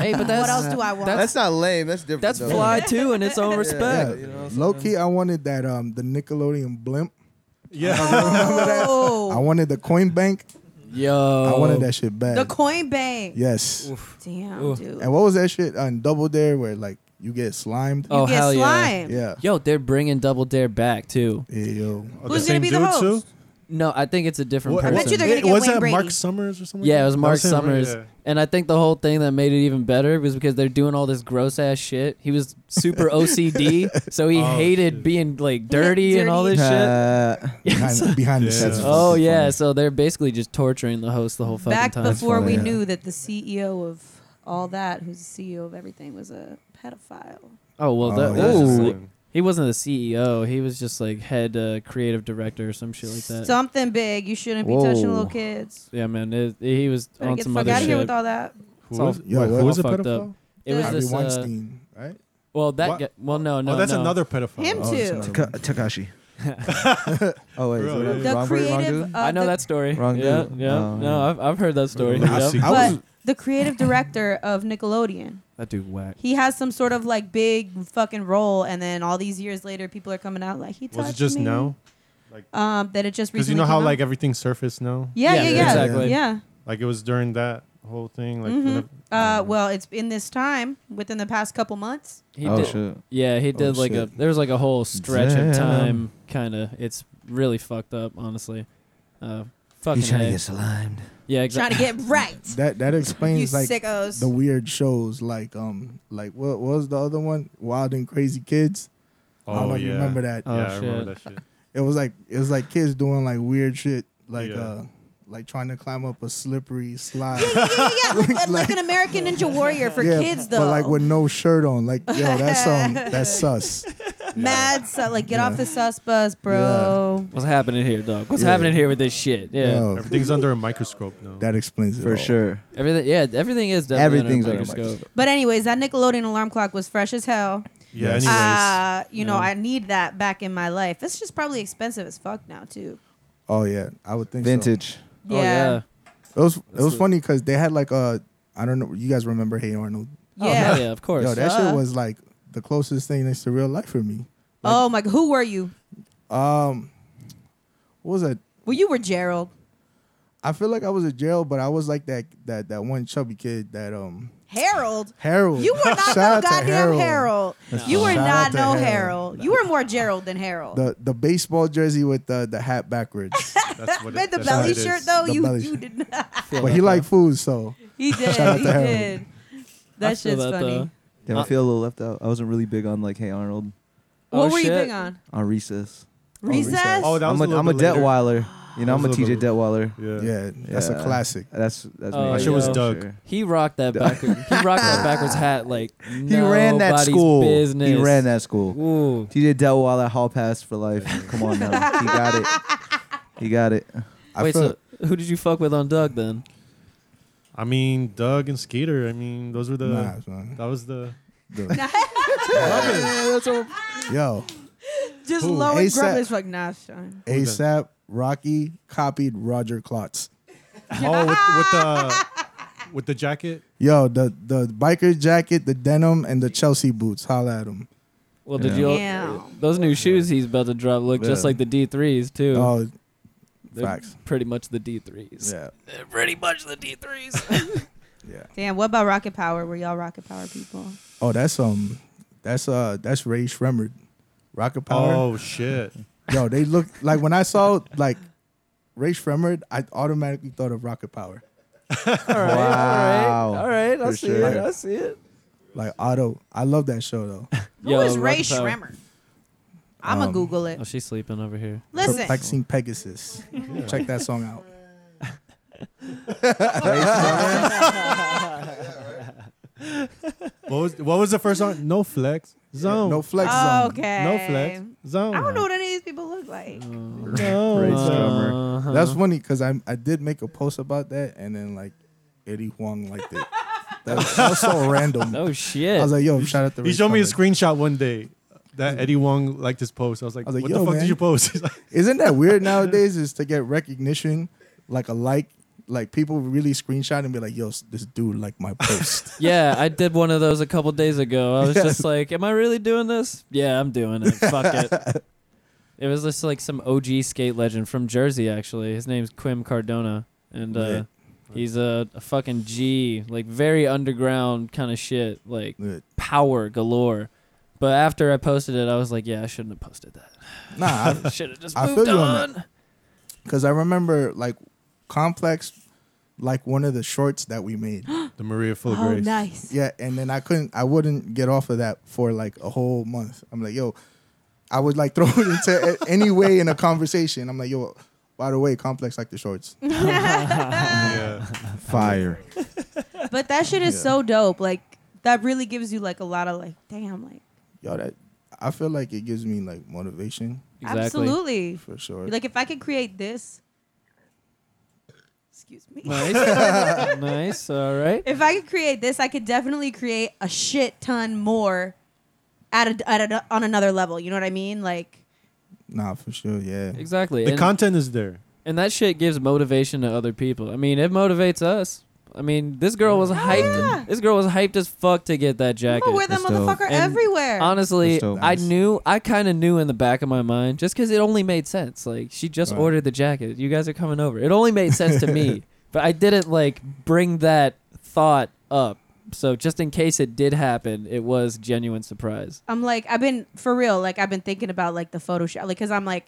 S3: hey, but that's
S4: what else do I want?
S8: *laughs*
S3: that's-
S6: That's not lame. That's different.
S3: that's
S6: though.
S3: fly too in
S4: *laughs*
S3: its own
S6: Yeah,
S3: respect.
S6: you know,
S8: Low key, I wanted that um the Nickelodeon blimp.
S7: Yeah.
S4: oh,
S8: I wanted the coin bank.
S3: Yo,
S8: I wanted that shit bad.
S4: the coin bank.
S8: yes.
S4: Damn,
S3: Oof.
S4: dude.
S8: And what was that shit on Double Dare where like you get slimed?
S3: Oh,
S4: you get
S3: hell yeah.
S4: slime.
S8: Yeah.
S3: Yo, they're bringing Double Dare back too.
S8: Yeah, yo.
S7: Are Oh,
S4: Who's
S7: the
S4: gonna
S7: same
S4: be the
S7: dude,
S4: host?
S7: too?
S3: No, I think it's a different
S7: What-
S4: I
S3: person.
S4: bet you *laughs* they're gonna
S7: Wait,
S4: get
S7: was
S4: Wayne
S7: that
S4: Brady.
S7: Mark Summers or something?
S3: Yeah, it was
S7: That
S3: Mark
S7: him, right?
S3: Summers.
S7: Yeah.
S3: And I think the whole thing that made it even better was because they're doing all this gross ass shit. He was super OCD, so he
S7: Oh,
S3: hated
S7: shit.
S3: being like dirty, and all this
S4: *laughs*
S3: shit.
S6: Uh,
S3: Yeah,
S8: Behind,
S3: so-
S8: behind the
S7: Yeah.
S8: scenes.
S3: oh
S6: fucking
S3: yeah,
S6: funny.
S3: so they're basically just torturing the host the whole fucking
S4: Back
S3: time.
S4: before
S8: funny,
S4: we
S8: yeah.
S4: knew that the CEO of all that, who's the CEO of everything, was a pedophile.
S3: oh well, that,
S8: Oh,
S3: that's just,
S7: Ooh.
S3: like- he wasn't the CEO. He was just like head uh, creative director or some shit like that.
S4: Something big. You shouldn't be touching little kids.
S3: yeah, man, it, he was
S4: Better
S3: on
S4: get the
S3: some
S4: fuck
S3: other
S4: out of
S3: shit.
S4: here with all that.
S7: Who
S3: It's all-
S7: was,
S8: Yo,
S7: wait,
S8: what-
S7: who was a
S3: all fucked up.
S7: pedophile?
S3: it was
S8: Harvey
S3: this. Uh,
S8: Weinstein, right?
S3: well, that
S7: What?
S3: guy, well, no, no,
S7: oh, that's
S3: no.
S7: another pedophile.
S4: Him
S7: Oh,
S8: that's
S4: too.
S8: another
S6: Ka- Takashi. oh wait, is
S7: Bro,
S6: it
S7: yeah.
S6: wrong-
S4: The
S6: wrong word, wrong
S4: creative.
S6: dude?
S4: of
S3: I know
S4: the,
S3: that story.
S6: Wrong dude.
S3: yeah, yeah.
S6: Oh,
S3: no,
S6: yeah.
S3: I've, I've heard that story.
S7: Little
S3: Yep.
S7: secret.
S4: But the creative director of Nickelodeon,
S3: That dude whack.
S4: he has some sort of like big fucking role, and then all these years later, people are coming out like he touched
S7: Was it just
S4: me.
S7: now?
S4: Um, that it just
S7: Because
S4: recently.
S7: you know how
S4: came out.
S7: like everything surfaced now.
S4: Yeah, yeah, yeah,
S3: Yeah,
S4: yeah.
S3: exactly.
S7: Like it was during that whole thing. Like
S4: Mhm.
S7: whenever-
S4: Uh, well, it's in this time within the past couple months.
S3: He
S6: oh
S3: did,
S6: shit.
S3: Yeah, he did like a
S8: shit.
S3: there was like a whole stretch
S6: Damn.
S3: of time kind of it's really fucked up honestly. Uh fucking
S6: He's trying
S3: A.
S6: to get slimed.
S3: Yeah,
S4: Trying
S3: exactly.
S4: to get right.
S8: That that
S4: you
S8: explains like
S4: sickos.
S8: the weird shows like um like what, what was the other one? Wild and Crazy Kids. I don't know if you remember that.
S7: Yeah,
S3: Oh,
S7: I remember
S3: shit.
S7: that shit.
S8: It was like it was like kids doing like weird shit like
S7: Yeah.
S8: uh like trying to climb up a
S3: *laughs*
S8: slippery slide.
S4: *laughs* yeah, yeah, yeah. Like, like
S8: *laughs* Like-
S4: an American Ninja Warrior for kids, though.
S8: But like with no shirt on. Like, yo, that's
S3: *laughs*
S8: um that's sus.
S4: Mad, so, like get off the sus bus, bro.
S3: What's happening here, dog? What's
S8: Yeah.
S3: happening here with this shit? Yeah.
S8: Yo,
S7: Everything's under a microscope now.
S8: that explains it.
S6: For
S8: all.
S6: sure.
S3: Everything yeah, everything is definitely
S6: Everything's
S3: under
S6: under
S3: a
S6: a
S3: microscope.
S4: But anyways, that Nickelodeon alarm clock was fresh as hell.
S7: yeah.
S8: Yes.
S7: Anyways,
S4: Uh, you know,
S3: Yeah.
S4: I need that back in my life. It's just probably expensive as fuck now too.
S8: Oh yeah, I would think so.
S6: Vintage.
S3: Oh yeah.
S8: It was it was
S3: what-
S8: funny because they had like a I don't know. You guys remember Hey Arnold?
S3: Oh
S4: Yeah.
S3: hell yeah, of course.
S8: Yo, that
S4: Uh.
S8: shit was like the closest thing next to real life for me.
S4: oh my, who were you?
S8: Um, what was that?
S4: Well, you were Gerald.
S8: I feel like I was in jail, but I was like that that that one chubby kid that um
S4: Harold.
S8: Harold.
S4: You
S8: *laughs*
S4: were not
S8: Shout
S4: no
S8: out to
S4: goddamn Harold. You were
S8: Shout
S4: not
S8: out to
S4: no
S8: Harold.
S4: Harold. You were more Gerald than Harold.
S8: The the baseball jersey with the the
S4: *laughs*
S8: hat backwards,
S7: that's what
S4: With
S7: it,
S4: the
S7: that's
S4: belly
S7: what it
S4: shirt
S7: is.
S4: though,
S8: The
S4: you
S8: belly
S4: you
S8: shirt.
S4: did not.
S3: I feel
S8: but
S3: that,
S8: he
S3: though.
S8: liked food, so
S4: He did.
S8: Shout out
S4: he
S8: to Harold.
S4: did.
S3: I
S4: That
S3: feel
S4: shit's
S3: that,
S4: funny.
S3: though.
S6: Damn,
S3: Uh,
S6: I feel a little left out. I wasn't really big on like, hey Arnold,
S4: What
S3: Oh,
S4: were you
S3: shit.
S4: big on?
S6: on recess.
S4: Recess.
S7: Oh, that was
S6: I'm a,
S7: little
S6: I'm a
S7: bit later.
S6: Detweiler. You know,
S7: That
S6: I'm a
S7: was a
S6: TJ
S7: little
S6: Detweiler.
S7: Yeah.
S8: yeah, that's
S6: Yeah.
S8: a classic.
S6: That's that's.
S3: Oh,
S6: me.
S3: That shit was
S6: For
S7: Doug.
S6: sure.
S3: He rocked
S6: *laughs*
S3: that back. he rocked that backwards hat like
S6: He ran that
S3: nobody's
S6: school.
S3: Business.
S6: He ran that school.
S3: *laughs* Ooh.
S6: TJ Detweiler, hall pass for life. Come on now, he got it. He got it.
S8: I
S3: Wait,
S8: feel-
S3: so who did you fuck with on Doug then?
S7: I mean, Doug and Skeeter. I mean, those were the.
S8: Nah, son.
S7: That was
S4: *laughs*
S7: the.
S8: Dude.
S6: that's all.
S8: Yo,
S4: Just
S8: Who?
S4: low and
S8: ASAP.
S4: grub is like nah, son.
S7: Who's
S8: ASAP Rocky copied Roger Klotz.
S7: Oh, with, with the. With the jacket.
S8: Yo, the the biker jacket, the denim, and the Chelsea boots. Holla at him.
S3: Well, did
S6: Yeah.
S3: you?
S4: Yeah.
S3: Those new shoes he's about to drop look just
S8: Yeah.
S3: like the D3s too.
S8: Oh,
S3: They're
S8: facts.
S3: Pretty much the D3s.
S8: yeah,
S3: They're pretty much the D3s.
S8: *laughs* yeah.
S4: Damn, what about Rocket Power? Were y'all Rocket Power people?
S8: Oh, that's um, that's uh, that's Ray Shremmerd, Rocket Power.
S7: Oh shit.
S8: Yo, they look like when I saw like Ray Shremmerd, I automatically thought of Rocket Power.
S3: *laughs* all right,
S6: Wow.
S3: all right, all right. I
S6: For
S3: see
S6: sure.
S3: it. I see it.
S8: Like Otto, I love that show though.
S4: Who is Ray Schremer? I'm gonna
S8: Um,
S4: Google it.
S3: Oh, she's sleeping over here.
S4: Listen,
S8: Perplexing Pegasus. Check that song out.
S7: What was, what was the first song? No flex zone.
S8: No flex
S4: *laughs* Oh,
S8: zone.
S4: okay.
S7: No flex zone.
S4: I don't know what any of these people look like.
S7: No.
S6: Raised
S3: Uh-huh.
S8: That's funny because I I did make a post about that and then like Eddie Huang liked it. That was, that was *laughs* so random.
S3: oh shit.
S8: I was like, yo, shout out to
S7: He
S8: Ray
S7: showed me a
S8: Connick.
S7: screenshot one day that Eddie Wong liked his post. I was like,
S8: I was like,
S7: what
S8: yo,
S7: the fuck
S8: man.
S7: did
S8: *laughs*
S7: you post? He's like,
S8: Isn't that weird nowadays? Is to get recognition like a like like people really screenshot and be like, yo, s- this dude liked my *laughs* post.
S3: yeah, I did one of those a couple days ago. I was
S8: Yes.
S3: just like, "Am I really doing this?" Yeah, I'm doing it. Fuck it.
S8: *laughs*
S3: It was just like some OG skate legend from Jersey, actually. His name's Quim Cardona, and uh, he's a, a fucking G, like very underground kind of shit, like
S8: Good.
S3: power galore. But after I posted it, I was like, "Yeah, I shouldn't have posted that.
S8: nah, I-
S3: Should have just
S8: I
S3: moved
S8: feel you on
S3: on."
S8: Because I remember like Complex, like one of the shorts that we made.
S7: the Maria full of
S4: Oh,
S7: grace.
S4: nice.
S8: yeah, and then I couldn't, I wouldn't get off of that for like a whole month. I'm like, yo, I would like *laughs* throw it into a- any way in a conversation. I'm like, yo, by the way, Complex like the shorts.
S7: Yeah.
S6: Fire.
S4: But that shit is so dope. Like that really gives you like a lot of like, damn, like
S8: Yo, that I feel like it gives me like motivation
S3: Exactly.
S4: absolutely.
S8: for sure.
S4: Like if I could create this, excuse me.
S3: Nice, *laughs* nice. All right.
S4: If I could create this, I could definitely create a shit ton more at a, at a, on another level. You know what I mean? Like
S8: nah, for sure. Yeah,
S3: Exactly.
S7: The
S3: And-
S7: content is there.
S3: And that shit gives motivation to other people. I mean, it motivates us. I mean, this girl was hyped.
S4: yeah.
S3: This girl was hyped as fuck to get that
S4: I'm
S3: jacket.
S4: gonna wear that
S6: That's dope.
S4: motherfucker
S3: And
S4: everywhere.
S3: Honestly,
S6: That's dope.
S3: I
S8: Nice.
S3: knew, I kind of knew in the back of my mind, just because it only made sense. Like, she just
S8: Right.
S3: ordered the jacket. You guys are coming over. It only made sense to me, but I didn't like bring that thought up. So just in case it did happen, it was genuine surprise.
S4: I'm like, I've been for real. Like, I've been thinking about like the photo shoot, like, cause I'm like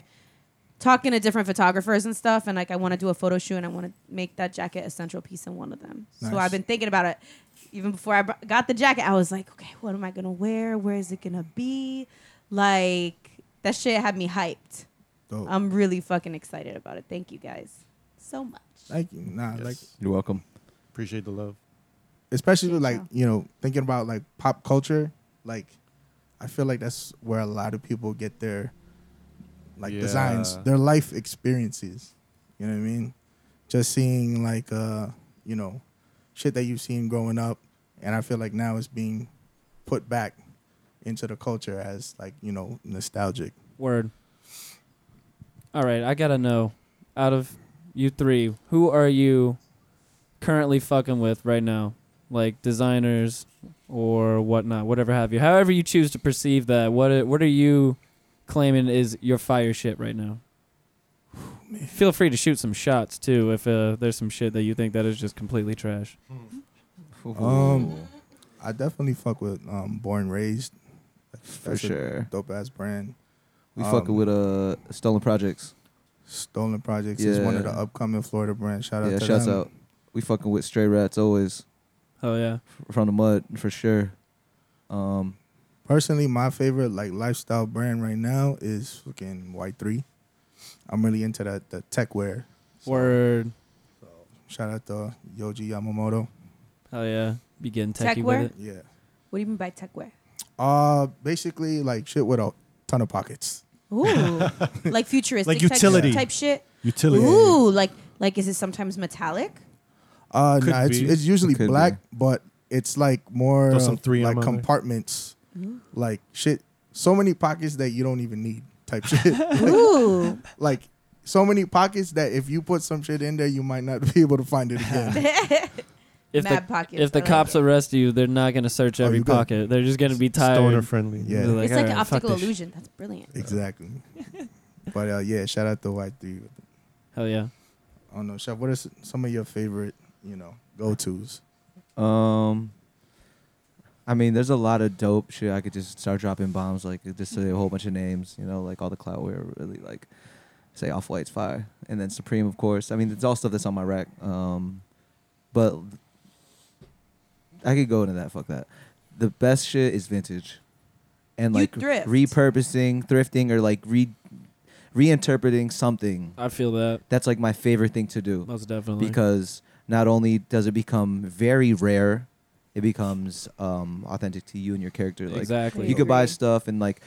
S4: talking to different photographers and stuff, and like, I want to do a photo shoot, and I want to make that jacket a central piece in one of them. So
S8: Nice.
S4: I've been thinking about it even before I br- got the jacket. I was like, okay, what am I gonna wear? Where is it gonna be? Like that shit had me hyped.
S6: Oh.
S8: dope.
S4: I'm really fucking excited about it. Thank you guys so much.
S8: Thank you. Nah,
S7: Yes.
S8: like
S6: You're welcome.
S7: Appreciate the love.
S8: especially
S4: Shit,
S8: like
S4: no.
S8: you know thinking about like pop culture like i feel like that's where a lot of people get their like designs
S7: Yeah.
S8: their life experiences you know what i mean just seeing like uh you know shit that you've seen growing up and i feel like now it's being put back into the culture as like you know nostalgic
S3: Word. All right, I gotta know. Out of you three, who are you currently fucking with right now? Like designers or whatnot, whatever have you. However you choose to perceive that, what are, what are you claiming is your fire shit right now? Feel free to shoot some shots too if uh, there's some shit that you think that is just completely trash.
S8: Um, I definitely fuck with um, Born Raised.
S6: for
S8: That's a
S6: sure.
S8: Dope ass brand.
S6: We
S8: um,
S6: fucking with uh stolen projects.
S8: Stolen Projects is one of the
S6: Yeah.
S8: upcoming Florida brands. Shout out
S6: yeah,
S8: to
S6: shouts
S8: them.
S6: out. We fucking with stray rats always
S3: Oh yeah.
S6: f- from the mud for sure. Um,
S8: Personally, my favorite like lifestyle brand right now is fucking Y3. I'm really into that the tech wear. So,
S3: Word.
S8: Shout out to Yoji Yamamoto.
S3: Oh yeah. Begin
S4: Tech
S3: techie
S4: wear?
S3: with it.
S8: Yeah.
S4: What do you mean by tech wear?
S8: Uh, basically like shit with a ton of pockets.
S6: *laughs*
S4: Ooh, like futuristic
S7: Like
S4: type-
S7: utility.
S4: type shit.
S7: Utility.
S4: Ooh, like like is it
S6: *laughs*
S4: sometimes metallic?
S8: Uh,
S7: Could
S8: nah, it's
S7: be.
S8: it's usually
S6: Could be.
S8: black, but it's like more
S7: Throw some
S8: of,
S7: 3M
S8: like
S7: on there.
S8: compartments, like shit. So many pockets that you don't even need type shit.
S7: *laughs*
S4: Ooh,
S8: like so many pockets that if you put some shit in there, you might not *laughs* be able to find it again.
S3: If the,
S4: mad pockets.
S3: if the
S4: I like
S3: cops
S4: it.
S3: arrest you, they're not gonna search
S8: Oh,
S3: every
S8: you good.
S3: pocket. They're just gonna be tired.
S7: Stoner friendly.
S8: Yeah.
S3: Be
S4: it's
S3: "All
S4: like
S3: right,
S4: an
S3: fuck
S4: optical
S3: this shit."
S4: illusion. That's brilliant. *laughs*
S8: exactly. But uh, yeah, shout out to Y three.
S3: Hell yeah.
S8: I don't know, chef. What are s- some of your favorite, you know, go tos?
S6: um, I mean, there's a lot of dope shit. I could just start dropping bombs, like just say a whole bunch of names. You know, like all the clout wear really like say off white's fire, and then Supreme, of course. I mean, it's all stuff that's on my rack. Um, but I could go into that. Fuck that. The best shit is vintage. and
S4: You
S6: like
S4: thrift.
S6: repurposing, thrifting, or like re reinterpreting something.
S3: I feel that
S6: That's like my favorite thing to do
S3: most definitely.
S6: because not only does it become very rare, it becomes um, authentic to you and your character. Like
S3: exactly.
S6: you could buy
S4: Agreed.
S6: stuff and like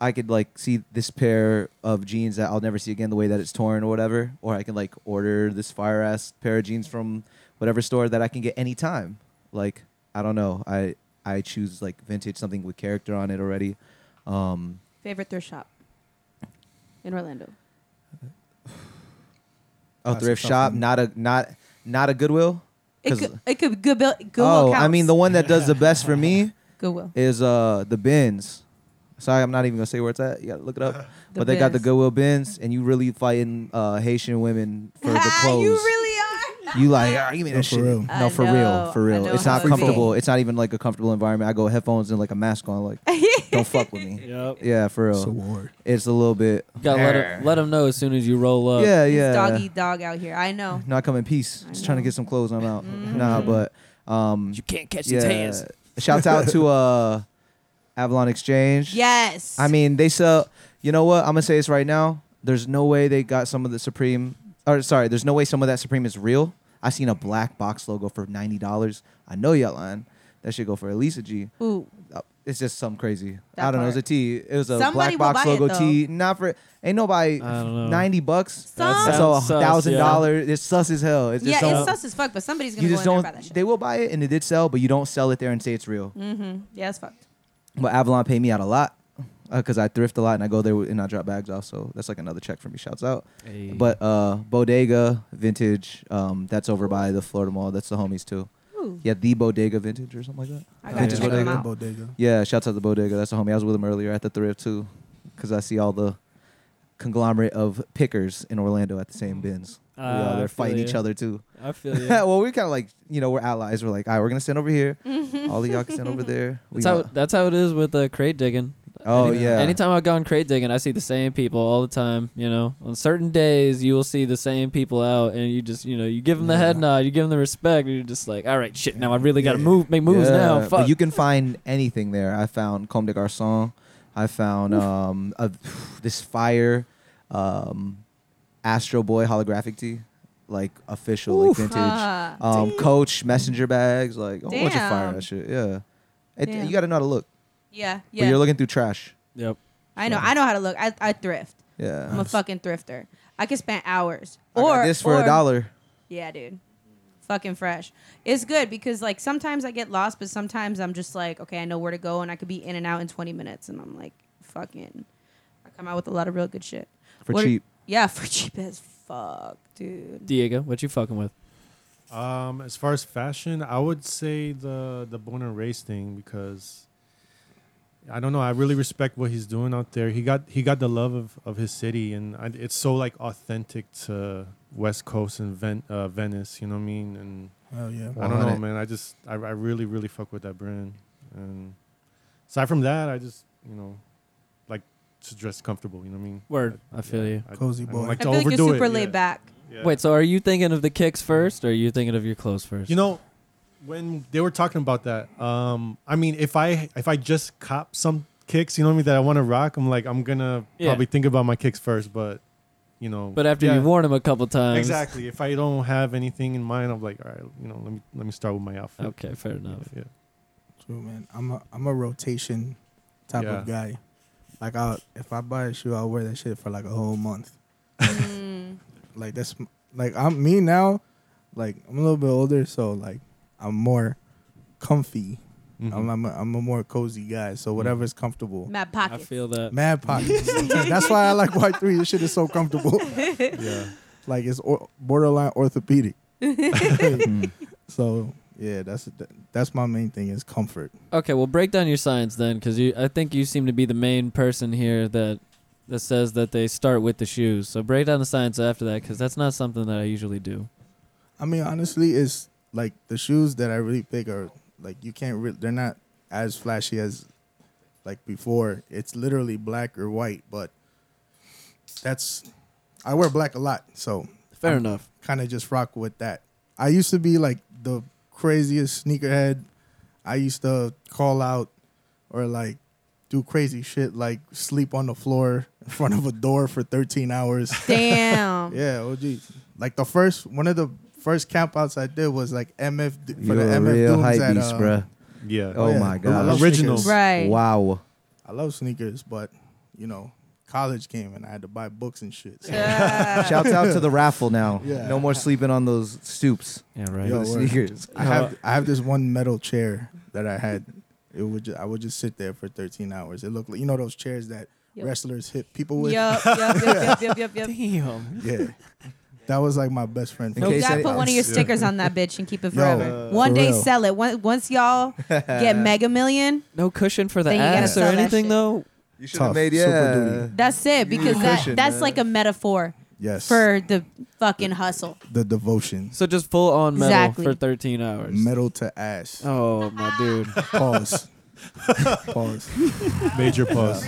S6: I could like see this pair of jeans that I'll never see again the way that it's torn or whatever, or I can like order this fire ass pair of jeans from whatever store that I can get anytime. Like I don't know, I I choose like vintage something with character on it already. Um,
S4: Favorite thrift shop in Orlando.
S6: a
S8: That's a
S6: thrift
S8: tough
S6: shop,
S8: one.
S6: not a not not a Goodwill.
S4: It
S6: 'Cause-
S4: could, it could good bill, Goodwill.
S6: oh, I
S4: counts.
S6: mean the one that does the best for me
S4: Goodwill.
S6: is uh the bins. Sorry, I'm not even gonna say where it's at. You gotta look it up.
S4: *laughs* The
S6: but they got the
S4: bins.
S6: Goodwill bins, and you really fighting uh, Haitian women for the clothes.
S4: *laughs* you really are.
S6: *laughs* You like, ah, give me
S8: No,
S6: that
S8: for
S6: shit.
S8: real.
S6: No,
S4: I
S6: for
S4: know.
S6: real, for
S4: I
S6: real.
S4: know
S6: It's
S4: how
S6: not
S4: it
S6: comfortable. It's not even like a comfortable environment. I go headphones and like a mask on.
S4: *laughs*
S6: Like, don't fuck with me.
S3: Yep.
S6: Yeah, for
S8: It's a
S6: real.
S8: war.
S6: It's a little bit.
S3: Gotta let 'em- let them know as soon as you roll up.
S6: Yeah,
S4: It's
S6: yeah.
S4: dog eat dog out here.
S6: *laughs*
S4: I know.
S6: Not come in peace.
S4: I
S6: Just trying to
S4: know. Mm-hmm.
S6: get some clothes. I'm out. Nah, but um,
S3: You can't catch
S6: yeah.
S3: these hands.
S6: Shouts out
S3: *laughs*
S6: to uh, Avalon Exchange.
S4: Yes.
S6: I mean, they sell. You know what? I'm gonna say this right now. There's no way they got some of the Supreme. Or sorry, there's no way some of that Supreme is real. I seen a black box logo for ninety dollars. I know y'all lying. That should go for at least a G.
S4: Ooh,
S6: Uh, It's just something crazy.
S4: That
S6: I don't know. It was
S4: part.
S6: a T. It was a
S4: Somebody will
S6: black box
S4: buy it,
S6: logo T. Not for ain't nobody.
S3: I don't know.
S6: Ninety bucks.
S4: Some- That
S6: That's a
S3: sounds sus,
S6: thousand
S3: yeah.
S6: dollars. It's sus as hell. It's just
S4: yeah,
S6: something-
S4: it's sus as fuck, but somebody's gonna
S6: you
S4: go
S6: just
S4: in there
S6: don't.
S4: and buy that shit.
S6: They will buy it, and it did sell, but you don't sell it there and say it's real.
S4: mm-hmm. Yeah, it's fucked.
S6: But Avalon paid me out a lot because I thrift a lot and I go there with- and I drop bags off. So that's like another check for me. Shouts out. But uh, Bodega Vintage, um, that's over by the Florida Mall. That's the homies too.
S4: Ooh,
S6: Yeah, the Bodega Vintage or something like that.
S4: I
S6: They
S4: gotta
S6: just
S4: check
S6: went
S4: them out.
S8: Bodega.
S6: Yeah, shouts out to Bodega. That's the homie. I was with him earlier at the thrift too because I see all the conglomerate of pickers in Orlando at the same bins. We all
S3: Ah, I
S6: there
S3: feel
S6: fighting
S3: ya. Oh,
S6: each other too.
S3: I feel you.
S6: Yeah, *laughs* well, we're kind of like, you know, we're allies. We're like, all right, we're going to stand over here. all of y'all can stand over there. We
S3: That's how,
S6: gonna-
S3: that's how it is with uh, crate digging.
S6: oh,
S3: Any-
S6: yeah.
S3: Anytime I've gone crate digging, I see the same people all the time. You know, on certain days you will see the same people out, and you just you know you give them the head
S8: Yeah.
S3: nod, you give them the respect, and you're just like, all right, shit. Now I really gotta
S8: Yeah.
S3: move, make moves
S6: Yeah,
S3: now.
S6: but
S3: Fuck.
S6: you can find anything there. I found Comme des Garçons. I found um a, this fire um Astro Boy holographic tee, like official, like vintage.
S4: Ah.
S6: um Coach messenger bags, like a whole bunch of fire
S4: Damn.
S6: that shit. Yeah, it,
S4: Damn.
S6: you got to know how to look.
S4: yeah,
S6: But
S4: yeah.
S6: you're looking through trash.
S3: yep.
S4: I know. I know how to look. I, I thrift.
S6: Yeah,
S4: I'm a fucking thrifter. I can spend hours.
S6: I
S4: or
S6: got this for
S4: or-
S6: a dollar.
S4: Yeah, dude. Fucking fresh. It's good because like sometimes I get lost, but sometimes I'm just like, okay, I know where to go, and I could be in and out in 20 minutes, and I'm like, fucking, I come out with a lot of real good shit
S6: For
S4: What- *laughs*
S6: cheap.
S4: Yeah, for cheap as fuck, dude.
S3: Diego, what you fucking with?
S7: Um, as far as fashion, I would say the the Boner Race thing because I don't know. I really respect what he's doing out there. He got he got the love of, of his city, and I, it's so like authentic to West Coast and Ven, uh, Venice. You know what I mean? And
S8: Hell yeah.
S7: I don't know,
S6: 100.
S7: man. I just I, I really really fuck with that brand. And aside from that, I just you know like to dress comfortable. You know what I mean?
S3: Word. I feel you.
S7: I-
S8: Cozy
S7: I don't
S8: boy.
S7: Like
S4: I
S7: to
S4: feel like you're
S7: overdo
S4: super
S7: it.
S4: laid
S7: Yeah.
S4: back.
S6: *laughs*
S7: Yeah.
S3: Wait, so are you thinking of the kicks first, or are you thinking of your clothes first?
S7: You know, when they were talking about that, um, I mean, if I if I just cop some kicks, you know what I mean, that I want to rock, I'm like, I'm gonna
S3: Yeah.
S7: probably think about my kicks first, but you know,
S3: but after
S7: yeah,
S3: you've worn them a couple times,
S7: exactly. If I don't have anything in mind, I'm like, all right, you know, let me let me start with my outfit.
S3: Okay, fair enough.
S7: Yeah,
S8: True, man. I'm a I'm a rotation type of
S7: Yeah.
S8: guy. Like I if I buy a shoe, I'll wear that shit for like a whole month.
S4: Mm.
S8: Like that's m- like I'm me now. Like I'm a little bit older, so like I'm more comfy.
S7: Mhm.
S8: I'm I'm a, I'm a more cozy guy.
S7: Mm-hmm.
S8: So whatever's comfortable.
S4: Mad
S3: I
S4: pockets.
S3: feel that.
S8: Mad pockets. that's why I like Y three. This shit is so comfortable.
S7: yeah.
S8: like it's or, borderline orthopedic.
S4: *laughs*
S6: Mm.
S8: So yeah, that's that's my main thing is comfort.
S3: Okay, well, break down your science then, because you, I think you seem to be the main person here that that says that they start with the shoes. So break down the science after that, because that's not something that I usually do.
S8: I mean, honestly, it's like the shoes that I really pick are like you can't. Re- they're not as flashy as like before. It's literally black or white, but that's I wear black a lot, so
S3: Fair
S8: I'm-
S3: enough.
S8: kind of just rock with that. I used to be like the craziest sneakerhead. I used to call out or like do crazy shit like sleep on the floor in front of a door for 13 hours.
S6: *laughs*
S4: Damn.
S8: Yeah, OG. Like the first one of the first campouts I did was like MF for
S6: You
S8: the
S6: a
S8: MF
S6: real
S8: Dooms
S6: hype
S8: at,
S6: beast,
S8: uh,
S6: bruh.
S7: Yeah.
S6: Oh
S8: yeah.
S6: my
S8: I
S6: God.
S8: love
S7: Original.
S8: sneakers.
S4: Right.
S6: Wow.
S8: I love sneakers, but you know, college came and I had to buy books and shit. So,
S4: Yeah.
S6: Shout out
S4: *laughs*
S6: to the raffle now.
S8: Yeah.
S6: No more sleeping on those stoops.
S3: Yeah, right.
S8: Yo,
S6: The
S8: word.
S6: sneakers.
S8: *laughs* I have I have this one metal chair that I had. It would ju- I would just sit there for 13 hours. It looked like you know those chairs that
S4: Yep.
S8: wrestlers hit people with. *laughs*
S4: Yup, yup, yup, yup, yup, yup, yup.
S3: Damn.
S8: Yeah. That was like my best friend.
S6: In
S8: for-
S4: You
S6: case
S4: gotta
S6: any-
S4: put one of your stickers on that bitch and keep it
S8: Yo,
S4: forever.
S8: uh,
S4: One
S8: for
S4: day,
S8: real.
S4: sell it. Once, once y'all
S8: *laughs*
S4: get Mega Million,
S3: No cushion for the
S4: Then you gotta
S3: ass or
S4: sell that
S3: anything
S4: shit.
S3: though.
S6: You should
S8: Tough.
S6: have made,
S8: Super
S6: yeah.
S8: duty.
S4: that's it.
S6: need a
S4: Because that,
S6: cushion,
S4: that's
S6: man.
S4: like a metaphor
S8: yes.
S4: for the fucking hustle.
S8: the devotion.
S3: So just full on metal
S4: Exactly.
S3: for 13 hours.
S8: Metal to ass.
S3: Oh my dude. *laughs*
S8: Pause. Pause.
S7: *laughs* Major pause.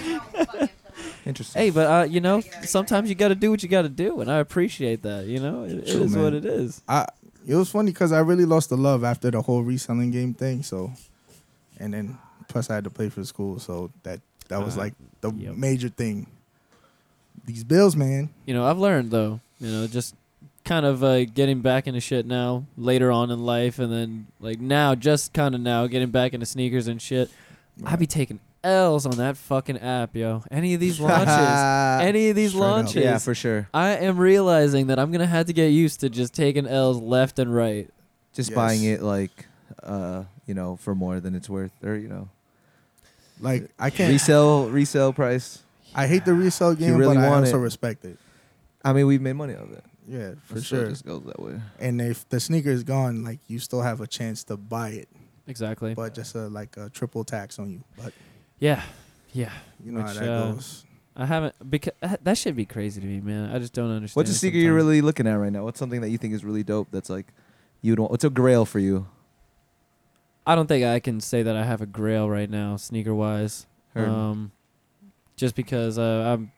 S6: Interesting.
S3: hey, but uh, you know, sometimes you got to do what you got to do, and I appreciate that. You know, it, it
S8: True,
S3: is what
S8: man.
S3: it is.
S8: I it was funny because I really lost the love after the whole reselling game thing. So, and then plus I had to play for school, so that that was
S3: Uh,
S8: like the
S3: yep.
S8: major thing. These bills, man.
S3: You know, I've learned though. You know, just kind of uh, getting back into shit now, later on in life, and then like now, just kind of now, getting back into sneakers and shit. I be taking L's on that fucking app, yo. Any
S8: *laughs*
S3: of these launches, any of these
S8: Straight up.
S3: launches.
S6: Oh, yeah, for sure.
S3: I am realizing that I'm gonna have to get used to just taking L's left and right.
S6: Just
S8: Yes.
S6: buying it like, uh, you know, for more than it's worth, or you know,
S8: Like I can't.
S6: resale resale price.
S8: I hate the resell game,
S6: really
S8: but I
S6: want
S8: also
S6: it.
S8: respect it.
S6: I mean, we've made money out of it.
S8: Yeah, for
S6: It still
S8: sure.
S6: just goes that way.
S8: And if the sneaker is gone, like you still have a chance to buy it,
S3: Exactly.
S8: but just a, like a triple tax on you. But
S3: yeah, yeah.
S8: you know
S3: Which,
S8: how that
S3: uh,
S8: goes.
S3: I haven't because that should be crazy to me, man. I just don't understand.
S6: What's a sneaker you're
S3: sometimes.
S6: really looking at right now? What's something that you think is really dope? That's like, you don't. What's a grail for you?
S3: I don't think I can say that I have a grail right now, sneaker wise.
S6: Heard.
S3: Um, just because uh, I'm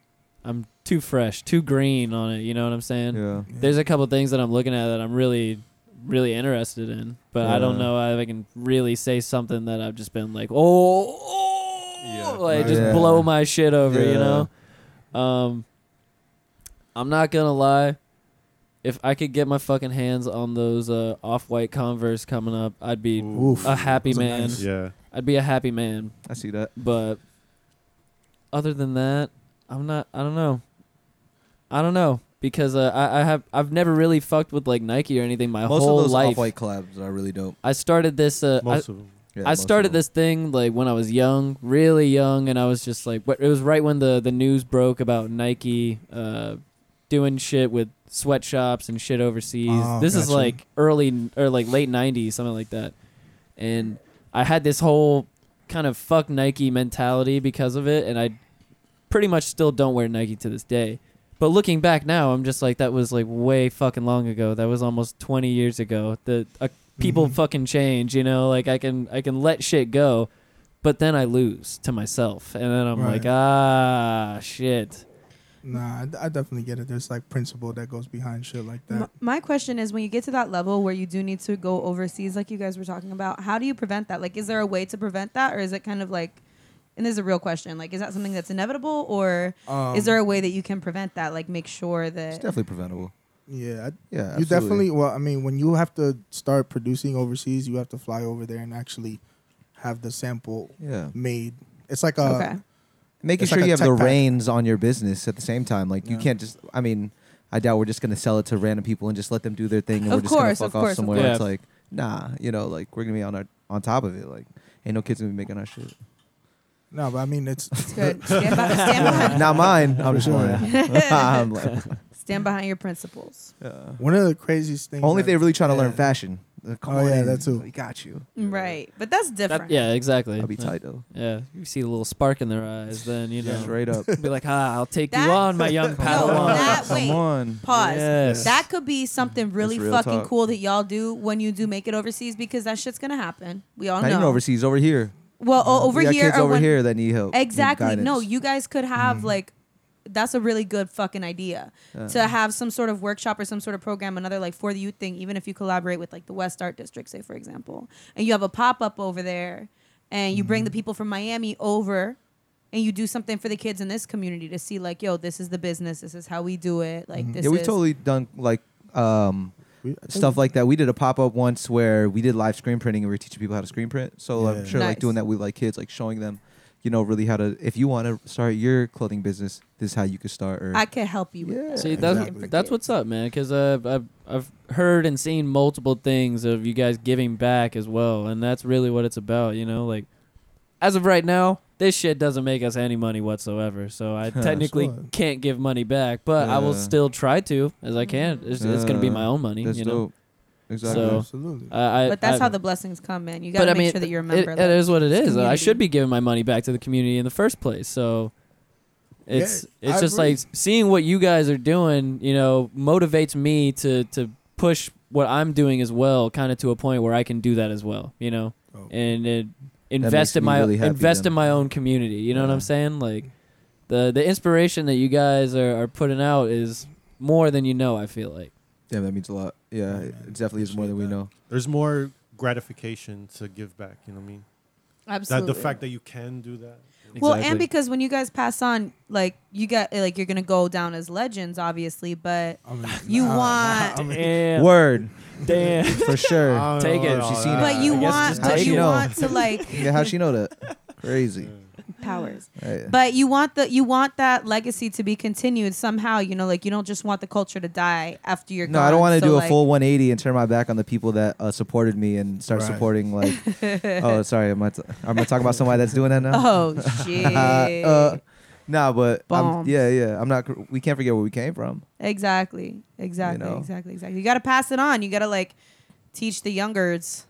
S3: I'm too fresh, too green on it. You know what I'm saying?
S6: yeah.
S3: There's a couple things that I'm looking at that I'm really really interested in, but I don't
S6: Yeah.
S3: know if I can really say something that I've just been like, oh, oh,"
S7: Yeah.
S3: like just
S6: Yeah.
S3: blow my shit over. You
S6: Yeah.
S3: know. Um, I'm not gonna lie. If I could get my fucking hands on those uh, off-white Converse coming up, I'd be
S8: Oof.
S3: a happy
S8: Those are
S3: man.
S8: nice.
S7: Yeah.
S3: I'd be a happy man.
S6: I see that.
S3: But other than that, I'm not. I don't know. I don't know because uh, I, I have I've never really fucked with like Nike or anything my
S6: most
S3: whole
S6: of those
S3: life.
S6: off-white collabs are really dope.
S3: I started this. Uh, I,
S7: Most of them.
S6: Yeah,
S3: I
S6: most of
S3: started
S6: them.
S3: this thing like when I was young, really young, and I was just like, but it was right when the the news broke about Nike uh, doing shit with sweatshops and shit overseas.
S6: Ah,
S8: Oh,
S3: this is
S8: gotcha.
S3: like early or like late '90s, something like that. And I had this whole kind of fuck Nike mentality because of it, and I pretty much still don't wear Nike to this day. But looking back now, I'm just like that was like way fucking long ago. That was almost 20 years ago. The uh, people
S6: Mm-hmm.
S3: fucking change, you know. Like I can I can let shit go, but then I lose to myself, and then I'm
S8: Right.
S3: like ah shit.
S8: Nah, I, I definitely get it. There's like principle that goes behind shit like that.
S4: M- My question is when you get to that level where you do need to go overseas, like you guys were talking about, how do you prevent that? Like, is there a way to prevent that? Or is it kind of like, and this is a real question, like, is that something that's inevitable? Or
S8: Um,
S4: is there a way that you can prevent that? Like, make sure
S6: It's
S4: that.
S6: definitely preventable.
S8: Yeah, I,
S6: Yeah,
S8: you
S6: absolutely.
S8: definitely. Well, I mean, when you have to start producing overseas, you have to fly over there and actually have the sample
S6: Yeah.
S8: made. It's like a
S4: okay.
S6: making
S8: It's
S6: sure
S8: like
S6: you
S8: a
S6: have the
S8: tech pack.
S6: reins on your business at the same time. Like you
S8: Yeah.
S6: can't just. I mean, I doubt we're just gonna sell it to random people and just let them do their thing and
S4: Of
S6: we're just gonna
S4: course,
S6: fuck
S4: of
S6: off
S4: course, of
S6: somewhere.
S3: course.
S6: It's
S3: Yeah.
S6: like nah, you know, like we're gonna be on our on top of it. Like ain't no kids gonna be making our shit.
S8: no, but I mean, it's
S4: It's
S8: *laughs*
S4: good. Stand, by, stand,
S6: *laughs*
S4: behind,
S6: Not mine. I'm just lying. *laughs* I'm like,
S4: stand behind your principles.
S6: uh,
S8: one of the craziest things.
S6: only if
S8: that-
S6: they're really trying to
S8: yeah.
S6: learn fashion. Uh, come
S8: Oh,
S6: on
S8: yeah,
S6: in.
S8: that too.
S6: We got you.
S4: Right. But that's different.
S3: That, yeah, exactly.
S6: I'll be
S3: Yeah.
S6: tight though.
S3: Yeah, you see a little spark in their eyes, then you know.
S6: Straight
S8: *laughs*
S6: up.
S3: Be like, ah, I'll take
S4: That-
S3: you on, my young
S4: *laughs* No,
S8: Oh,
S3: Padawan.
S4: that-
S6: Come
S4: wait.
S6: on.
S4: Pause.
S3: Yes.
S4: That could be something really
S6: real
S4: fucking
S6: talk.
S4: cool that y'all do when you do make it overseas because that shit's gonna happen. We all
S6: Not
S4: know.
S6: even overseas, over here.
S4: well, o- over
S6: we got
S4: here
S6: kids
S4: or
S6: over
S4: when-
S6: here that need help. need
S4: Exactly. No,
S6: guidance. Mm-hmm.
S4: you guys could have like that's a really good fucking idea
S9: Uh-huh.
S4: to have some sort of workshop or some sort of program, another like for the youth thing, even if you collaborate with like the West Art District, say for
S9: Mm-hmm.
S4: example, and you have a pop up over there and you bring the people from Miami over and you do something for the kids in this community to see like, yo, this is the business, this is how we do it. Like this
S9: Mm-hmm. yeah, we've
S4: is
S9: totally done like um,
S8: We-
S9: stuff like that. We did a pop up once where we did live screen printing and we were teaching people how to screen print. So
S8: Yeah.
S9: I'm sure
S4: Nice.
S9: like doing that with like kids, like showing them, you know, really how to. If you want to start your clothing business, this is how you could start. Or
S4: I can help you with
S9: Yeah.
S4: that.
S3: See,
S8: Yeah,
S3: that's
S8: exactly.
S3: that's what's up, man. Because I've, I've I've heard and seen multiple things of you guys giving back as well, and that's really what it's about. You know, like as of right now, this shit doesn't make us any money whatsoever. So
S9: *laughs*
S3: I
S9: That's
S3: technically
S8: right.
S3: can't give money back, but I will
S9: Yeah.
S3: still try to as I can. It's, it's gonna be
S9: Yeah.
S3: my own money.
S9: that's
S3: you know,
S9: dope. Exactly.
S3: So- uh,
S8: Absolutely.
S3: I, I,
S4: But that's
S3: I,
S4: how the blessings come, man. You gotta make sure that you're a member.
S3: It,
S4: like-
S3: it is what it is. I
S4: community.
S3: should be giving my money back to the community in the first place. So it's
S8: Yeah,
S3: it's
S8: I
S3: just
S8: agree.
S3: like seeing what you guys are doing, you know, motivates me to to push what I'm doing as well, kind of to a point where I can do that as well, you know,
S8: Oh.
S3: and it, invest
S9: makes
S3: in
S9: me
S3: my
S9: really happy
S3: invest
S9: then.
S3: in my own community. You know what
S9: Yeah.
S3: I'm saying? Like the the inspiration that you guys are, are putting out is more than you know. I feel like.
S9: yeah, that means a lot. Yeah, it definitely is more than we
S7: Appreciate
S9: know.
S7: There's more gratification to give back. You know what I mean?
S4: Absolutely.
S7: That the fact that you can do that.
S4: Well, and
S3: Exactly.
S4: because when you guys pass on, like you got like you're gonna go down as legends, obviously, but
S8: I mean,
S4: you
S8: nah,
S4: want-
S8: nah, I mean,
S3: Damn.
S9: Word
S3: Damn.
S9: for sure.
S7: I don't
S3: Take
S7: know
S3: it.
S7: about
S9: She's seen
S7: that.
S9: it.
S4: but you
S9: I guess
S4: want
S9: just
S4: but
S9: take
S4: you
S9: it. No. *laughs*
S4: want to like
S9: yeah, how she know
S4: *laughs*
S9: that? Crazy.
S4: powers.
S9: Right.
S4: But you want the you want that legacy to be continued somehow, you know, like you don't just want the culture to die after you're
S9: no,
S4: gone.
S9: I don't want to
S4: So,
S9: do
S4: like,
S9: a full 180 and turn my back on the people that uh, supported me and start
S8: Right.
S9: supporting
S4: *laughs*
S9: like. oh, sorry. Am I, t- am I talking about somebody that's doing that now?
S4: *laughs* Oh
S9: *laughs*
S4: shit.
S9: uh, nah, but I'm,
S4: Bombs.
S9: yeah, yeah. I'm not. cr- We can't forget where we came from.
S4: exactly. Exactly.
S9: know.
S4: Exactly. Exactly. You gotta pass it on. You gotta like teach the youngers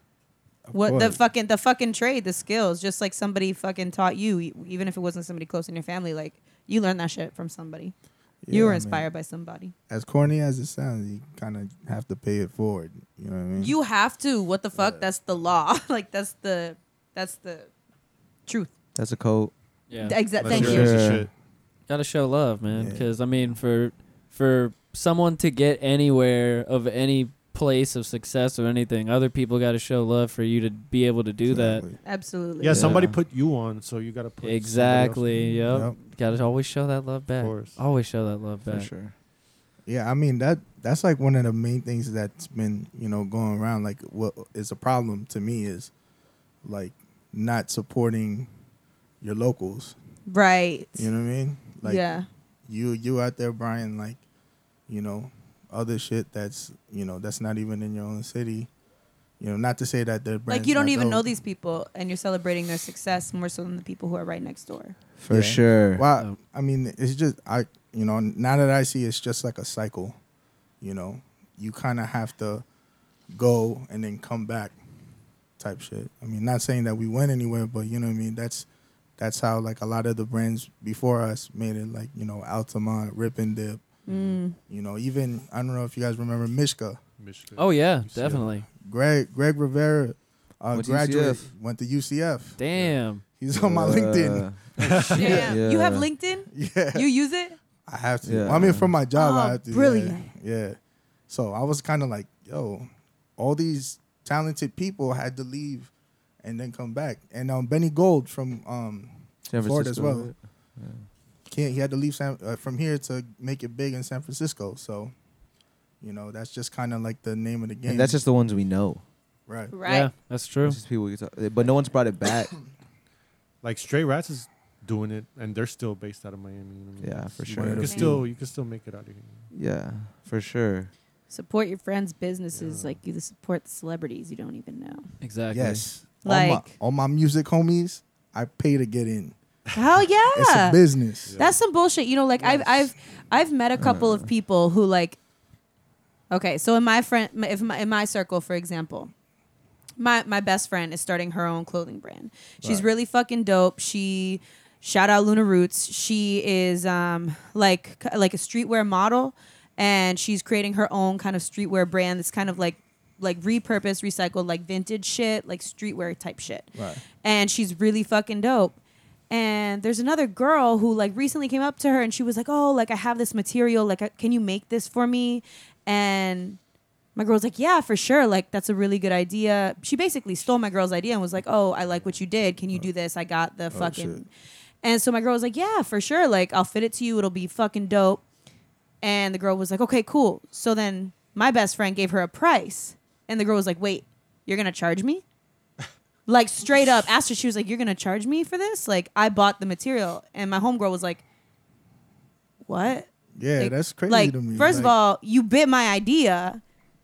S8: of
S4: what the
S8: course.
S4: fucking the fucking trade, the skills, just like somebody fucking taught you, e- even if it wasn't somebody close in your family, like you learned that shit from somebody.
S8: Yeah,
S4: you
S8: I
S4: were
S8: mean,
S4: inspired by somebody.
S8: as corny as it sounds, you kind of have to pay it forward. You know what I mean?
S4: You have to. What the fuck? That's the law. *laughs* like that's the that's the truth.
S9: That's a coat.
S3: Yeah.
S4: Exactly.
S7: That's
S4: Thank
S7: real
S4: you.
S9: yours.
S7: as
S9: Sure.
S7: shit.
S3: gotta show love man
S8: Yeah.
S3: because i mean for for someone to get anywhere of any place of success or anything other people gotta show love for you to be able to do
S8: Exactly.
S4: Absolutely.
S7: Yeah, somebody
S9: Yeah.
S7: put you on, so you got to put
S3: that exactly yep.
S8: Yep.
S3: gotta always show that love back
S7: course.
S3: always show that love back
S9: sure.
S8: Yeah, I mean that that's like one of the main things that's been, you know, going around like what is a problem to me is like not supporting your locals,
S4: Right.
S8: you know what I mean? Like
S4: yeah.
S8: you you out there Brian like, you know, other shit that's, you know, that's not even in your own city. You know, not to say that they're
S4: Like you don't even know these people and you're celebrating their success more so than the people who are right next door.
S9: For
S8: Yeah.
S9: sure.
S8: Well,
S3: Um,
S8: I mean, it's just I, you know, now that I see, it's just like a cycle. You know, you kind of have to go and then come back, type shit. I mean, not saying that we went anywhere, but you know what I mean. That's that's how like a lot of the brands before us made it. Like you know, Altamont, Rip and Dip.
S4: Mm. *laughs*
S8: You know, even I don't know if you guys remember Mishka.
S7: Michigan.
S3: oh yeah
S7: UCF.
S3: definitely
S8: Greg Greg Rivera, uh,
S9: Went to
S8: graduate
S9: UCF.
S8: went to UCF.
S3: damn
S8: He's on my
S9: Uh,
S8: LinkedIn.
S4: Damn. You have
S9: Yeah.
S4: LinkedIn?
S8: *laughs* Yeah.
S4: You use it? *laughs*
S8: I have to.
S9: Yeah.
S8: I mean, for my job,
S4: Oh,
S8: I have to. yeah,
S4: brilliant.
S8: Yeah. So I was kind of like, yo, all these talented people had to leave and then come back. And um, Benny Gold from um,
S9: San
S8: Florida as
S9: Francisco.
S8: well. Can't, he had to leave San, uh, from here to make it big in San Francisco. So, you know, that's just kind of like the name of the game.
S9: And that's just the ones we know.
S8: right.
S4: Right.
S3: yeah that's true
S9: That's just people we talk- but no one's brought it back.
S7: Like Stray Rats is doing it, and they're still based out of Miami. You know what I mean?
S9: yeah, for
S8: One
S7: You
S8: of
S9: sure.
S7: can
S8: the
S7: still you can still make it out of here.
S9: Yeah, for sure.
S4: Support your friends' businesses like you support the celebrities you don't even know.
S3: exactly
S8: Yes. all my,
S4: Like-
S8: all my music homies, I pay to get in.
S4: Hell yeah.
S8: It's a business.
S4: That's some bullshit. You know, like I've I've I've met a couple of people who like. Okay, so in my friend, my- if my, in my circle, for example, my my best friend is starting her own clothing brand. She's
S8: Right.
S4: really fucking dope. She shout out Luna Roots. She is um like like a streetwear model, and she's creating her own kind of streetwear brand. That's kind of like like repurposed, recycled, like vintage shit, like streetwear type shit
S8: Right.
S4: and she's really fucking dope. And there's another girl who like recently came up to her and she was like, "Oh, like I have this material, like I- can you make this for me?" And my girl's like, "Yeah, for sure. Like that's a really good idea." She basically stole my girl's idea and was like, "Oh, I like what you did. Can you do this? I got the fucking." And so my girl was like, yeah, for sure. Like, I'll fit it to you. It'll be fucking dope. And the girl was like, okay, cool. So then my best friend gave her a price. And the girl was like, wait, you're going to charge me? like, straight up asked her, she was like, you're going to charge me for this? Like, I bought the material. And my homegirl was like, what?
S8: Yeah,
S4: Like-
S8: that's crazy
S4: Like,
S8: to me.
S4: first of
S8: Like,
S4: all, you bit my idea.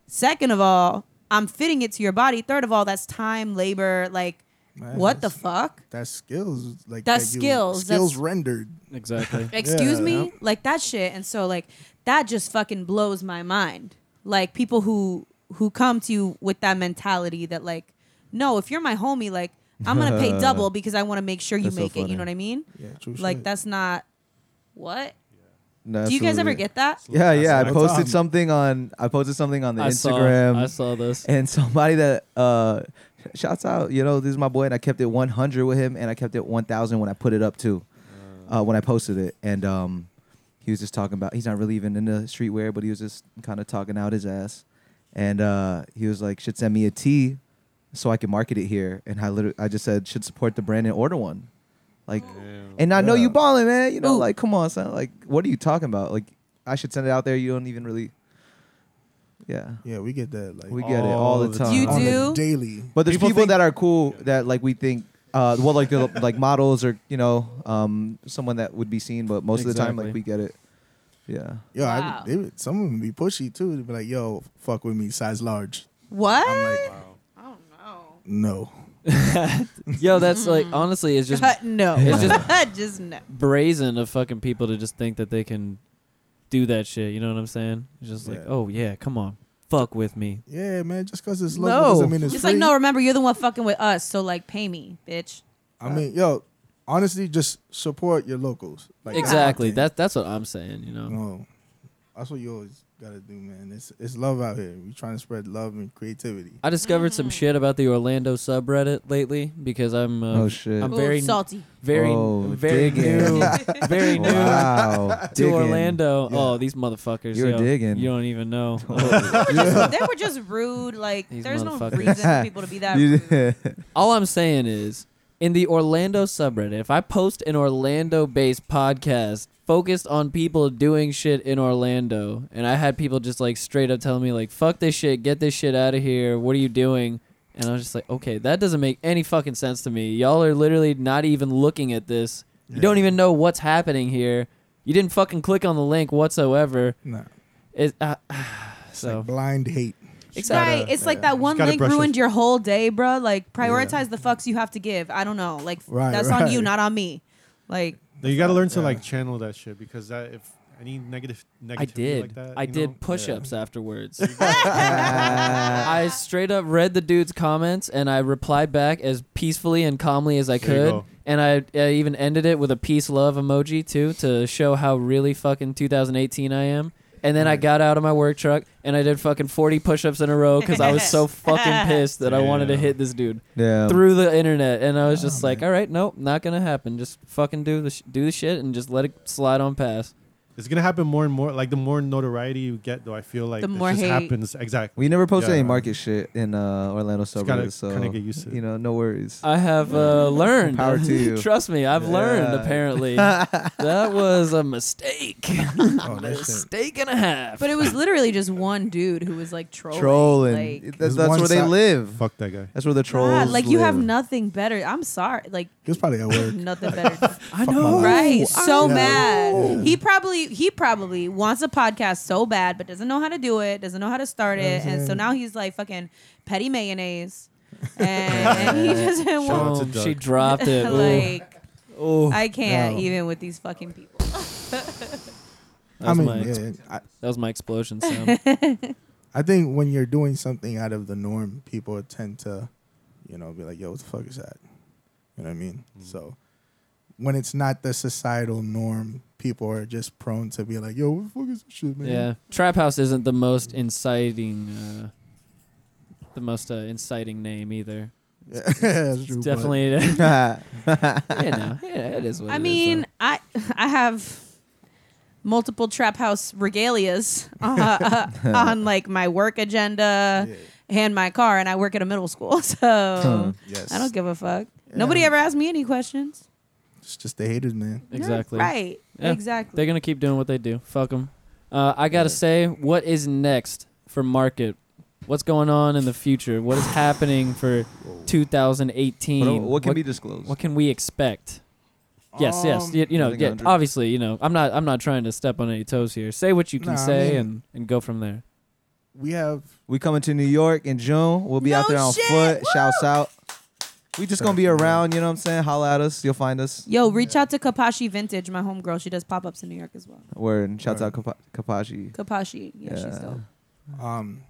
S4: Second of all, I'm fitting it to your body. Third of all, that's time, labor. Like,
S8: man,
S4: what the
S8: that's-
S4: fuck?
S8: That's skills. Like
S4: That's
S8: that you-
S4: skills,
S8: Skills
S4: that's-
S8: rendered.
S3: Exactly.
S4: Excuse
S8: Yeah.
S4: me? Like that shit. And so like that just fucking blows my mind. Like people who who come to you with that mentality that like, no, if you're my homie, like I'm gonna pay
S8: *laughs*
S4: double because I wanna make sure you
S6: That's so
S4: make it. You
S6: funny.
S4: know what I mean?
S8: Yeah, true
S4: Like
S8: shit.
S4: that's not what?
S6: No,
S4: Do you guys ever
S6: absolutely.
S4: get that?
S6: Yeah, yeah. I
S8: That's
S6: posted
S8: awesome.
S6: something on I posted something on the
S3: I saw-
S6: Instagram.
S3: I saw this.
S6: and somebody that uh shouts out you know this is my boy and i kept it 100 with him and i kept it 1000 when i put it up too uh, when i posted it and um he was just talking about he's not really even into streetwear but he was just kind of talking out his ass and uh he was like should send me a tee so i can market it here and i literally i just said should support the brand and order one like and i know
S8: Yeah.
S6: you balling man you know like come on son like what are you talking about like i should send it out there you don't even really yeah
S8: Yeah, we get that. Like
S6: we get it all the time
S4: You
S8: on
S4: do?
S8: the daily.
S6: but there's
S7: People
S6: people,
S7: think-
S6: that are cool that like we think, uh, well, like they're like models or you know, um, someone that would be seen, but most of the time, like
S3: Exactly.
S6: we get it. Yeah,
S8: Yo,
S4: Wow.
S8: I, they, would- some of them be pushy too. They'd be like, "Yo, fuck with me, size large."
S4: What?
S8: I'm like,
S4: I don't know.
S8: no.
S3: Yo, that's like honestly, it's just
S4: no.
S3: It's
S4: *laughs* just no.
S3: brazen of fucking people to just think that they can do that shit. You know what I'm saying? It's just like,
S8: Yeah.
S3: oh yeah, come on, fuck with me.
S8: Yeah, man. Just because it's local doesn't
S3: No.
S8: mean it's,
S4: It's
S8: free.
S4: like, no, remember, you're the one fucking with us, so like pay me, bitch.
S8: I mean, yo, honestly, just support your locals. Like that's my
S3: Exactly.
S8: thing.
S3: That that's what I'm saying. You know.
S8: No, that's what you always gotta do, man. It's it's love out here. We trying to spread love and creativity.
S3: I discovered some shit about the Orlando subreddit lately because I'm uh,
S6: Oh, shit.
S3: I'm
S4: Ooh,
S3: very
S4: salty.
S3: very
S6: Oh,
S3: very
S6: digging.
S3: new very new
S6: wow,
S3: to Orlando. Oh, these motherfuckers.
S6: You're
S3: yo.
S6: digging.
S3: You don't even know.
S6: *laughs*
S3: *laughs*
S4: they were just rude. Like
S3: These
S4: there's no
S3: motherfuckers.
S4: reason for people to be that rude.
S3: All I'm saying is, in the Orlando subreddit, if I post an Orlando based podcast focused on people doing shit in Orlando, and I had people just like straight up telling me, like, fuck this shit, get this shit out of here, what are you doing? And I was just like, okay, that doesn't make any fucking sense to me. Y'all are literally not even looking at this. You don't even know what's happening here. You didn't fucking click on the link whatsoever.
S8: Nah,
S3: It, uh, so,
S4: *laughs*
S8: blind hate.
S3: exactly.
S4: right. It's like that one
S7: gotta
S4: link
S7: brush
S4: ruined your whole day, bro. Like prioritize the fucks you have to give. I don't know. Like
S8: Right,
S4: that's on you,
S8: right.
S4: not on me. Like
S7: You got to learn to like channel that shit because that if any negative negativity
S3: I did.
S7: like that,
S3: I
S7: you
S3: did
S7: know?
S3: push ups afterwards. *laughs* I straight up read the dude's comments and I replied back as peacefully and calmly as I
S7: There you
S3: could.
S7: go.
S3: And I, I even ended it with a peace love emoji too to show how really fucking 2018 I am. And then I got out of my work truck and I did fucking 40 push ups in a row because I was
S7: *laughs*
S3: so fucking pissed that I wanted to
S7: Damn.
S3: hit this dude
S6: *laughs* yeah,
S7: Um,
S3: through the internet. And I
S7: oh,
S3: was just like, all right, nope, not going to happen. Just fucking do the, sh- do the shit and just let it slide on past.
S7: It's gonna happen more and more. Like the more notoriety you get, though, I feel like
S4: The
S7: it
S4: more
S7: just
S4: hate.
S7: happens. Exactly.
S6: we never posted
S7: Yeah.
S6: any market shit in uh, Orlando
S7: gotta
S6: suburbs, so
S7: kinda get used to it.
S6: you know, no worries.
S3: I have uh, learned.
S6: Power
S3: *laughs*
S6: to you.
S3: Trust me, I've learned.
S6: Yeah.
S3: Apparently, that was a mistake.
S8: Oh, that shit.
S3: mistake and a half.
S4: but it was literally just one dude who was like trolling.
S6: Trolling.
S4: Like,
S6: that's
S8: There's
S6: that's
S8: one
S6: where they
S8: side-
S6: live.
S7: Fuck that guy.
S6: That's where the trolls.
S4: God, like you have
S6: live.
S4: nothing better. I'm sorry. Like
S8: It's probably
S4: *laughs*
S8: at
S3: *laughs*
S8: work.
S4: nothing better.
S3: I
S8: Fuck my
S3: know,
S8: life.
S4: right. So
S8: know.
S4: mad. He probably he probably wants a podcast so bad, but doesn't know how to do it, doesn't know how to start
S8: You know what
S4: it.
S8: I'm
S4: And so
S8: saying?
S4: now he's like fucking petty mayonnaise.
S3: *laughs*
S4: and he doesn't want
S7: out to
S3: Boom, she
S7: Doug.
S3: dropped
S4: *laughs*
S3: it. Ooh.
S4: like
S3: Ooh.
S4: I can't
S8: No.
S4: even with these fucking people.
S8: I
S3: was
S8: mean,
S3: my
S8: yeah, I,
S3: that was my
S4: *laughs*
S3: explosion sound.
S8: I think when you're doing something out of the norm, people tend to, you know, be like, "Yo, what the fuck is that?" You know what I mean? So when it's not the societal norm, people are just prone to be like, "Yo, what the fuck is this shit, man?"
S3: yeah, trap house isn't the most inciting, uh, the most uh, inciting name either.
S8: Yeah, that's true,
S3: It's
S8: but-
S3: definitely, *laughs* you know, yeah, it is what
S4: I
S3: it is,
S4: mean,
S3: though.
S4: I *laughs* I have multiple trap house regalias *laughs* uh,
S3: *laughs*
S4: on like my work agenda
S8: Yeah.
S4: and my car, and I work at a middle school, *laughs* so
S8: Yes.
S4: I don't give a fuck.
S8: Yeah.
S4: Nobody ever asked me any questions.
S8: It's just the haters, man.
S3: Exactly.
S4: Right.
S3: Yeah.
S4: Exactly.
S3: They're gonna keep doing what they do. Fuck them. Uh, I gotta say, what is next for market? What's going on in the future? What is happening for 2018?
S10: What, what can be disclosed?
S3: What can we expect? Yes, yes.
S8: Um,
S3: You, you know,
S10: Moving
S3: yeah,
S10: on, Drew.
S3: obviously, you know, I'm not, I'm not trying to step on any toes here. Say what you can
S8: Nah, I
S3: say
S8: mean-
S3: and, and go from there.
S8: We have
S6: We coming to New York in June. We'll be out
S4: No
S6: there on
S4: shit.
S6: foot. Shouts out. We just gonna be around. You know what I'm saying? Holla at us. You'll find us.
S4: Yo, reach out to Kapashi Vintage, my homegirl. She does pop ups in New York as well.
S6: Word. Shouts out Kapa- Kapashi.
S4: Kapashi. Yeah, she's
S6: Yeah.
S4: dope.
S8: um,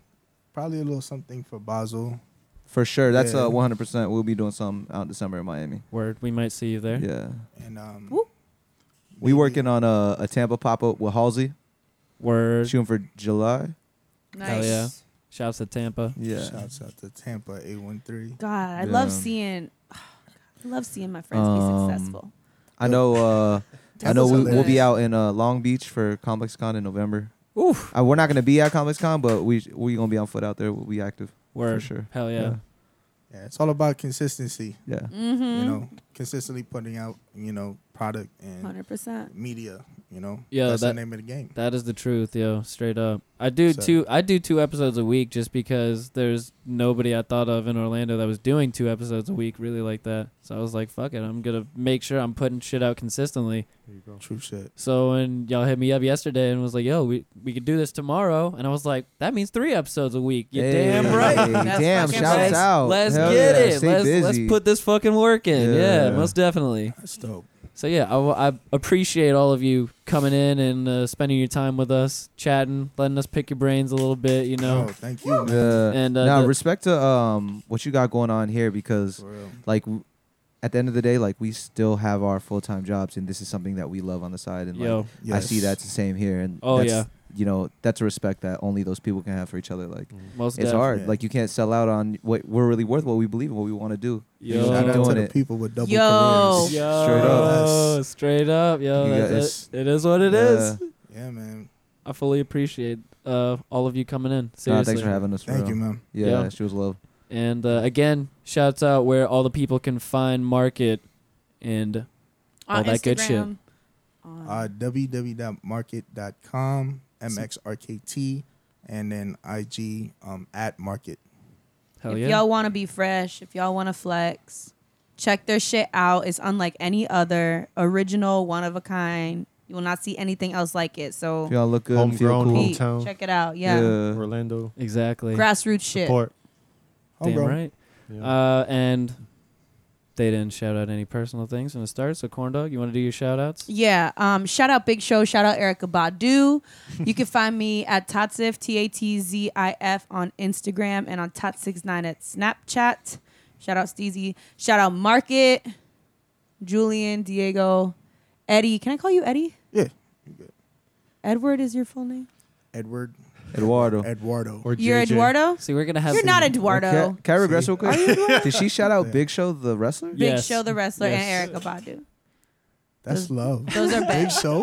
S8: probably a little something for Basel.
S6: For sure. That's
S8: Yeah.
S6: uh 100%. We'll be doing something out in December in Miami.
S3: Word, we might see you there.
S6: Yeah.
S8: And um,
S4: Woo.
S6: We working on uh, a, a Tampa pop up with Halsey.
S3: Word.
S6: Shooting for July.
S4: Nice.
S3: Hell yeah. Shouts to Tampa.
S6: Yeah.
S8: Shouts out to Tampa eight one three.
S4: God, I love
S6: Yeah.
S4: seeing. *sighs* I love seeing my friends
S6: Um,
S4: be successful.
S6: I know. Uh, I
S8: Tampa's
S6: know we, we'll be
S8: hilarious.
S6: out in uh, Long Beach for Complex Con in November. Oof. Uh, we're not gonna be at Complex Con, but we we gonna be on foot out there. We'll be active.
S3: Word.
S6: sure.
S3: Hell yeah.
S6: Yeah.
S8: Yeah, it's all about consistency.
S6: Yeah.
S4: Mm-hmm.
S8: You know, consistently putting out you know product and
S4: Hundred percent.
S8: media. You know,
S3: Yeah,
S8: that's
S3: that-
S8: the name of the game.
S3: That is the truth, yo. Straight up. I do
S8: So-
S3: two. I do two episodes a week just because there's nobody I thought of in Orlando that was doing two episodes a week really like that. So I was like, fuck it. I'm gonna make sure I'm putting shit out consistently.
S7: There you go.
S8: True shit.
S3: So when y'all hit me up yesterday and was like, yo, we we could do this tomorrow, and I was like, that means three episodes a week. You damn
S6: Hey,
S3: right.
S4: That's
S6: damn.
S4: fucking
S6: Shouts
S4: right.
S3: let's,
S6: out.
S3: Let's
S6: Hell
S3: get
S6: yeah.
S3: it.
S6: Stay
S3: Let's,
S6: busy.
S3: let's put this fucking work in. Yeah,
S6: Yeah.
S3: most definitely.
S8: That's dope.
S3: So yeah, I, w- I appreciate all of you coming in and uh, spending your time with us, chatting, letting us pick your brains a little bit. You
S8: No,
S6: Oh,
S3: know,
S8: thank you, man.
S6: Yeah.
S3: And, uh,
S6: now
S3: the-
S6: respect to um what you got going on here because
S8: For real.
S6: like w- at the end of the day like we still have our full time jobs and this is something that we love on the side and
S3: yo,
S6: like I see
S8: Yes.
S6: that's the same here and
S3: Oh,
S6: that's,
S3: yeah.
S6: you know that's a respect that only those people can have for each other like.
S3: most
S6: It's
S3: def-
S6: hard.
S8: Yeah.
S6: Like you can't sell out on what we're really worth, what we believe, in, what we want to do.
S3: Yo,
S6: Shout
S8: Shout out
S6: doing
S8: to the
S6: it.
S8: people with double
S4: Yo.
S8: careers.
S3: yo,
S6: Straight
S8: up. Yes.
S3: straight up, yo.
S6: You
S3: that's
S6: guys-
S3: it. it is what it is.
S6: Yeah.
S8: Yeah, man.
S3: I fully appreciate uh, all of you coming in.
S6: Nah,
S3: Seriously,
S6: thanks for having us.
S8: Thank
S6: bro.
S8: you, man.
S6: Yeah,
S3: Yeah.
S6: she was love.
S3: And uh, again, shouts out where all the people can find market and all that good shit.
S4: Instagram, on-
S8: Uh, www.market.com, MXRKT, and then IG um, at market.
S3: hell
S4: if
S3: yeah.
S4: y'all want to be fresh, if y'all want to flex, check their shit out. It's unlike any other, original, one of a kind. You will not see anything else like it. So
S6: If y'all look good, and feel
S7: Homegrown,
S6: cool.
S4: peep,
S7: hometown.
S4: check it out.
S6: yeah.
S4: Yeah,
S7: Orlando.
S3: exactly.
S4: grassroots shit.
S7: Support.
S3: Damn
S8: Homegrown.
S3: right.
S7: Yeah.
S3: Uh, and they didn't shout out any personal things from the start. So, Corn Dog, you want to do your shout outs?
S4: Yeah. Um, shout out Big Show. Shout out Erica Badu. you can find me at Tatzif, T A T Z I F, on Instagram and on Tat69 at Snapchat. Shout out Steezy. Shout out Market, Julian, Diego, Eddie. Can I call you Eddie?
S8: Yeah.
S4: Edward is your full name?
S8: Edward.
S6: Eduardo.
S8: Eduardo.
S7: Or
S4: You're
S7: JJ.
S4: Eduardo?
S3: See, we're going to have.
S4: You're not
S6: Can,
S4: Eduardo.
S6: can I regress real quick? Did she shout out Big Show the
S4: *laughs*
S6: wrestler?
S4: Big
S3: Yes.
S4: Show the Wrestler
S3: Yes.
S4: and Erica Badu.
S8: That's love.
S4: Those are
S8: Big
S4: big. *laughs*
S8: show.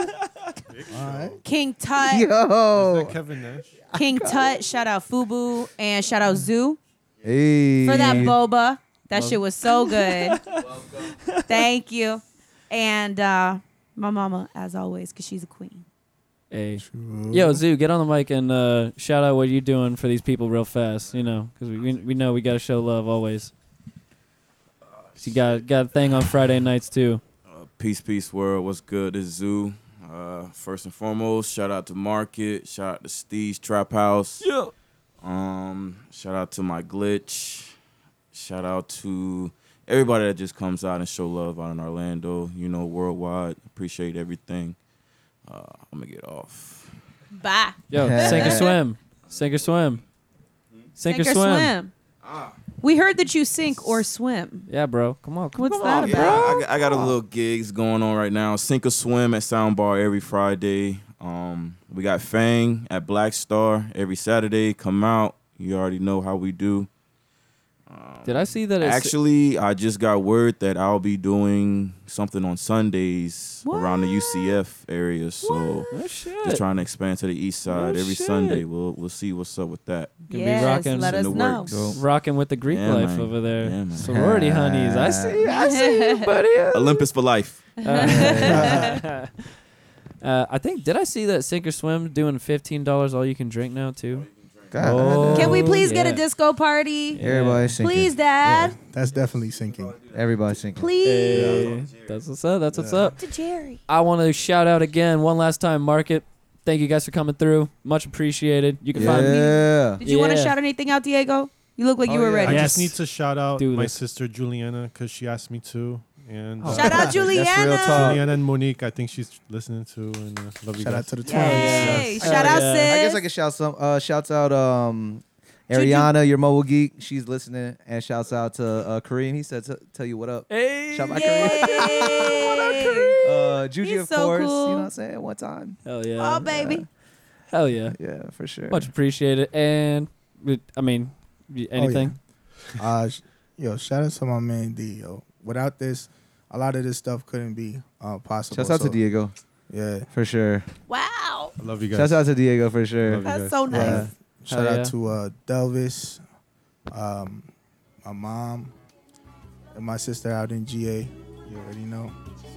S8: All right.
S4: King Tut.
S7: Is
S6: Yo.
S7: that Kevin Nash?
S4: King Tut. Shout out Fubu. And shout out Zoo.
S6: Hey.
S4: for that boba. That shit was *laughs* so good. Thank you. And uh, my mama, as always, because she's a queen.
S3: Hey. Yo, Zoo, get on the mic and uh, shout out what you're doing for these people real fast, you know, because we, we, we know we got to show love always. She got, got a thing on Friday nights, too.
S11: Uh, peace, peace, world. What's good? This is Zoo. Uh, first and foremost, shout out to Market. Shout out to Steve's Trap House.
S3: Yeah.
S11: Um, shout out to my glitch. Shout out to everybody that just comes out and show love out in Orlando. You know, worldwide. Appreciate everything. Uh, I'm gonna get off.
S4: Bye.
S3: Yo, sink or swim. Sink or swim. Sink, or swim.
S4: Ah. We heard that you sink or swim.
S3: Yeah, bro. Come on. Come
S4: What's
S11: Oh,
S4: that
S11: yeah,
S4: about?
S11: I, got- I got a little gigs going on right now. Sink or swim at Soundbar every Friday. Um, we got Fang at Black Star every Saturday. Come out. You already know how we do.
S3: Did I see that? It's,
S11: Actually, I just got word that I'll be doing something on Sundays around the UCF area. So
S3: oh shit!
S11: they're trying to expand to the east side
S3: Oh,
S11: every
S3: shit.
S11: Sunday. We'll we'll see what's up with that.
S3: be
S4: yes,
S3: rocking
S4: let
S11: in
S4: us
S11: the
S4: know.
S11: works. So-
S3: Rocking with the Greek
S11: Yeah,
S3: life
S11: man.
S3: over there.
S11: Yeah, man.
S3: Sorority honeys. I see.
S4: *laughs*
S3: I see, you,
S11: *laughs*
S3: buddy.
S11: Olympus for life.
S3: *laughs* Uh, *laughs* uh, I think did I see that Sink or Swim doing fifteen dollars all you can drink now too? Oh,
S4: Can we please get
S3: yeah.
S4: a disco party?
S3: Yeah.
S6: Everybody's sinking.
S4: Please, Dad.
S8: That's definitely sinking.
S6: Everybody's sinking.
S4: Please.
S3: Hey, that's what's up. That's what's up.
S4: To Jerry.
S3: I want to shout out again one last time, Market. Thank you guys for coming through. Much appreciated. You can find me.
S6: Yeah.
S4: Did you want to
S3: Yeah.
S4: shout anything out, Diego? You look like you were
S7: I
S4: ready.
S3: Yeah. Yes.
S7: just need to shout out
S3: Do
S7: my
S3: this.
S7: sister Juliana because she asked me to. And uh,
S4: Oh. Shout out
S6: real
S4: Juliana.
S6: talk.
S7: Juliana and Monique, I think she's listening to. And uh, love you
S8: Shout
S7: guys.
S8: out to the twins.
S4: Yay.
S3: Yes.
S4: Shout out,
S3: Hell
S4: sis.
S3: yeah.
S6: I guess I can shout some. Uh, shouts out um,
S4: Juju.
S6: Ariana, your mobile geek. She's listening, and shouts out to uh, Kareem. He said, to "Tell you what up."
S3: Hey.
S6: Shout out Kareem.
S4: *laughs* Yay.
S6: Uh, Juju,
S4: He's
S6: of
S4: so
S6: course.
S4: cool.
S6: You know what I'm saying? One time.
S3: Hell yeah.
S4: Oh, baby.
S3: Hell yeah.
S6: Yeah, for sure.
S3: Much appreciated. And we- I mean,
S11: Oh,
S3: y- anything.
S8: Uh, sh- yo, shout out to my man D. Yo, without this, a lot of this stuff couldn't be uh, possible.
S6: Shouts out to
S8: So,
S6: Diego
S8: Yeah,
S6: for sure.
S4: Wow.
S7: I love you guys.
S6: Shouts out to Diego for sure.
S7: Love you
S4: That's
S7: guys.
S4: so
S8: yeah.
S4: nice.
S8: Shout
S3: Hell
S8: out
S3: yeah.
S8: to uh, Delvis, um, my mom, and my sister out in GA. You already know.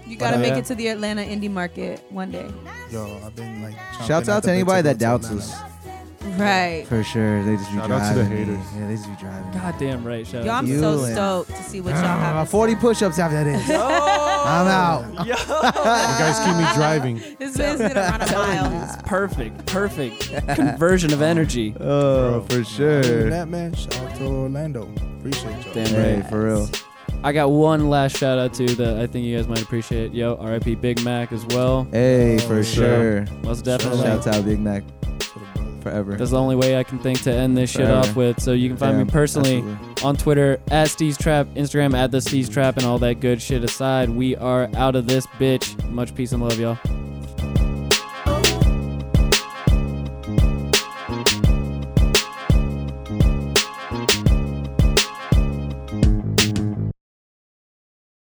S4: You got to
S3: Yeah.
S4: make it to the Atlanta indie market one day.
S8: Yo, I've been like. chomping
S6: Shouts
S8: at
S6: out to
S8: the bit
S6: anybody
S8: go
S6: that
S8: to
S6: doubts
S8: Atlanta.
S6: us.
S4: Right.
S6: For sure. They just be
S7: Shout out to
S6: driving.
S7: the
S6: me.
S7: haters.
S6: Yeah, they just be driving. me.
S3: God damn right. Shout
S4: Yo,
S3: out.
S4: I'm
S6: You
S4: so
S6: and-
S4: stoked to see what y'all
S6: Ah,
S4: have. Oh.
S6: 40 push ups after that
S4: *laughs*
S6: is. I'm
S8: Uh,
S6: out.
S7: You guys keep me driving.
S4: This man's been around a mile.
S3: Perfect. Perfect. Conversion of energy.
S6: Oh, for
S8: Other than
S6: sure.
S8: that man, shout out to Orlando. Appreciate y'all.
S3: Damn
S6: Hey,
S3: right.
S6: for real.
S3: I got one last shout out to that I think you guys might appreciate. Yo, R.I.P. Big Mac as well.
S6: Hey, for sure.
S3: Most definitely.
S6: Shouts out Big Mac forever.
S3: That's the only way I can think to end this shit
S6: Forever.
S3: off with. So you can find me
S6: Damn,
S3: personally
S6: absolutely.
S3: on Twitter at Steve's Trap, Instagram at the Steve's Trap, and all that good shit aside. We are out of this bitch. Much peace and love, y'all.